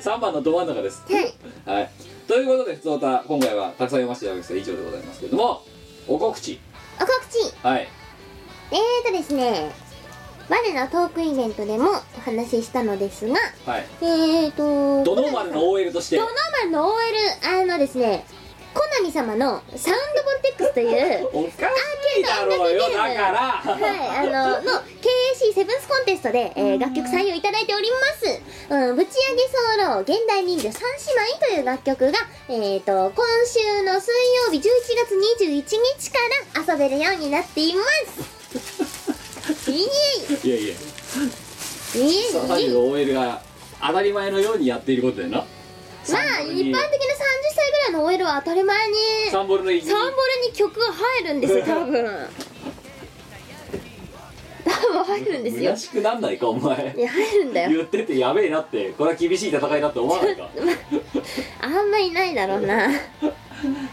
A: 3番のど真ん中です
B: はい
A: はいということで普通歌今回はたくさん読ませていただきました以上でございますけれどもお告知
B: お告知
A: はい
B: えーとですね我のトークイベントでもお話ししたのですが
A: はい
B: えーと
A: ドノーマルの OL として
B: ドノーマルの OL あのですねコナミ様のサウンドボルテックスと いう
A: おかしいだろうよだから
B: はい、あのの KAC セブンスコンテストで、えー楽曲採用いただいております、うん、ぶち上げソロ現代人魚三姉妹という楽曲が、えー、と今週の水曜日11月21日から遊べるようになっていますいえい
A: いやいや
B: えいえい
A: 3
B: え
A: 時
B: い
A: の OL が当たり前のようにやっていることだよな
B: まあ一般的な30歳ぐらいの OL は当たり前に
A: サンボルの意義
B: サンボルに曲が入るんですよ多分多分入るんですよ
A: 虚しくなんないかお前
B: いや入るんだよ
A: 言っててやべえなってこれは厳しい戦いだって思わないか
B: あんまいないだろうな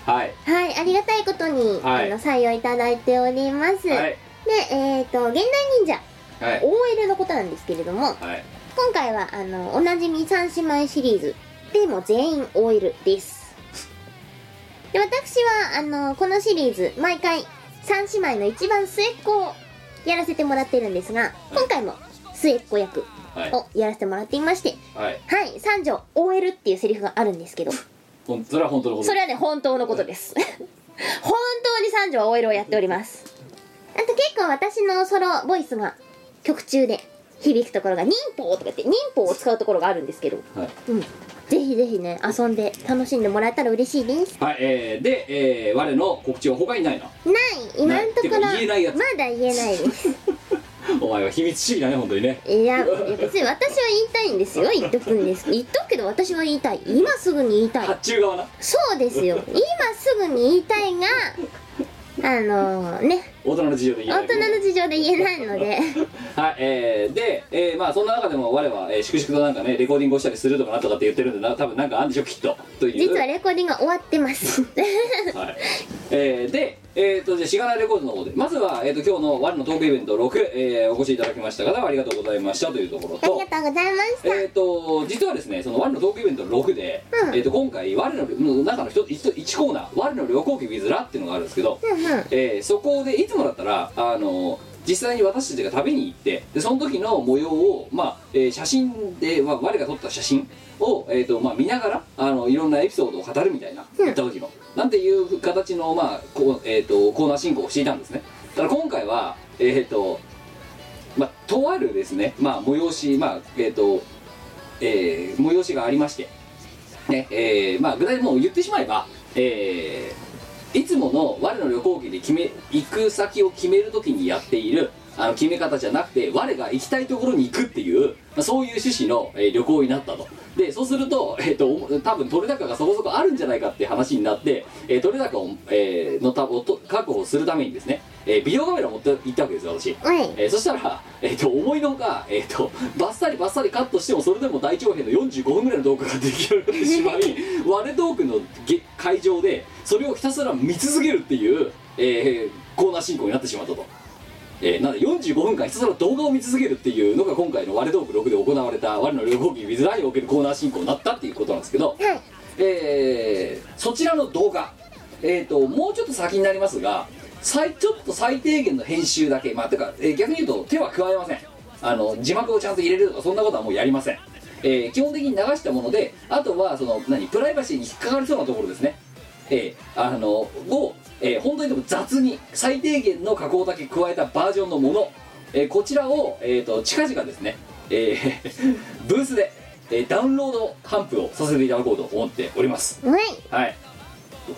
A: はい
C: はい、ありがたいことに、
A: はい
C: あの採用いただいております。
A: はい
C: で、えっ、と、現代忍者、
A: はい
C: OL のことなんですけれども、
A: はい
C: 今回は、あの、おなじみ三姉妹シリーズでも全員 OL です。で、私は、あの、このシリーズ、毎回、三姉妹の一番末っ子をやらせてもらってるんですが、今回も末っ子役
A: はい
C: をやらせてもらっていまして、
A: はい
C: はい、三女 OL っていうセリフがあるんですけど、
A: ほんそれは本当のこと
B: それはね本当のことです 本当に三女は OL をやっております
C: あと結構私のソロボイスが曲中で響くところが忍法とか言って忍法を使うところがあるんですけど、
A: はい
C: うん、ぜひぜひね遊んで楽しんでもらえたら嬉しいです
A: はいえー、で、えー、我の告知は他にないな
C: ない今
A: ない
C: のところ
A: てか言えないやつ
C: まだ言えないです
A: お前は秘密主義だね本当にね
C: いやいや別に私は言いたいんですよ言っとくんです言っとくけど私は言いたい今すぐに言いたい
A: 発注側な
C: そうですよ今すぐに言いたいがあのね
A: 大人の事情で言えな
C: 大
A: い
C: 人の事情で言えないので
A: はいえー、で、えー、まあそんな中でも我は、えー、粛々となんかねレコーディングをしたりするとかなんとかって言ってるんでな多分なんかあるんでしょきっとという
C: 実はレコーディングが終わってます
A: はいえー、で、えー、とじゃあしがないレコードの方でまずは、えー、と今日の「我のトークイベント6」えーお越しいただきました方はありがとうございましたというところ
C: あり
A: と
C: がとうございました
A: えー、と実はですねその「我のトークイベント6で」えー、と今回我のの中の一つ一つ一コーナー「我の旅行記 with ラ」っていうのがあるんですけど、えーそこでいつもだったらあの実際に私たちが旅に行ってでその時の模様を、まあえー写真で、まあ、我が撮った写真を、えーとまあ、見ながらあのいろんなエピソードを語るみたいな行った時の、なんていう形の、まあこうえー、とコーナー進行をしていたんですねだから今回はえっ、とまあ、とあるですね、まあ、催し、まあえーとえー催しがありまして、ねえーまあ、具体的にもう言ってしまえば、えーいつもの我の旅行記で決め行く先を決めるときにやっているあの決め方じゃなくて我が行きたいところに行くっていう、まあ、そういう趣旨の、えー旅行になったとでそうすると,、えー、とおも多分取れ高がそこそこあるんじゃないかって話になって、えー、取れ高を、えーのたをと確保するためにですね、えービデオカメラを持って行ったわけですよ私。
C: はい
A: えーそしたら、えー、と思いのほか、えー、とバッサリバッサリカットしてもそれでも大長編の45分ぐらいの動画が出来上がってしまい我トークのげ会場でそれをひたすら見続けるっていう、えーコーナー進行になってしまったと。えーなので45分間ひたすら動画を見続けるっていうのが今回の「我トーク6」で行われた「我の旅行記 with ライン」を受けるコーナー進行になったっていうことなんですけど、えーそちらの動画、えー、ともうちょっと先になりますが最ちょっと最低限の編集だけまあてか、えー逆に言うと手は加えませんあの字幕をちゃんと入れるとかそんなことはもうやりません、えー基本的に流したものであとはその何プライバシーに引っかかりそうなところですねえーあのを、えー本当にでも雑に最低限の加工だけ加えたバージョンのもの、えーこちらを、えー、と近々ですね、えー ブースで、えーダウンロード頒布をさせていただこうと思っております
C: はい
A: はい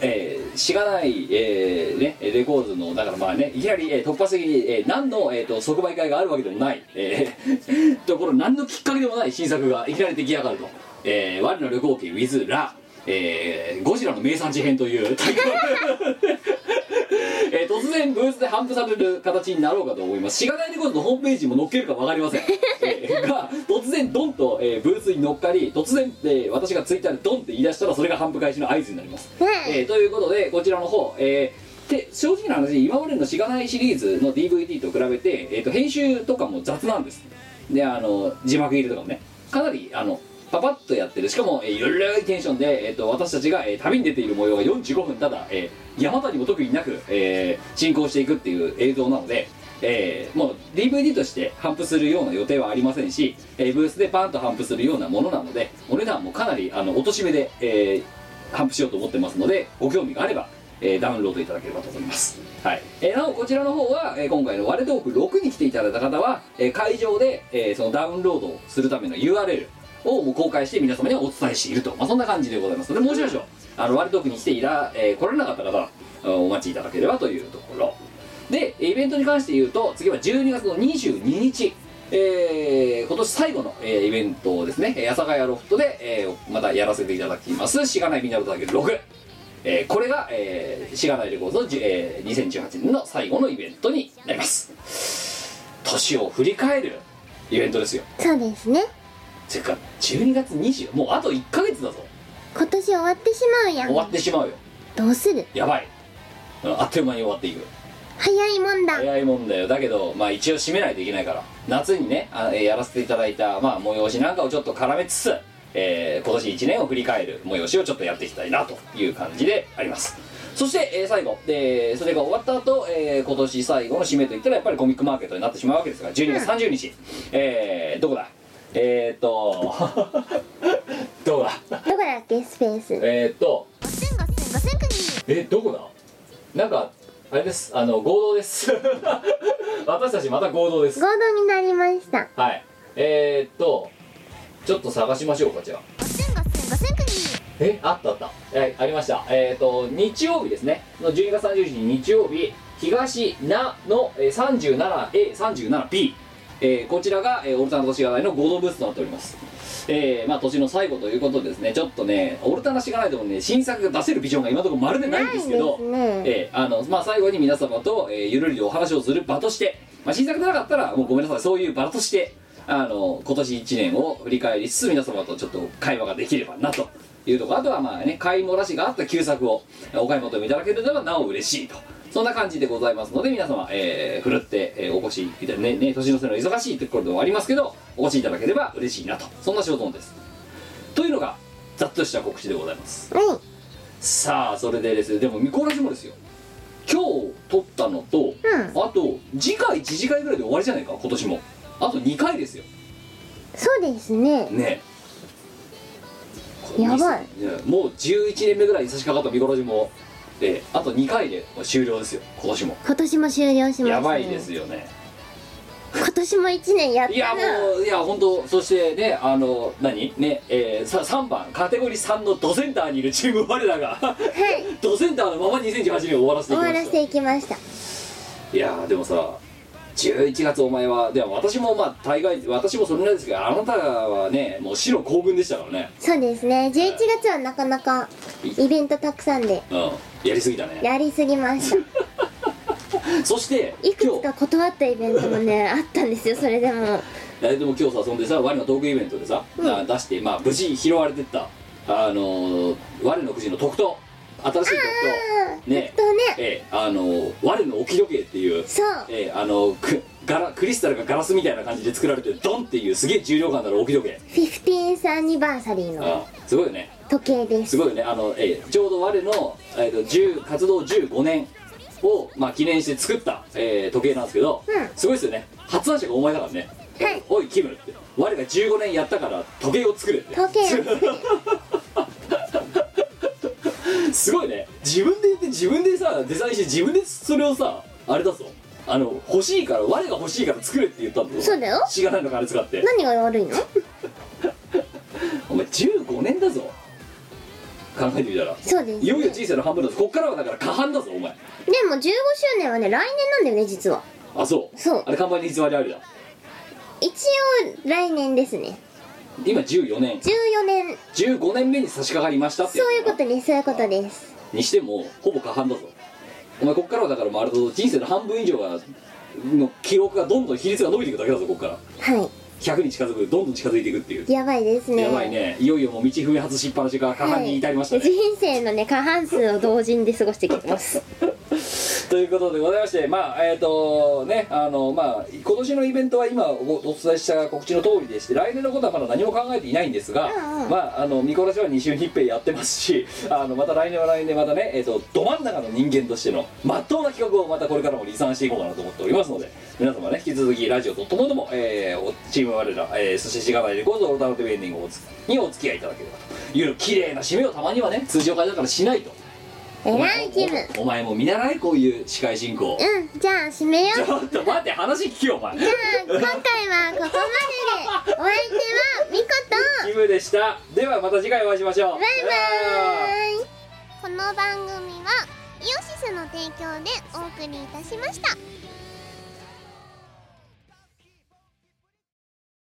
A: えーしがない、えーね、レコードのだからまあねいきなり、えー突発的に、えー何の、えー、と即売会があるわけでもない、えー ところ何のきっかけでもない新作がいきなり出来上がると「えー、我の旅行記 with ラ」えーゴジラの名産地編」という タイトルえー突然ブースで頒布される形になろうかと思いますしがないレコードのホームページにも載っけるか分かりません、えーが突然ドンと、えーブースに乗っかり突然、えー私がツイッターでドンって言い出したらそれが頒布開始の合図になります
C: はい
A: えーということでこちらの方、えーで正直な話今までのしがないシリーズの DVD と比べて、えー、と編集とかも雑なんですであの字幕入れとかもねかなりあのパパッとやってるしかも、えー、ゆるいテンションで、えー、と私たちが、えー旅に出ている模様が45分ただ、えー山谷も特になく、えー進行していくっていう映像なので、えーもう DVD として頒布するような予定はありませんし、えーブースでパンと頒布するようなものなのでお値段もかなりあのおとしめで、えー頒布しようと思ってますのでご興味があれば、えーダウンロードいただければと思います、はいえーなおこちらの方は、えー今回の「割れトーク6」に来ていただいた方は、えー会場で、えーそのダウンロードをするための URL をもう公開して皆様にはお伝えしていると、まあ、そんな感じでございますのでもう少々あの割れトークに来ていら、えー来られなかった方はあのお待ちいただければというところでイベントに関して言うと次は12月の22日えー今年最後の、えーイベントですねえー阿佐ヶ谷ロフトで、えーまたやらせていただきますしがないミナルタケ6、えーこれが、えー、しがないレコードの、じゅえー2018年の最後のイベントになります年を振り返るイベントですよ
B: そうですね
A: てか12月20もうあと1か月だぞ
B: 今年終わってしまうやん
A: 終わってしまうよ
B: どうする
A: やばいうんあっという間に終わっていく
B: 早いもんだ
A: 早いもんだよだけどまあ一応締めないといけないから夏にねあえーやらせていただいた、まあ、催しなんかをちょっと絡めつつ、えー今年1年を振り返る催しをちょっとやっていきたいなという感じでありますそして、えー最後でそれが終わった後、えー今年最後の締めといったらやっぱりコミックマーケットになってしまうわけですが12月30日、えーどこだえー、っと どこだ
B: どこだっけスペース
A: えー、っと
B: ガセンガセンガセンクニ
A: えどこだなんかあれですあの合同です 私たちまた合同です
B: 合同になりました
A: はいえー、っとちょっと探しましょうかじゃあ
B: ガセンガセンガセンクニ
A: えあったあったはいありましたえー、っと日曜日ですねの12月30日に日曜日東なのえー 37A37B えーこちらが、えーオルタナとしがないの合同ブースとなっておりますえー、まあ年の最後ということでですねちょっとねオルタナしがないでもね新作が出せるビジョンが今のところまるでないんですけど
B: ないですね
A: えーあのまあ、最後に皆様と、えーゆるりとお話をする場として、まあ、新作でなかったらもうごめんなさいそういう場としてあの今年1年を振り返りつつ皆様とちょっと会話ができればなというところあとはまあね買い漏らしがあった旧作をお買い求めいただけるのはなお嬉しいと。そんな感じでございますので皆様、えー、ふるって、えーお越しいただねね年の瀬の忙しいところではありますけどお越しいただければ嬉しいなとそんな所存ですというのがざっとした告知でございます
B: はい
A: さあそれでですねでも見こらしもですよ今日撮ったのと、あと次回1次回ぐらいで終わりじゃないか今年もあと2回ですよ
B: そうですね
A: ね
B: やばい
A: ねもう11年目ぐらいに差し掛かった見こらしもであと2回で終了ですよ今年も
B: 今年も終了しましたね
A: やばいですよね
B: 今年も一年やっ
A: いや
B: たな
A: もういや本当そしてねあの何ねえー、さ3番カテゴリー3のドセンターにいるチーム我らが
B: はい
A: ドセンターのまま2018年を終わらせていき
B: 終
A: ました
B: わらせていきました
A: いやーでもさ11月お前はでも私もまあ大概私もそれなんですけどあなたはねもう死の行軍でしたからね
B: そうですね11月はなかなかイベントたくさんで
A: うんやりすぎたね
B: やりすぎました
A: そして
B: いく
A: 今
B: つか断ったイベントもねあったんですよそれでも
A: 日えでも今日さそんでさ我のトークイベントでさ、
B: うん
A: あ出してまあ無事拾われてったあのー我のくじの特等新しい特等ね
B: とね
A: ええあのー我の置き時計っていう
B: そう
A: ええあのーくガラクリスタルがガラスみたいな感じで作られてるドンっていうすげえ重量感のある置き時計、
B: 15th アニバーサリー
A: う
B: の
A: ん、すごいよね
B: 時計です
A: すごいよねあの、えーちょうど我の、えー、と10活動15年を、まあ、記念して作った、えー時計なんですけど、
B: うん
A: すごいですよね発案者がお前だからね「
B: はい
A: おいキム」って「我が15年やったから時計を作れ」って
B: 時計
A: すごいね自分で言って自分でさデザインして自分でそれをさあれだぞあの欲しいから我が欲しいから作れって言ったんだぞ
B: そうだよ
A: しがないのかあれ使って
B: 何が悪いの
A: お前15年だぞ考えてみたら
B: そうです、
A: い
B: ね、で
A: よ
B: も
A: いよ人生の半分だぞこっからはだから過半だぞお前
B: 15周年はね来年なんだよね実は
A: あそう
B: そう
A: あれ看板に偽りあるじゃん
B: 一応来年ですね
A: 今14年
B: 14年
A: 15年目に差し掛かりましたって
B: そういう
A: か
B: ことですそういうことです
A: にしてもほぼ過半だぞお前こっからはだからまるで人生の半分以上がの記録がどんどん比率が伸びていくだけだぞこっから
B: は
A: 100に近づくどんどん近づいていくっていう
B: いやばいですね
A: やばいねいよいよもう道踏み外しっぱなしから過
B: は
A: 半
B: い
A: に至りました
B: 人
A: ね、
B: 生のね過半数を同時にで過ごしてきてます
A: ということでございましてまあえっ、とねあのまあ今年のイベントは今おお伝えした告知の通りでして来年のことはまだ何も考えていないんですが、
B: うんうん
A: まああの見殺しは2週に一遍やってますしあのまた来年は来年でまたねえっ、とど真ん中の人間としての真っ当な企画をまたこれからも立案していこうかなと思っておりますので皆様ね引き続きラジオとともども、えーおチーム我ら、えー、そしてしがないレコードオルタナティブエンディングをおつにお付き合いいただければという綺麗な締めをたまにはね通常会だからしないと。
B: 偉いキム
A: おお前も見習いこういう司会進行
B: うんじゃあ締めよ
A: ち
B: う
A: ょっと待って話聞けよお前
B: じゃあ今回はここまででお相手はミコと
A: キムでしたではまた次回お会いしましょう
B: バイバイこの番組はイオシスの提供でお送りいたしました